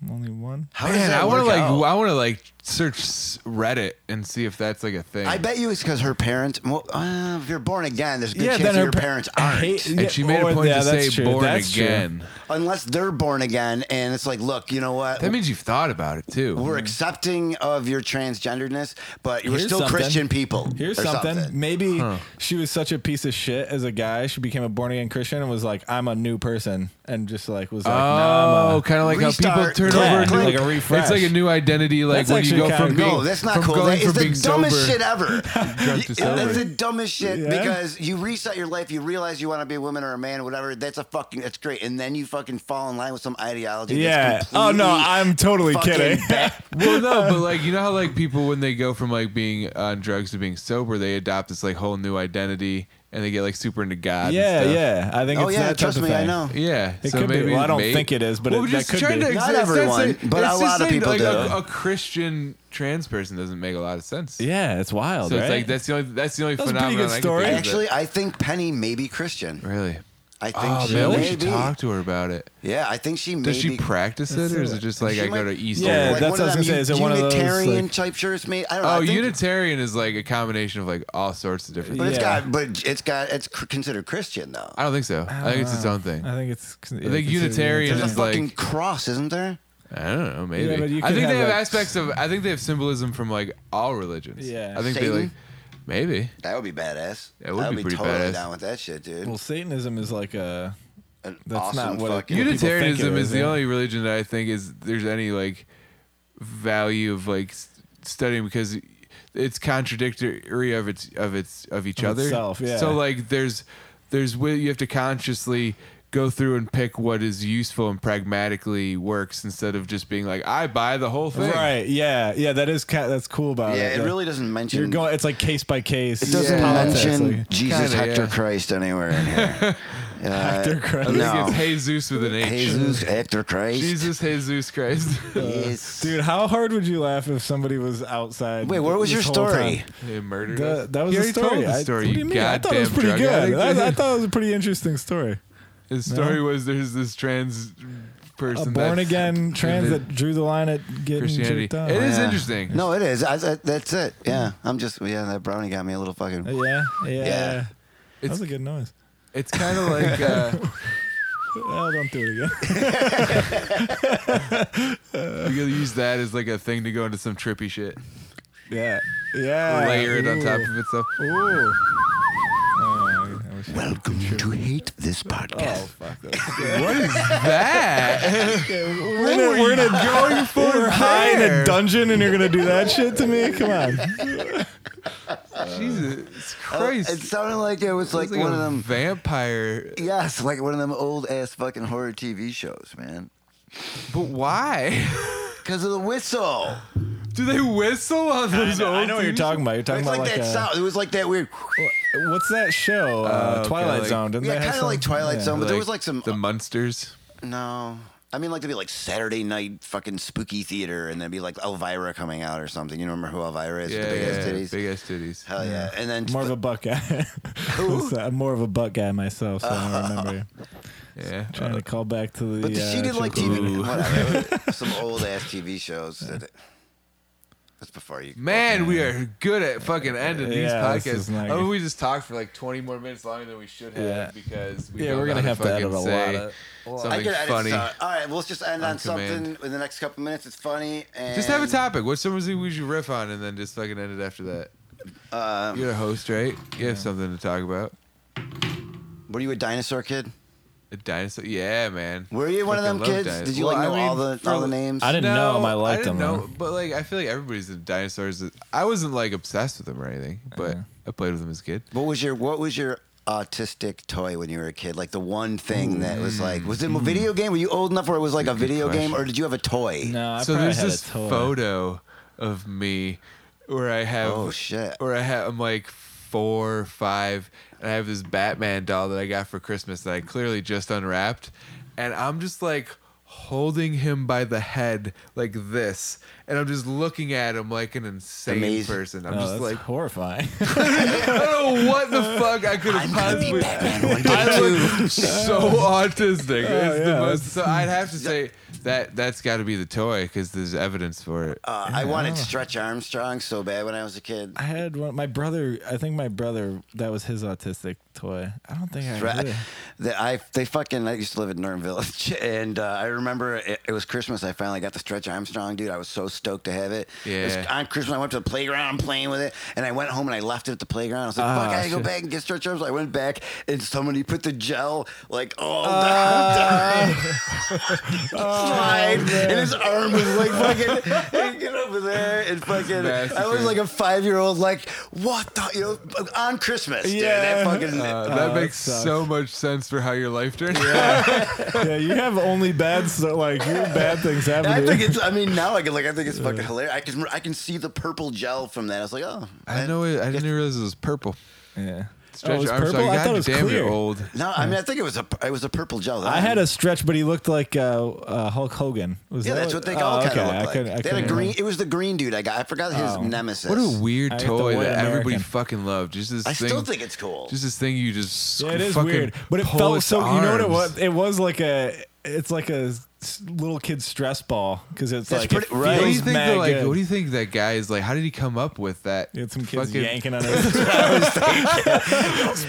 Speaker 7: only one.
Speaker 1: How does
Speaker 6: Man,
Speaker 1: that
Speaker 6: I want
Speaker 1: work
Speaker 6: to like,
Speaker 1: out?
Speaker 6: I want to like search s- Reddit and see if that's like a thing.
Speaker 1: I bet you it's because her parents. Well, uh, if you're born again, there's a good
Speaker 7: Yeah,
Speaker 1: chance
Speaker 7: then
Speaker 1: that
Speaker 7: her
Speaker 1: your
Speaker 7: pa-
Speaker 1: parents
Speaker 7: I
Speaker 1: aren't,
Speaker 7: hate-
Speaker 6: And
Speaker 7: Yeah,
Speaker 6: she made a
Speaker 7: or-
Speaker 6: point
Speaker 7: yeah,
Speaker 6: to say
Speaker 7: that's true.
Speaker 6: born
Speaker 7: That's true.
Speaker 6: again.
Speaker 1: unless they're born again, and it's like, look, you know what?
Speaker 6: That means you've thought about it too.
Speaker 1: we're accepting of your transgenderness, but you're
Speaker 7: Here's
Speaker 1: still
Speaker 7: something.
Speaker 1: Christian people.
Speaker 7: Here's
Speaker 1: or
Speaker 7: something. Maybe she was such a piece of shit as a guy. She became a born again Christian and was like, "I'm a new person," and just like was like, nah,
Speaker 6: Oh,
Speaker 7: I'm a-
Speaker 6: kind of like how
Speaker 1: Restart.
Speaker 6: people turn
Speaker 7: Yeah,
Speaker 6: over a new,
Speaker 7: like a refresh.
Speaker 6: It's like a new identity. Like
Speaker 7: That's
Speaker 6: when you
Speaker 7: actually
Speaker 6: go
Speaker 7: kinda
Speaker 6: from
Speaker 7: cool.
Speaker 6: being
Speaker 1: No, that's not
Speaker 6: from
Speaker 1: cool.
Speaker 6: going
Speaker 1: That is
Speaker 6: from
Speaker 1: the
Speaker 6: being
Speaker 1: dumbest
Speaker 6: sober-
Speaker 1: shit
Speaker 7: *laughs*
Speaker 1: ever.
Speaker 6: drunk to
Speaker 1: Yeah, *laughs*
Speaker 6: sober.
Speaker 1: That's the dumbest shit
Speaker 7: Yeah.
Speaker 1: because you reset your life, you realize you want to be a woman or a man, whatever. That's a fucking, that's great. And then you fucking fall in line with some ideology.
Speaker 7: yeah.
Speaker 1: That's
Speaker 7: Oh no,
Speaker 1: completely
Speaker 7: I'm totally
Speaker 1: fucking
Speaker 7: kidding. *laughs*
Speaker 1: bad.
Speaker 6: well, no, but like you know how like people when they go from like being on drugs to being sober, they adopt this like whole new identity and they get like super into God. and
Speaker 7: yeah,
Speaker 6: stuff.
Speaker 7: yeah. I think
Speaker 1: Oh
Speaker 7: it's
Speaker 1: yeah,
Speaker 7: that
Speaker 1: trust
Speaker 7: type
Speaker 1: me,
Speaker 7: of thing.
Speaker 1: I know.
Speaker 6: Yeah,
Speaker 7: It
Speaker 6: so
Speaker 7: could be.
Speaker 6: maybe
Speaker 7: Well, I don't
Speaker 6: may-
Speaker 7: think it is, but
Speaker 6: Well,
Speaker 7: it-
Speaker 6: we're
Speaker 7: that
Speaker 6: just
Speaker 7: could
Speaker 6: trying
Speaker 7: be.
Speaker 6: to
Speaker 1: Not
Speaker 6: it's- it's
Speaker 1: everyone,
Speaker 6: like-
Speaker 1: but
Speaker 6: it's
Speaker 1: a
Speaker 6: just
Speaker 1: lot of
Speaker 6: saying,
Speaker 1: people
Speaker 6: like,
Speaker 1: do.
Speaker 6: A, a Christian trans person doesn't make a lot of sense.
Speaker 7: Yeah, it's wild.
Speaker 6: so it's
Speaker 7: right?
Speaker 6: like that's the only that's the only
Speaker 7: That's a pretty
Speaker 6: phenomenon.
Speaker 7: good
Speaker 6: I can
Speaker 7: story.
Speaker 6: think of
Speaker 1: Actually, I think Penny may be Christian.
Speaker 6: that- really.
Speaker 1: I think
Speaker 6: Oh
Speaker 1: she
Speaker 6: man, we
Speaker 1: may
Speaker 6: should
Speaker 1: be.
Speaker 6: talk to her about it.
Speaker 1: Yeah, I think she may
Speaker 6: Does she
Speaker 1: be.
Speaker 6: practice it, or is it just like
Speaker 1: She
Speaker 6: I
Speaker 1: might-
Speaker 6: go to Easter?
Speaker 7: Yeah,
Speaker 1: like one of
Speaker 7: that's what I was
Speaker 1: them
Speaker 7: gonna say. Is it one of those,
Speaker 1: Unitarian
Speaker 7: like-
Speaker 1: type shirts? May I don't know.
Speaker 6: Oh,
Speaker 1: I think-
Speaker 6: Unitarian is like a combination of like all sorts of different.
Speaker 1: But
Speaker 6: things.
Speaker 1: it's
Speaker 7: Yeah.
Speaker 1: got, but it's got, it's cr- considered Christian though.
Speaker 6: I don't think so. I, think it's its own thing.
Speaker 7: I think it's. I
Speaker 6: think Unitarian
Speaker 1: There's a
Speaker 6: is like-
Speaker 1: fucking cross, isn't there?
Speaker 6: I don't know. Maybe.
Speaker 7: Yeah, but you
Speaker 6: I
Speaker 7: could
Speaker 6: think they have
Speaker 7: have, like,
Speaker 6: aspects of. I think they have symbolism from like all religions.
Speaker 7: Yeah.
Speaker 6: I think they
Speaker 1: Satan?
Speaker 6: like. Maybe.
Speaker 1: That would be badass.
Speaker 6: That would
Speaker 1: I'd
Speaker 6: be
Speaker 1: be,
Speaker 6: pretty
Speaker 1: totally
Speaker 6: badass.
Speaker 1: down with that shit, dude.
Speaker 7: Well, Satanism is like a.
Speaker 1: An
Speaker 7: that's
Speaker 1: awesome
Speaker 7: not what it-
Speaker 1: fucking.
Speaker 7: Yeah, people think it
Speaker 6: Unitarianism is
Speaker 7: is,
Speaker 6: the
Speaker 7: yeah.
Speaker 6: only religion that I think is there's any like value of like s- studying because it's contradictory of its of its of each
Speaker 7: Of
Speaker 6: other.
Speaker 7: itself, yeah.
Speaker 6: So like there's there's wi- you have to consciously go through and pick what is useful and pragmatically works instead of just being like I buy the whole thing.
Speaker 7: Right. Yeah. Yeah. That is. Kind that's cool about
Speaker 1: yeah,
Speaker 7: it.
Speaker 1: it
Speaker 7: yeah.
Speaker 1: really doesn't mention.
Speaker 7: You're going. It's like case by case.
Speaker 1: it doesn't
Speaker 6: Yeah.
Speaker 7: politics,
Speaker 1: mention
Speaker 7: like-
Speaker 1: Jesus
Speaker 6: Kinda,
Speaker 1: Hector
Speaker 6: yeah.
Speaker 1: Christ anywhere in
Speaker 7: *laughs*
Speaker 1: here. Uh,
Speaker 7: Hector Christ.
Speaker 6: I think
Speaker 1: No.
Speaker 6: it's Jesus with an H.
Speaker 1: Jesus Hector Christ.
Speaker 6: *laughs* Jesus, Jesus
Speaker 7: *laughs*
Speaker 6: Christ.
Speaker 1: Yes.
Speaker 7: Dude, how hard would you laugh if somebody was outside?
Speaker 1: Wait, where was
Speaker 7: this
Speaker 1: your
Speaker 7: whole
Speaker 1: story?
Speaker 7: time?
Speaker 6: they murdered us.
Speaker 7: The, that was
Speaker 6: He
Speaker 7: the
Speaker 6: already
Speaker 7: story.
Speaker 6: Told the
Speaker 7: I-
Speaker 6: story.
Speaker 7: what do
Speaker 6: you
Speaker 7: you mean? I thought it was
Speaker 6: goddamn
Speaker 7: pretty
Speaker 6: drug
Speaker 7: good.
Speaker 6: addict.
Speaker 7: I, I thought it was a pretty interesting
Speaker 6: *laughs*
Speaker 7: story.
Speaker 6: His story was there's this trans
Speaker 7: A
Speaker 6: person,
Speaker 7: born
Speaker 6: that's *laughs*
Speaker 7: again trans that drew the line at getting
Speaker 6: Christianity.
Speaker 7: jerked off.
Speaker 6: It is
Speaker 1: Yeah.
Speaker 6: interesting.
Speaker 1: No, it is. I, I, that's it. Yeah, I'm just. Yeah, that brownie got me a little fucking.
Speaker 7: Yeah, yeah.
Speaker 1: Yeah.
Speaker 7: That
Speaker 6: It's-
Speaker 7: was a good noise.
Speaker 6: It's kind of like
Speaker 7: *laughs*
Speaker 6: uh,
Speaker 7: Oh, don't do it again. *laughs*
Speaker 6: you could use that as like a thing to go into some trippy shit,
Speaker 7: yeah, yeah.
Speaker 6: layer it on top
Speaker 7: Ooh.
Speaker 6: of itself.
Speaker 7: Ooh. Oh, I wish I-
Speaker 1: Welcome to hate this podcast.
Speaker 7: *laughs* oh, fuck.
Speaker 6: *laughs* What
Speaker 7: *laughs*
Speaker 6: is that?
Speaker 7: We're in a, we're in
Speaker 6: *laughs*
Speaker 7: a,
Speaker 6: Going for
Speaker 7: we're *laughs* high in
Speaker 6: there?
Speaker 7: a dungeon, and you're gonna do that shit to me? Come
Speaker 6: *laughs*
Speaker 7: on.
Speaker 6: Jesus
Speaker 1: Oh,
Speaker 6: Christ!
Speaker 1: It sounded like it was like,
Speaker 6: It's like
Speaker 1: one
Speaker 6: a
Speaker 1: of them.
Speaker 6: vampire.
Speaker 1: Yes, like one of them old ass fucking horror TV shows, man.
Speaker 6: But why? *laughs*
Speaker 1: Because of the whistle.
Speaker 6: Do they whistle on those?
Speaker 7: I know, I
Speaker 6: old
Speaker 7: know what you're
Speaker 6: TV
Speaker 7: talking about. You're talking
Speaker 1: It's
Speaker 7: about
Speaker 1: like,
Speaker 7: like,
Speaker 1: that
Speaker 7: a-
Speaker 1: sound. It was like that weird.
Speaker 7: what's that show? Uh,
Speaker 6: Oh, okay,
Speaker 7: Twilight
Speaker 6: like-
Speaker 7: Zone. Didn't
Speaker 1: Yeah,
Speaker 7: they have
Speaker 1: kinda like
Speaker 7: some-
Speaker 1: Twilight
Speaker 7: yeah.
Speaker 1: Zone, but there was like some-
Speaker 6: the Munsters.
Speaker 1: No. I mean, like to be like Saturday night fucking spooky theater, and then be like Elvira coming out or something. You remember who Elvira is? with
Speaker 6: Yeah,
Speaker 1: the big ass
Speaker 6: yeah,
Speaker 1: titties.
Speaker 6: big ass titties.
Speaker 1: Hell yeah! And then *laughs* *laughs*
Speaker 7: More of a butt guy. What's that? I'm more of a butt guy myself, so I don't remember.
Speaker 6: Yeah.
Speaker 7: Trying to call back to the.
Speaker 1: But the- she
Speaker 7: uh,
Speaker 1: did like
Speaker 7: Choco-
Speaker 1: TV. Whatever. Some old ass TV shows. That, that's before you.
Speaker 6: Man, we are good at fucking ending these
Speaker 7: Yeah, this is
Speaker 6: podcasts.
Speaker 7: not
Speaker 6: I mean,
Speaker 7: good.
Speaker 6: we just talked for like 20 more minutes longer than we should have
Speaker 7: Yeah.
Speaker 6: because we
Speaker 7: Yeah,
Speaker 6: don't
Speaker 7: we're
Speaker 6: know
Speaker 7: gonna
Speaker 6: how
Speaker 7: have to edit
Speaker 6: fucking
Speaker 7: a lot
Speaker 6: say
Speaker 7: of-
Speaker 1: I
Speaker 6: something
Speaker 1: get uh, it.
Speaker 6: funny.
Speaker 1: All right, we'll just end on,
Speaker 6: On
Speaker 1: something
Speaker 6: command.
Speaker 1: in the next couple minutes. It's funny. And
Speaker 6: Just have a topic. What's something we should riff on and then just fucking end it after that?
Speaker 1: Um,
Speaker 6: You're a host, right? You have something to talk about.
Speaker 1: were you a dinosaur kid?
Speaker 6: A dinosaur? Yeah, man.
Speaker 1: Were you one of them
Speaker 6: Fucking love
Speaker 1: kids?
Speaker 6: dinosaurs.
Speaker 1: Did you
Speaker 6: Well,
Speaker 1: like
Speaker 6: I
Speaker 1: know all
Speaker 6: mean,
Speaker 1: the
Speaker 6: for-
Speaker 1: all the names?
Speaker 7: I didn't know 'em, I liked
Speaker 6: didn't
Speaker 7: 'em,
Speaker 6: know-
Speaker 7: though.
Speaker 6: but like I feel like everybody's into dinosaurs. I wasn't like obsessed with them or anything, but I played with them as a kid.
Speaker 1: What was your What was your autistic toy when you were a kid? Like the one thing that was like, was it a video game? Were you old enough where it was like a
Speaker 6: Good
Speaker 1: video game,
Speaker 6: question.
Speaker 1: or did you have a toy?
Speaker 7: No, I
Speaker 6: so
Speaker 7: probably
Speaker 6: there's
Speaker 7: had
Speaker 6: this
Speaker 7: a toy.
Speaker 6: photo of me where I have
Speaker 1: Oh, shit.
Speaker 6: where I have I'm like four five and I have this Batman doll that I got for Christmas that I clearly just unwrapped and I'm just like holding him by the head like this and I'm just looking at him like an insane
Speaker 1: Amazing.
Speaker 6: person. I'm
Speaker 7: No,
Speaker 6: just
Speaker 7: Oh, that's *laughs*
Speaker 6: like
Speaker 1: *laughs*
Speaker 7: horrifying.
Speaker 6: I don't know what the fuck I could have possibly. I
Speaker 7: *laughs*
Speaker 6: look so
Speaker 7: Oh,
Speaker 6: autistic. it's the most. So I'd have to say that that's got to be the toy because there's evidence for it.
Speaker 1: Uh, I wanted Stretch Armstrong so bad when I was a kid.
Speaker 7: I had one. My brother. I think my brother. That was his autistic toy. I don't think I.
Speaker 1: Right.
Speaker 7: Really,
Speaker 1: *laughs* That I they fucking I used to live in Norton Village, *laughs* and uh, I remember it, it was Christmas. I finally got the Stretch Armstrong, dude. I was so stoked to have it. It was
Speaker 6: Yeah.
Speaker 1: on Christmas, I went to the playground. I'm playing with it, and I went home and I left it at the playground. I was like, "Fuck, I gotta go back and get Stretch Armstrong." I went back, and somebody put the gel like all down, down slide, and his arm was like fucking *laughs* hanging over there, and fucking. I was
Speaker 6: Massacre.
Speaker 1: like a five year old, like what the you know on Christmas, dude. That
Speaker 7: Yeah.
Speaker 1: fucking.
Speaker 6: Uh, that
Speaker 7: oh, that
Speaker 6: makes
Speaker 7: sucks.
Speaker 6: so much sense for how your life turned. out.
Speaker 7: yeah, you have only bad. So like your bad things happen.
Speaker 1: I
Speaker 7: to
Speaker 1: think
Speaker 7: you.
Speaker 1: it's. I mean, now I can like. I think it's fucking hilarious. I can. I can see the purple gel from that. I was like, oh.
Speaker 6: I know. It, I didn't even realize it was purple.
Speaker 7: Yeah.
Speaker 6: Stretch
Speaker 7: oh, it was
Speaker 6: Armstrong,
Speaker 7: purple. I thought it was
Speaker 6: goddamn,
Speaker 7: clear.
Speaker 6: you're old.
Speaker 1: No, I mean, I think it was a. It was a purple gel.
Speaker 7: I had a stretch, but he looked like uh, uh, Hulk Hogan. Was
Speaker 1: Yeah,
Speaker 7: that
Speaker 1: that's what they all
Speaker 7: oh,
Speaker 1: kind of
Speaker 7: okay. I
Speaker 1: look
Speaker 7: couldn't- I
Speaker 1: like. They had a
Speaker 7: couldn't-
Speaker 1: green. It was the green dude. I got. I forgot his
Speaker 7: Oh.
Speaker 1: nemesis.
Speaker 6: What a weird
Speaker 7: I get the
Speaker 6: toy
Speaker 7: white
Speaker 6: that everybody
Speaker 7: American.
Speaker 6: fucking loved. Just this
Speaker 1: I
Speaker 6: thing.
Speaker 1: still think it's cool.
Speaker 6: just this thing you just
Speaker 7: Yeah, it is
Speaker 6: fucking
Speaker 7: weird, but it
Speaker 6: pull
Speaker 7: felt
Speaker 6: its
Speaker 7: so. You know what it
Speaker 6: arms.
Speaker 7: was? It was like a. It's like a s- little kid stress ball because it's
Speaker 1: That's
Speaker 7: like
Speaker 1: pretty-
Speaker 7: it
Speaker 1: right.
Speaker 7: feels
Speaker 6: What do you think?
Speaker 7: mad
Speaker 6: that, Like,
Speaker 7: good.
Speaker 6: what do you think that guy is like? How did he come up with that?
Speaker 7: You had some kids
Speaker 6: fucking- *laughs*
Speaker 7: yanking on his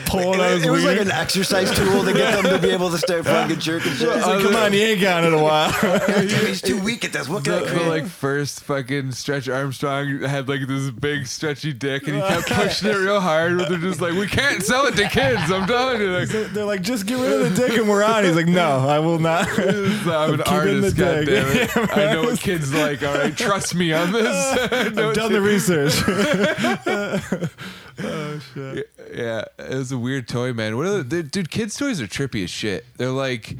Speaker 7: pulling on
Speaker 1: It,
Speaker 7: his
Speaker 1: it was like
Speaker 7: weird. *laughs*
Speaker 1: an exercise tool to get them to be able to start fucking jerking shit. It's like,
Speaker 7: Come on, you ain't gone in a while. *laughs*
Speaker 1: "Dude, he's too weak at this. What can
Speaker 6: The,
Speaker 1: I
Speaker 6: the,
Speaker 1: create?
Speaker 6: like first fucking Stretch Armstrong had like this big stretchy dick, and he
Speaker 7: Uh,
Speaker 6: kept pushing it real hard. But they're just like, we can't sell it to kids. I'm telling you, like,
Speaker 7: They're like, just get rid of the dick and we're on. He's like, no, I will
Speaker 6: *laughs*
Speaker 7: not.
Speaker 6: I'm an
Speaker 7: keeping
Speaker 6: artist,
Speaker 7: the dick. *laughs*
Speaker 6: goddamn it.
Speaker 7: Yeah,
Speaker 6: I know what kids like. All right, trust me on this.
Speaker 7: *laughs*
Speaker 6: I know
Speaker 7: *laughs* I've
Speaker 6: what
Speaker 7: done
Speaker 6: *laughs*
Speaker 7: the research.
Speaker 6: Yeah, it was a weird toy, man. What are the, dude? Kids' toys are trippy as shit. They're like,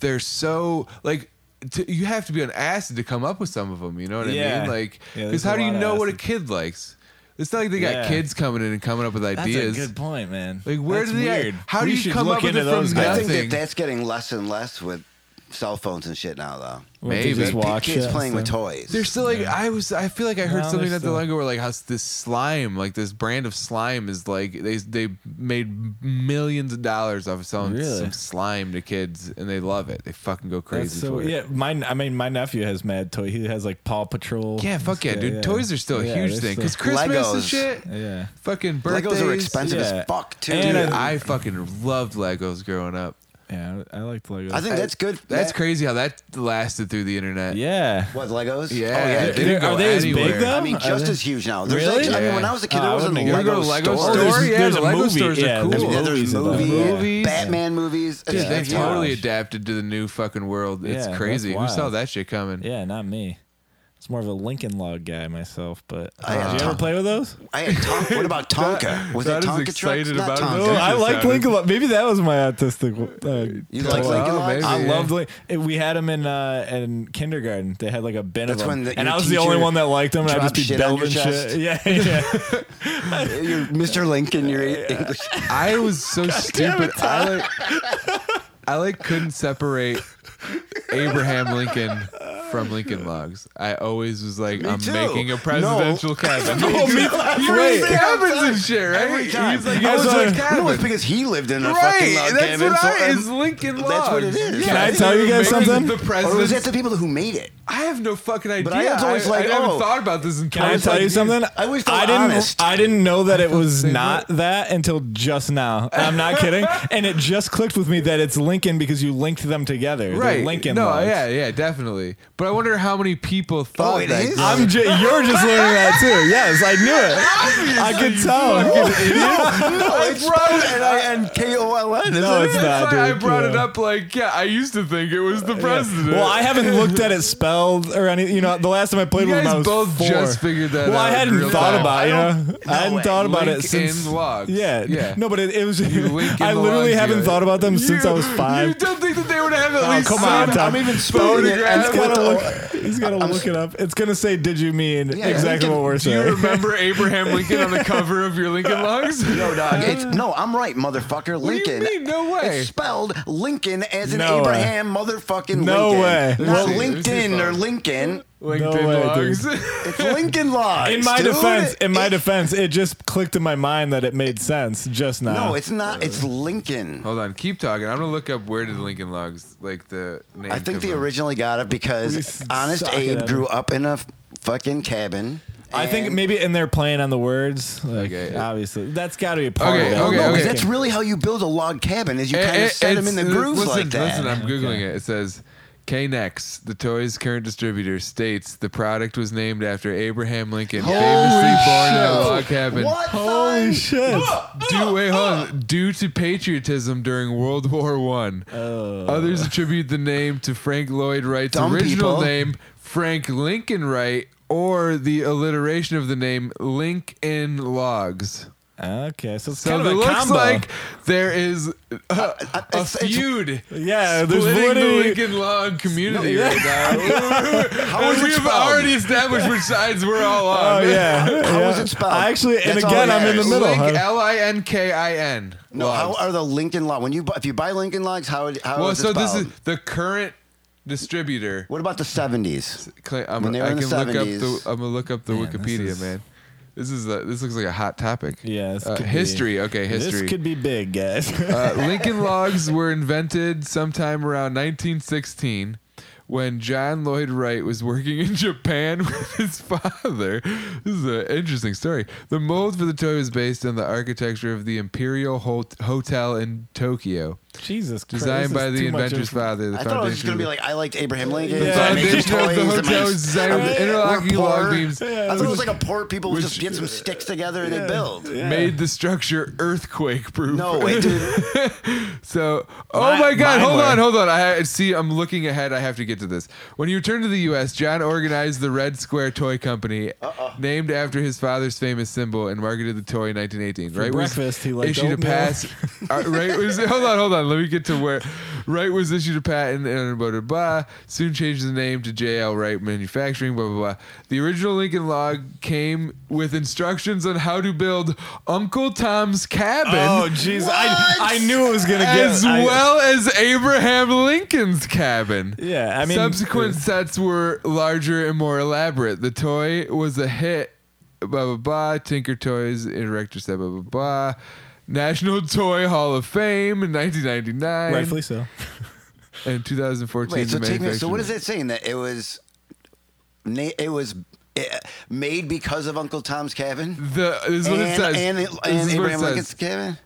Speaker 6: they're so like, t- you have to be on acid to come up with some of them. You know what I
Speaker 7: Yeah.
Speaker 6: mean? Like,
Speaker 7: Yeah,
Speaker 6: because
Speaker 7: there's
Speaker 6: how
Speaker 7: a
Speaker 6: do you
Speaker 7: lot of
Speaker 6: know what a
Speaker 7: acid.
Speaker 6: kid likes? It's not like they got
Speaker 7: Yeah.
Speaker 6: kids coming in and coming up with ideas.
Speaker 7: point, man.
Speaker 6: Like, where
Speaker 7: That's
Speaker 6: do they- how do
Speaker 7: We
Speaker 6: you
Speaker 7: should
Speaker 6: come
Speaker 7: look
Speaker 6: up with
Speaker 7: into
Speaker 6: it from
Speaker 7: those
Speaker 1: I
Speaker 7: guys?
Speaker 1: think that
Speaker 6: nothing.
Speaker 1: that's getting less and less with cell phones and shit now, though.
Speaker 7: Well, they
Speaker 6: Maybe.
Speaker 7: just
Speaker 6: Like,
Speaker 7: watch
Speaker 1: Kids
Speaker 7: it
Speaker 1: playing with
Speaker 7: and
Speaker 1: toys.
Speaker 6: They're still like I was. I feel like I heard
Speaker 7: No,
Speaker 6: something
Speaker 7: they're
Speaker 6: not that
Speaker 7: still-
Speaker 6: long ago where like how s- this slime, like this brand of slime, is like they they made millions of dollars off of selling
Speaker 7: Really?
Speaker 6: some slime to kids, and they love it. They fucking go
Speaker 7: stuff.
Speaker 6: crazy
Speaker 7: That's so,
Speaker 6: for it.
Speaker 7: yeah, mine. I mean, my nephew has mad toy. He has like Paw Patrol.
Speaker 6: Yeah, fuck yeah, dude. Toys are still a
Speaker 7: Yeah,
Speaker 6: huge
Speaker 7: they're
Speaker 6: thing because
Speaker 7: still-
Speaker 6: Christmas and
Speaker 1: Legos.
Speaker 6: shit.
Speaker 7: Yeah.
Speaker 6: Fucking birthdays.
Speaker 1: Legos are expensive
Speaker 7: yeah.
Speaker 1: as fuck too.
Speaker 7: And
Speaker 6: Dude,
Speaker 7: I-
Speaker 6: I fucking loved Legos growing up.
Speaker 7: Yeah, I I liked Legos.
Speaker 1: I think that's good.
Speaker 6: That's
Speaker 1: That-
Speaker 6: crazy how that lasted through the internet.
Speaker 7: Yeah.
Speaker 1: What Legos?
Speaker 6: Yeah,
Speaker 1: Oh, yeah.
Speaker 6: they
Speaker 1: dude.
Speaker 6: didn't
Speaker 7: Are
Speaker 6: go
Speaker 7: they as
Speaker 6: anywhere.
Speaker 7: big, though?
Speaker 1: I mean,
Speaker 7: Are
Speaker 1: just
Speaker 7: they-
Speaker 1: as huge now. There's
Speaker 7: Really?
Speaker 1: actually, I mean,
Speaker 6: Yeah.
Speaker 1: when I was a kid,
Speaker 7: Oh,
Speaker 1: there
Speaker 7: I
Speaker 1: wasn't a
Speaker 7: wouldn't
Speaker 6: You ever go
Speaker 1: Lego
Speaker 6: to Lego
Speaker 1: store.
Speaker 6: store?
Speaker 7: there's-
Speaker 6: yeah,
Speaker 7: there's
Speaker 6: the
Speaker 7: a
Speaker 6: Lego
Speaker 7: movie.
Speaker 6: stores are
Speaker 7: Yeah,
Speaker 6: cool.
Speaker 7: there's
Speaker 1: yeah, there's
Speaker 7: movies in
Speaker 1: movie, uh,
Speaker 7: them.
Speaker 6: Movies.
Speaker 1: Batman movies. It's
Speaker 6: Dude,
Speaker 7: Yeah,
Speaker 6: they
Speaker 1: huge.
Speaker 7: that's
Speaker 6: totally
Speaker 7: wild.
Speaker 6: adapted to the new fucking world. It's
Speaker 7: Yeah, that's
Speaker 6: crazy. Who
Speaker 7: wild.
Speaker 6: saw that shit coming?
Speaker 7: Yeah, not me. It's more of a Lincoln Log guy myself, but
Speaker 1: I had
Speaker 7: did you
Speaker 1: Tom-
Speaker 7: ever play with those?
Speaker 1: I had Ton- what about Tonka? Was
Speaker 6: *laughs* that
Speaker 1: it
Speaker 6: is
Speaker 1: Tonka trucks?
Speaker 6: excited
Speaker 1: Not
Speaker 6: about it.
Speaker 1: Tonka.
Speaker 6: No, I
Speaker 7: Oh, I
Speaker 6: Just
Speaker 7: liked
Speaker 6: sounded-
Speaker 7: Lincoln Log. Maybe that was my autistic. Uh,
Speaker 1: You like
Speaker 7: toy.
Speaker 1: Lincoln
Speaker 6: Oh,
Speaker 1: Logs?
Speaker 6: maybe.
Speaker 7: I
Speaker 6: Yeah.
Speaker 7: loved Lincoln. We had them in uh, in kindergarten. They had like a bin
Speaker 1: That's
Speaker 7: of them,
Speaker 1: when the-
Speaker 7: and
Speaker 1: your
Speaker 7: I was the only
Speaker 1: teacher
Speaker 7: one that liked them. And
Speaker 1: dropped
Speaker 7: I'd just be
Speaker 1: shit on your
Speaker 7: belting
Speaker 1: *laughs*
Speaker 7: shit. *laughs* Yeah, yeah.
Speaker 1: You're Mr. Lincoln. You're
Speaker 6: *laughs*
Speaker 1: English.
Speaker 6: I
Speaker 1: *laughs*
Speaker 6: was so stupid. I like, I like couldn't separate Abraham Lincoln from Lincoln Logs. I always was like, I'm
Speaker 1: too.
Speaker 6: making a
Speaker 1: No. *laughs*
Speaker 6: presidential cabin.
Speaker 1: Oh, me-
Speaker 6: you
Speaker 1: Wait.
Speaker 6: raise cabins and shit, right?
Speaker 1: Every time.
Speaker 6: He's like,
Speaker 1: I
Speaker 6: "It's
Speaker 1: was
Speaker 6: a
Speaker 1: like,
Speaker 6: cabin."
Speaker 1: no, it's because he lived in a fucking
Speaker 6: Right,
Speaker 1: log
Speaker 6: that's
Speaker 1: cabin.
Speaker 6: what I.
Speaker 1: um,
Speaker 6: It's Lincoln Logs.
Speaker 1: That's what it is.
Speaker 7: Can I tell you guys
Speaker 6: Making
Speaker 7: something?
Speaker 6: The
Speaker 1: Or was that
Speaker 6: president.
Speaker 1: the people who made
Speaker 6: *laughs*
Speaker 1: it?
Speaker 6: I have no fucking idea.
Speaker 1: But I was always
Speaker 6: I,
Speaker 1: like,
Speaker 6: I haven't
Speaker 1: oh.
Speaker 6: thought about this. In
Speaker 7: Can I tell you something?
Speaker 1: I always felt
Speaker 7: I didn't.
Speaker 1: honest.
Speaker 7: I didn't know
Speaker 6: *laughs*
Speaker 7: that it was not that until just now. I'm
Speaker 6: *laughs*
Speaker 7: not kidding. And it just clicked with me that it's Lincoln because you linked them together. They're
Speaker 6: Right.
Speaker 7: Lincoln.
Speaker 6: No,
Speaker 7: logs.
Speaker 6: yeah, yeah, definitely. But I wonder how many people thought
Speaker 1: Oh, it
Speaker 6: that.
Speaker 1: is?
Speaker 6: growing
Speaker 7: I'm. Ju- you're just learning that too. Yes, I knew it. I could tell.
Speaker 1: I brought it.
Speaker 6: *laughs*
Speaker 1: N-I-N-K-O-L-N.
Speaker 7: No, it's not.
Speaker 6: That's why I
Speaker 7: dude.
Speaker 6: brought
Speaker 7: Yeah.
Speaker 6: it up. Like, yeah, I used to think it was the president.
Speaker 7: Well, I haven't looked at it spelled or any. You know, the last time I played
Speaker 6: You
Speaker 7: with him,
Speaker 6: guys
Speaker 7: I was
Speaker 6: both
Speaker 7: four.
Speaker 6: just figured that
Speaker 7: Well, I
Speaker 6: out
Speaker 7: hadn't
Speaker 6: real
Speaker 7: thought
Speaker 6: time.
Speaker 7: about it. You
Speaker 1: I
Speaker 7: know,
Speaker 1: don't-
Speaker 7: I hadn't
Speaker 1: no
Speaker 7: thought
Speaker 1: way.
Speaker 7: about it
Speaker 6: Link
Speaker 7: since.
Speaker 6: in logs.
Speaker 7: Yeah,
Speaker 6: Yeah.
Speaker 7: no, but it, it was. *laughs*
Speaker 6: link
Speaker 7: I
Speaker 6: in the
Speaker 7: literally
Speaker 6: logs
Speaker 7: haven't
Speaker 6: together.
Speaker 7: thought about them since I was
Speaker 6: You-
Speaker 7: five.
Speaker 6: You don't think that they would have at
Speaker 7: Oh,
Speaker 6: least
Speaker 7: come
Speaker 6: some
Speaker 7: on, Tom. *laughs*
Speaker 1: I'm even spelling it.
Speaker 6: photograph?
Speaker 1: And
Speaker 7: He's gotta
Speaker 1: what
Speaker 7: look.
Speaker 1: the-
Speaker 7: He's gotta look it up. It's gonna say, "Did you mean
Speaker 1: Yeah,
Speaker 7: exactly
Speaker 1: Lincoln-
Speaker 7: what we're
Speaker 6: Do you
Speaker 7: saying?"
Speaker 6: remember Abraham Lincoln on the cover of your Lincoln Logs?
Speaker 1: *laughs* No, dog.
Speaker 6: *laughs*
Speaker 1: It's, no, I'm right, motherfucker.
Speaker 6: do you
Speaker 1: Lincoln.
Speaker 6: mean? No way.
Speaker 1: It's spelled Lincoln as in
Speaker 7: No way.
Speaker 1: Abraham motherfucking
Speaker 7: No
Speaker 1: Lincoln.
Speaker 7: way.
Speaker 1: Not
Speaker 6: Let me see. Let me see
Speaker 1: LinkedIn
Speaker 6: your
Speaker 1: or
Speaker 6: phone.
Speaker 7: *laughs*
Speaker 1: Lincoln.
Speaker 6: LinkedIn
Speaker 7: way,
Speaker 6: Logs.
Speaker 1: It's Lincoln Logs.
Speaker 7: In my
Speaker 1: dude.
Speaker 7: defense, in my
Speaker 1: It-
Speaker 7: defense, it just clicked in my mind that it made sense just now.
Speaker 1: No, it's not. It's Lincoln.
Speaker 6: *laughs* Hold on, keep talking. I'm gonna look up where did Lincoln Logs like the name.
Speaker 1: I think
Speaker 6: come
Speaker 1: they
Speaker 6: from.
Speaker 1: originally got it
Speaker 7: We
Speaker 1: because
Speaker 7: s-
Speaker 1: Honest
Speaker 7: suck it
Speaker 1: Abe
Speaker 7: up.
Speaker 1: grew up in a f- fucking cabin.
Speaker 7: I think
Speaker 1: and-
Speaker 7: maybe and they're playing on the words. Like,
Speaker 6: Okay.
Speaker 7: Obviously, that's got to be a part
Speaker 6: Okay,
Speaker 7: of it.
Speaker 1: No,
Speaker 6: okay,
Speaker 1: because
Speaker 6: okay.
Speaker 1: that's really how you build a log cabin is you
Speaker 6: It-
Speaker 1: kind of
Speaker 6: it-
Speaker 1: set them in
Speaker 6: it's-
Speaker 1: the grooves
Speaker 6: listen,
Speaker 1: like that.
Speaker 6: Listen, I'm googling it. It says Knex, the toy's current distributor, states the product was named after Abraham Lincoln, famously born in a log cabin.
Speaker 1: what? Oh,
Speaker 7: Holy
Speaker 1: son?
Speaker 7: shit!
Speaker 6: Due, wait, hold on. Due to patriotism during World War One, others attribute the name to Frank Lloyd Wright's
Speaker 1: Uh. Dumb
Speaker 6: original
Speaker 1: people.
Speaker 6: name, Frank Lincoln Wright, or the alliteration of the name Lincoln Logs.
Speaker 7: Okay, so it's
Speaker 6: So
Speaker 7: kind of
Speaker 6: it
Speaker 7: a
Speaker 6: looks
Speaker 7: combo.
Speaker 6: like there is a, a
Speaker 1: Uh, it's- it's-
Speaker 6: feud.
Speaker 7: yeah, there's
Speaker 6: splitting the
Speaker 7: validity-
Speaker 6: Lincoln Log community
Speaker 7: No, yeah. *laughs*
Speaker 6: right now.
Speaker 1: How is
Speaker 6: we
Speaker 1: it
Speaker 6: have
Speaker 1: spelled?
Speaker 6: already established which sides we're all *laughs*
Speaker 7: Oh
Speaker 6: on.
Speaker 7: yeah,
Speaker 1: How
Speaker 7: yeah.
Speaker 1: is it spelled?
Speaker 7: I actually, and
Speaker 1: That's all
Speaker 7: again,
Speaker 1: that
Speaker 7: I'm in the
Speaker 1: matters.
Speaker 7: middle.
Speaker 6: Link,
Speaker 7: huh?
Speaker 6: L I N K I N.
Speaker 1: No, how are the Lincoln log? When you bu- if you buy Lincoln logs, how it- how
Speaker 6: Well,
Speaker 1: is it
Speaker 6: so this
Speaker 1: spelled?
Speaker 6: is the current distributor.
Speaker 1: What about the 70s?
Speaker 6: Clay, I'm,
Speaker 1: When they were
Speaker 6: I
Speaker 1: in
Speaker 6: can
Speaker 1: the
Speaker 6: look up
Speaker 1: 70s.
Speaker 6: the. I'm gonna look up the
Speaker 7: Man, this
Speaker 6: Wikipedia,
Speaker 7: is-
Speaker 6: man. This is a, this looks like a hot topic.
Speaker 7: Yeah, this
Speaker 6: Uh,
Speaker 7: could be-
Speaker 6: history. okay, history.
Speaker 7: This could be big, guys.
Speaker 6: *laughs* Uh, Lincoln Logs were invented sometime around 1916 when John Lloyd Wright was working in Japan *laughs* with his father. This is an interesting story. The mold for the toy was based on the architecture of the Imperial Hol- Hotel in Tokyo,
Speaker 7: *laughs* Jesus Christ.
Speaker 6: designed
Speaker 7: this
Speaker 6: by
Speaker 7: is
Speaker 6: the
Speaker 7: too much
Speaker 6: inventor's
Speaker 7: info-
Speaker 6: father. The
Speaker 1: I thought it was just
Speaker 6: foundation
Speaker 1: gonna
Speaker 6: of
Speaker 1: be
Speaker 6: the-
Speaker 1: like I liked Abraham Lincoln.
Speaker 7: Yeah.
Speaker 1: so I made some
Speaker 6: Foundation of the
Speaker 1: toys and my-
Speaker 6: hotel was designed with
Speaker 1: We're
Speaker 6: interlocking
Speaker 1: poor.
Speaker 6: log beams.
Speaker 1: I thought it was like a poor people would just get some sticks together and they build.
Speaker 7: *laughs* Yeah.
Speaker 6: Made the structure earthquake proof.
Speaker 1: No way, dude.
Speaker 6: So, oh
Speaker 7: Mi-
Speaker 6: my God,
Speaker 7: mine
Speaker 6: hold
Speaker 7: were.
Speaker 6: on, hold on. I I- see. I'm looking ahead. I have to get to this. When he returned to the U.S., John organized the Red Square Toy Company, named after his father's famous symbol, and marketed the toy in 1918. right, was
Speaker 7: breakfast, he liked
Speaker 6: issued a
Speaker 7: oatmeal.
Speaker 6: pass. uh, right was hold on, hold on. Let me get to where. Wright was issued a patent and blah blah blah. Soon changed the name to J.L. Wright Manufacturing. Blah blah blah. The original Lincoln log came with instructions on how to build Uncle Tom's cabin
Speaker 7: Oh, jeez. I, I knew it was going to get.
Speaker 6: as
Speaker 7: I-
Speaker 6: well as Abraham Lincoln's cabin.
Speaker 7: Yeah, I mean- uh,
Speaker 6: subsequent sets were larger and more elaborate. The toy was a hit. Blah blah blah. Tinker Toys erector set. Blah blah blah. National Toy Hall of Fame in 1999
Speaker 7: rightfully so. *laughs*
Speaker 6: and 2014. *laughs*
Speaker 1: Wait, so
Speaker 6: the
Speaker 1: take me. So what is
Speaker 6: manufacturer-
Speaker 1: it saying that it was? na- It was eh, made because of Uncle Tom's cabin
Speaker 6: The, this is what it
Speaker 1: and
Speaker 6: says.
Speaker 1: and, and
Speaker 6: This is what it
Speaker 1: Abraham
Speaker 6: says.
Speaker 1: Lincoln's cabin.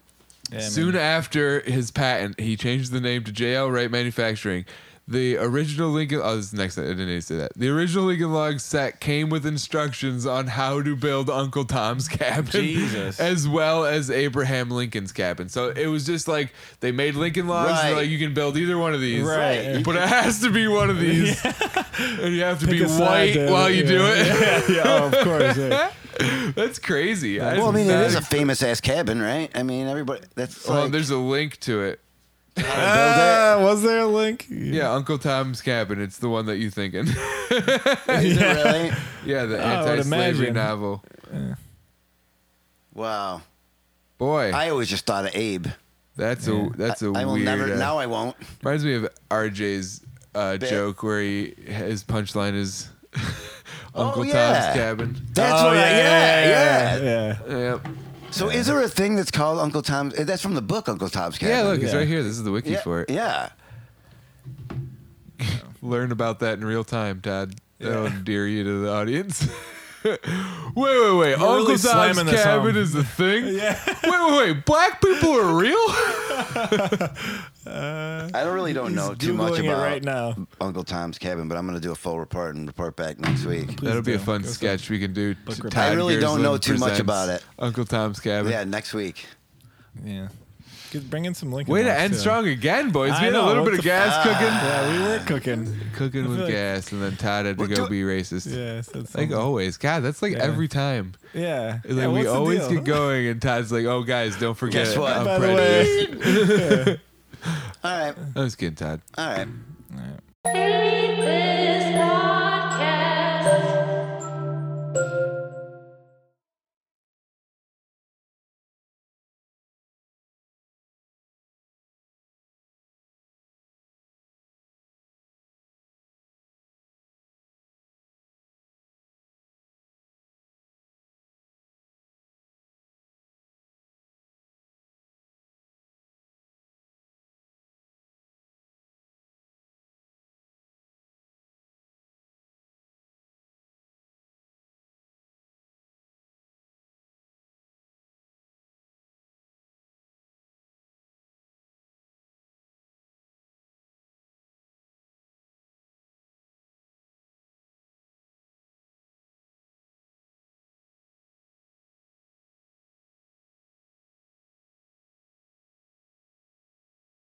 Speaker 6: Soon after his patent, he changed the name to JL Wright Manufacturing. The original Lincoln. Oh, this is the next. I didn't need to say that. The original Lincoln Log set came with instructions on how to build Uncle Tom's *laughs* cabin,
Speaker 7: Jesus.
Speaker 6: as well as Abraham Lincoln's cabin. So it was just like they made Lincoln Logs. and they're
Speaker 1: Right.
Speaker 6: like you can build either one of these,
Speaker 7: Right.
Speaker 6: But it has to be one
Speaker 1: *laughs*
Speaker 6: of these, and you have to be
Speaker 7: Pick a side,
Speaker 6: white
Speaker 7: uh,
Speaker 6: while you
Speaker 7: yeah.
Speaker 6: do it.
Speaker 7: *laughs* Yeah, yeah,
Speaker 6: *laughs*
Speaker 7: oh, of course. yeah.
Speaker 6: That's crazy.
Speaker 1: Well, I mean, it
Speaker 6: not
Speaker 1: is a famous ass cabin, right? I mean, everybody. That's
Speaker 6: Well,
Speaker 1: like,
Speaker 6: there's a link to it. Uh,
Speaker 7: Ah, was there
Speaker 6: *laughs*
Speaker 7: a link? *laughs*
Speaker 6: Yeah, Uncle Tom's cabin. It's the one that you're thinking.
Speaker 1: is it really?
Speaker 6: *laughs* yeah, the
Speaker 7: I would
Speaker 6: anti-slavery
Speaker 7: imagine.
Speaker 6: novel.
Speaker 1: Wow.
Speaker 6: Boy,
Speaker 1: I always just thought of Abe.
Speaker 6: that's a that's a
Speaker 1: I will
Speaker 6: weird.
Speaker 1: never.
Speaker 6: uh,
Speaker 1: Now I won't.
Speaker 6: reminds me of RJ's uh, joke where he his punchline is
Speaker 1: *laughs* Oh,
Speaker 6: Uncle
Speaker 1: yeah.
Speaker 6: Tom's cabin.
Speaker 1: That's what I, yeah, yeah,
Speaker 7: Oh, yeah.
Speaker 6: Yep.
Speaker 1: So is there a thing that's called Uncle Tom's? Eh, That's from the book Uncle Tom's Cabin.
Speaker 6: Yeah, look, it's
Speaker 7: Yeah.
Speaker 6: right here. This is the wiki
Speaker 1: yeah,
Speaker 6: for it.
Speaker 1: yeah.
Speaker 6: Learn about that in real time, Todd.
Speaker 7: *laughs*
Speaker 6: That'll endear you to the audience. *laughs* wait, wait, wait.
Speaker 7: really
Speaker 6: Uncle Tom's
Speaker 7: slamming this
Speaker 6: cabin
Speaker 7: home.
Speaker 6: is the thing?
Speaker 7: *laughs* Yeah.
Speaker 6: Wait, wait, wait. Black people are real?
Speaker 7: *laughs*
Speaker 1: I don't really don't know too much
Speaker 7: Googling it
Speaker 1: about
Speaker 7: right now.
Speaker 1: Uncle Tom's Cabin, but I'm going to do a full report and report back next
Speaker 7: *laughs*
Speaker 1: week.
Speaker 6: That'll be a
Speaker 7: do.
Speaker 6: fun
Speaker 7: Go for
Speaker 6: sketch we can do.
Speaker 7: Book
Speaker 6: T-
Speaker 7: report.
Speaker 6: Todd
Speaker 1: I really don't
Speaker 6: Gerstlin
Speaker 1: know too much
Speaker 6: presents
Speaker 1: about it.
Speaker 6: Uncle Tom's cabin.
Speaker 1: Yeah, next week.
Speaker 7: Yeah. Good, bring in some Lincoln.
Speaker 6: Way to
Speaker 7: logs,
Speaker 6: end
Speaker 7: too.
Speaker 6: strong again, boys.
Speaker 7: I
Speaker 6: We had
Speaker 7: know,
Speaker 6: a little
Speaker 7: what
Speaker 6: bit of
Speaker 7: the
Speaker 6: gas cooking.
Speaker 7: Yeah, we were cooking.
Speaker 6: Cooking with
Speaker 7: like-
Speaker 6: gas, and then Todd had to
Speaker 1: We're
Speaker 6: go
Speaker 1: do-
Speaker 6: be racist.
Speaker 7: Yeah. so it's
Speaker 6: Like
Speaker 7: something-
Speaker 6: always. God, that's like
Speaker 7: Yeah.
Speaker 6: every time.
Speaker 7: Yeah.
Speaker 6: Like
Speaker 7: yeah, what's
Speaker 6: we
Speaker 7: the
Speaker 6: always
Speaker 7: deal?
Speaker 6: get going, and Todd's like, "Oh, guys, don't forget."
Speaker 1: Guess
Speaker 6: it.
Speaker 1: what?
Speaker 6: I'm
Speaker 7: By the
Speaker 6: prejudiced."
Speaker 7: way.
Speaker 1: All right,
Speaker 6: I was kidding, Todd.
Speaker 1: all right.
Speaker 7: All right.
Speaker 8: Thank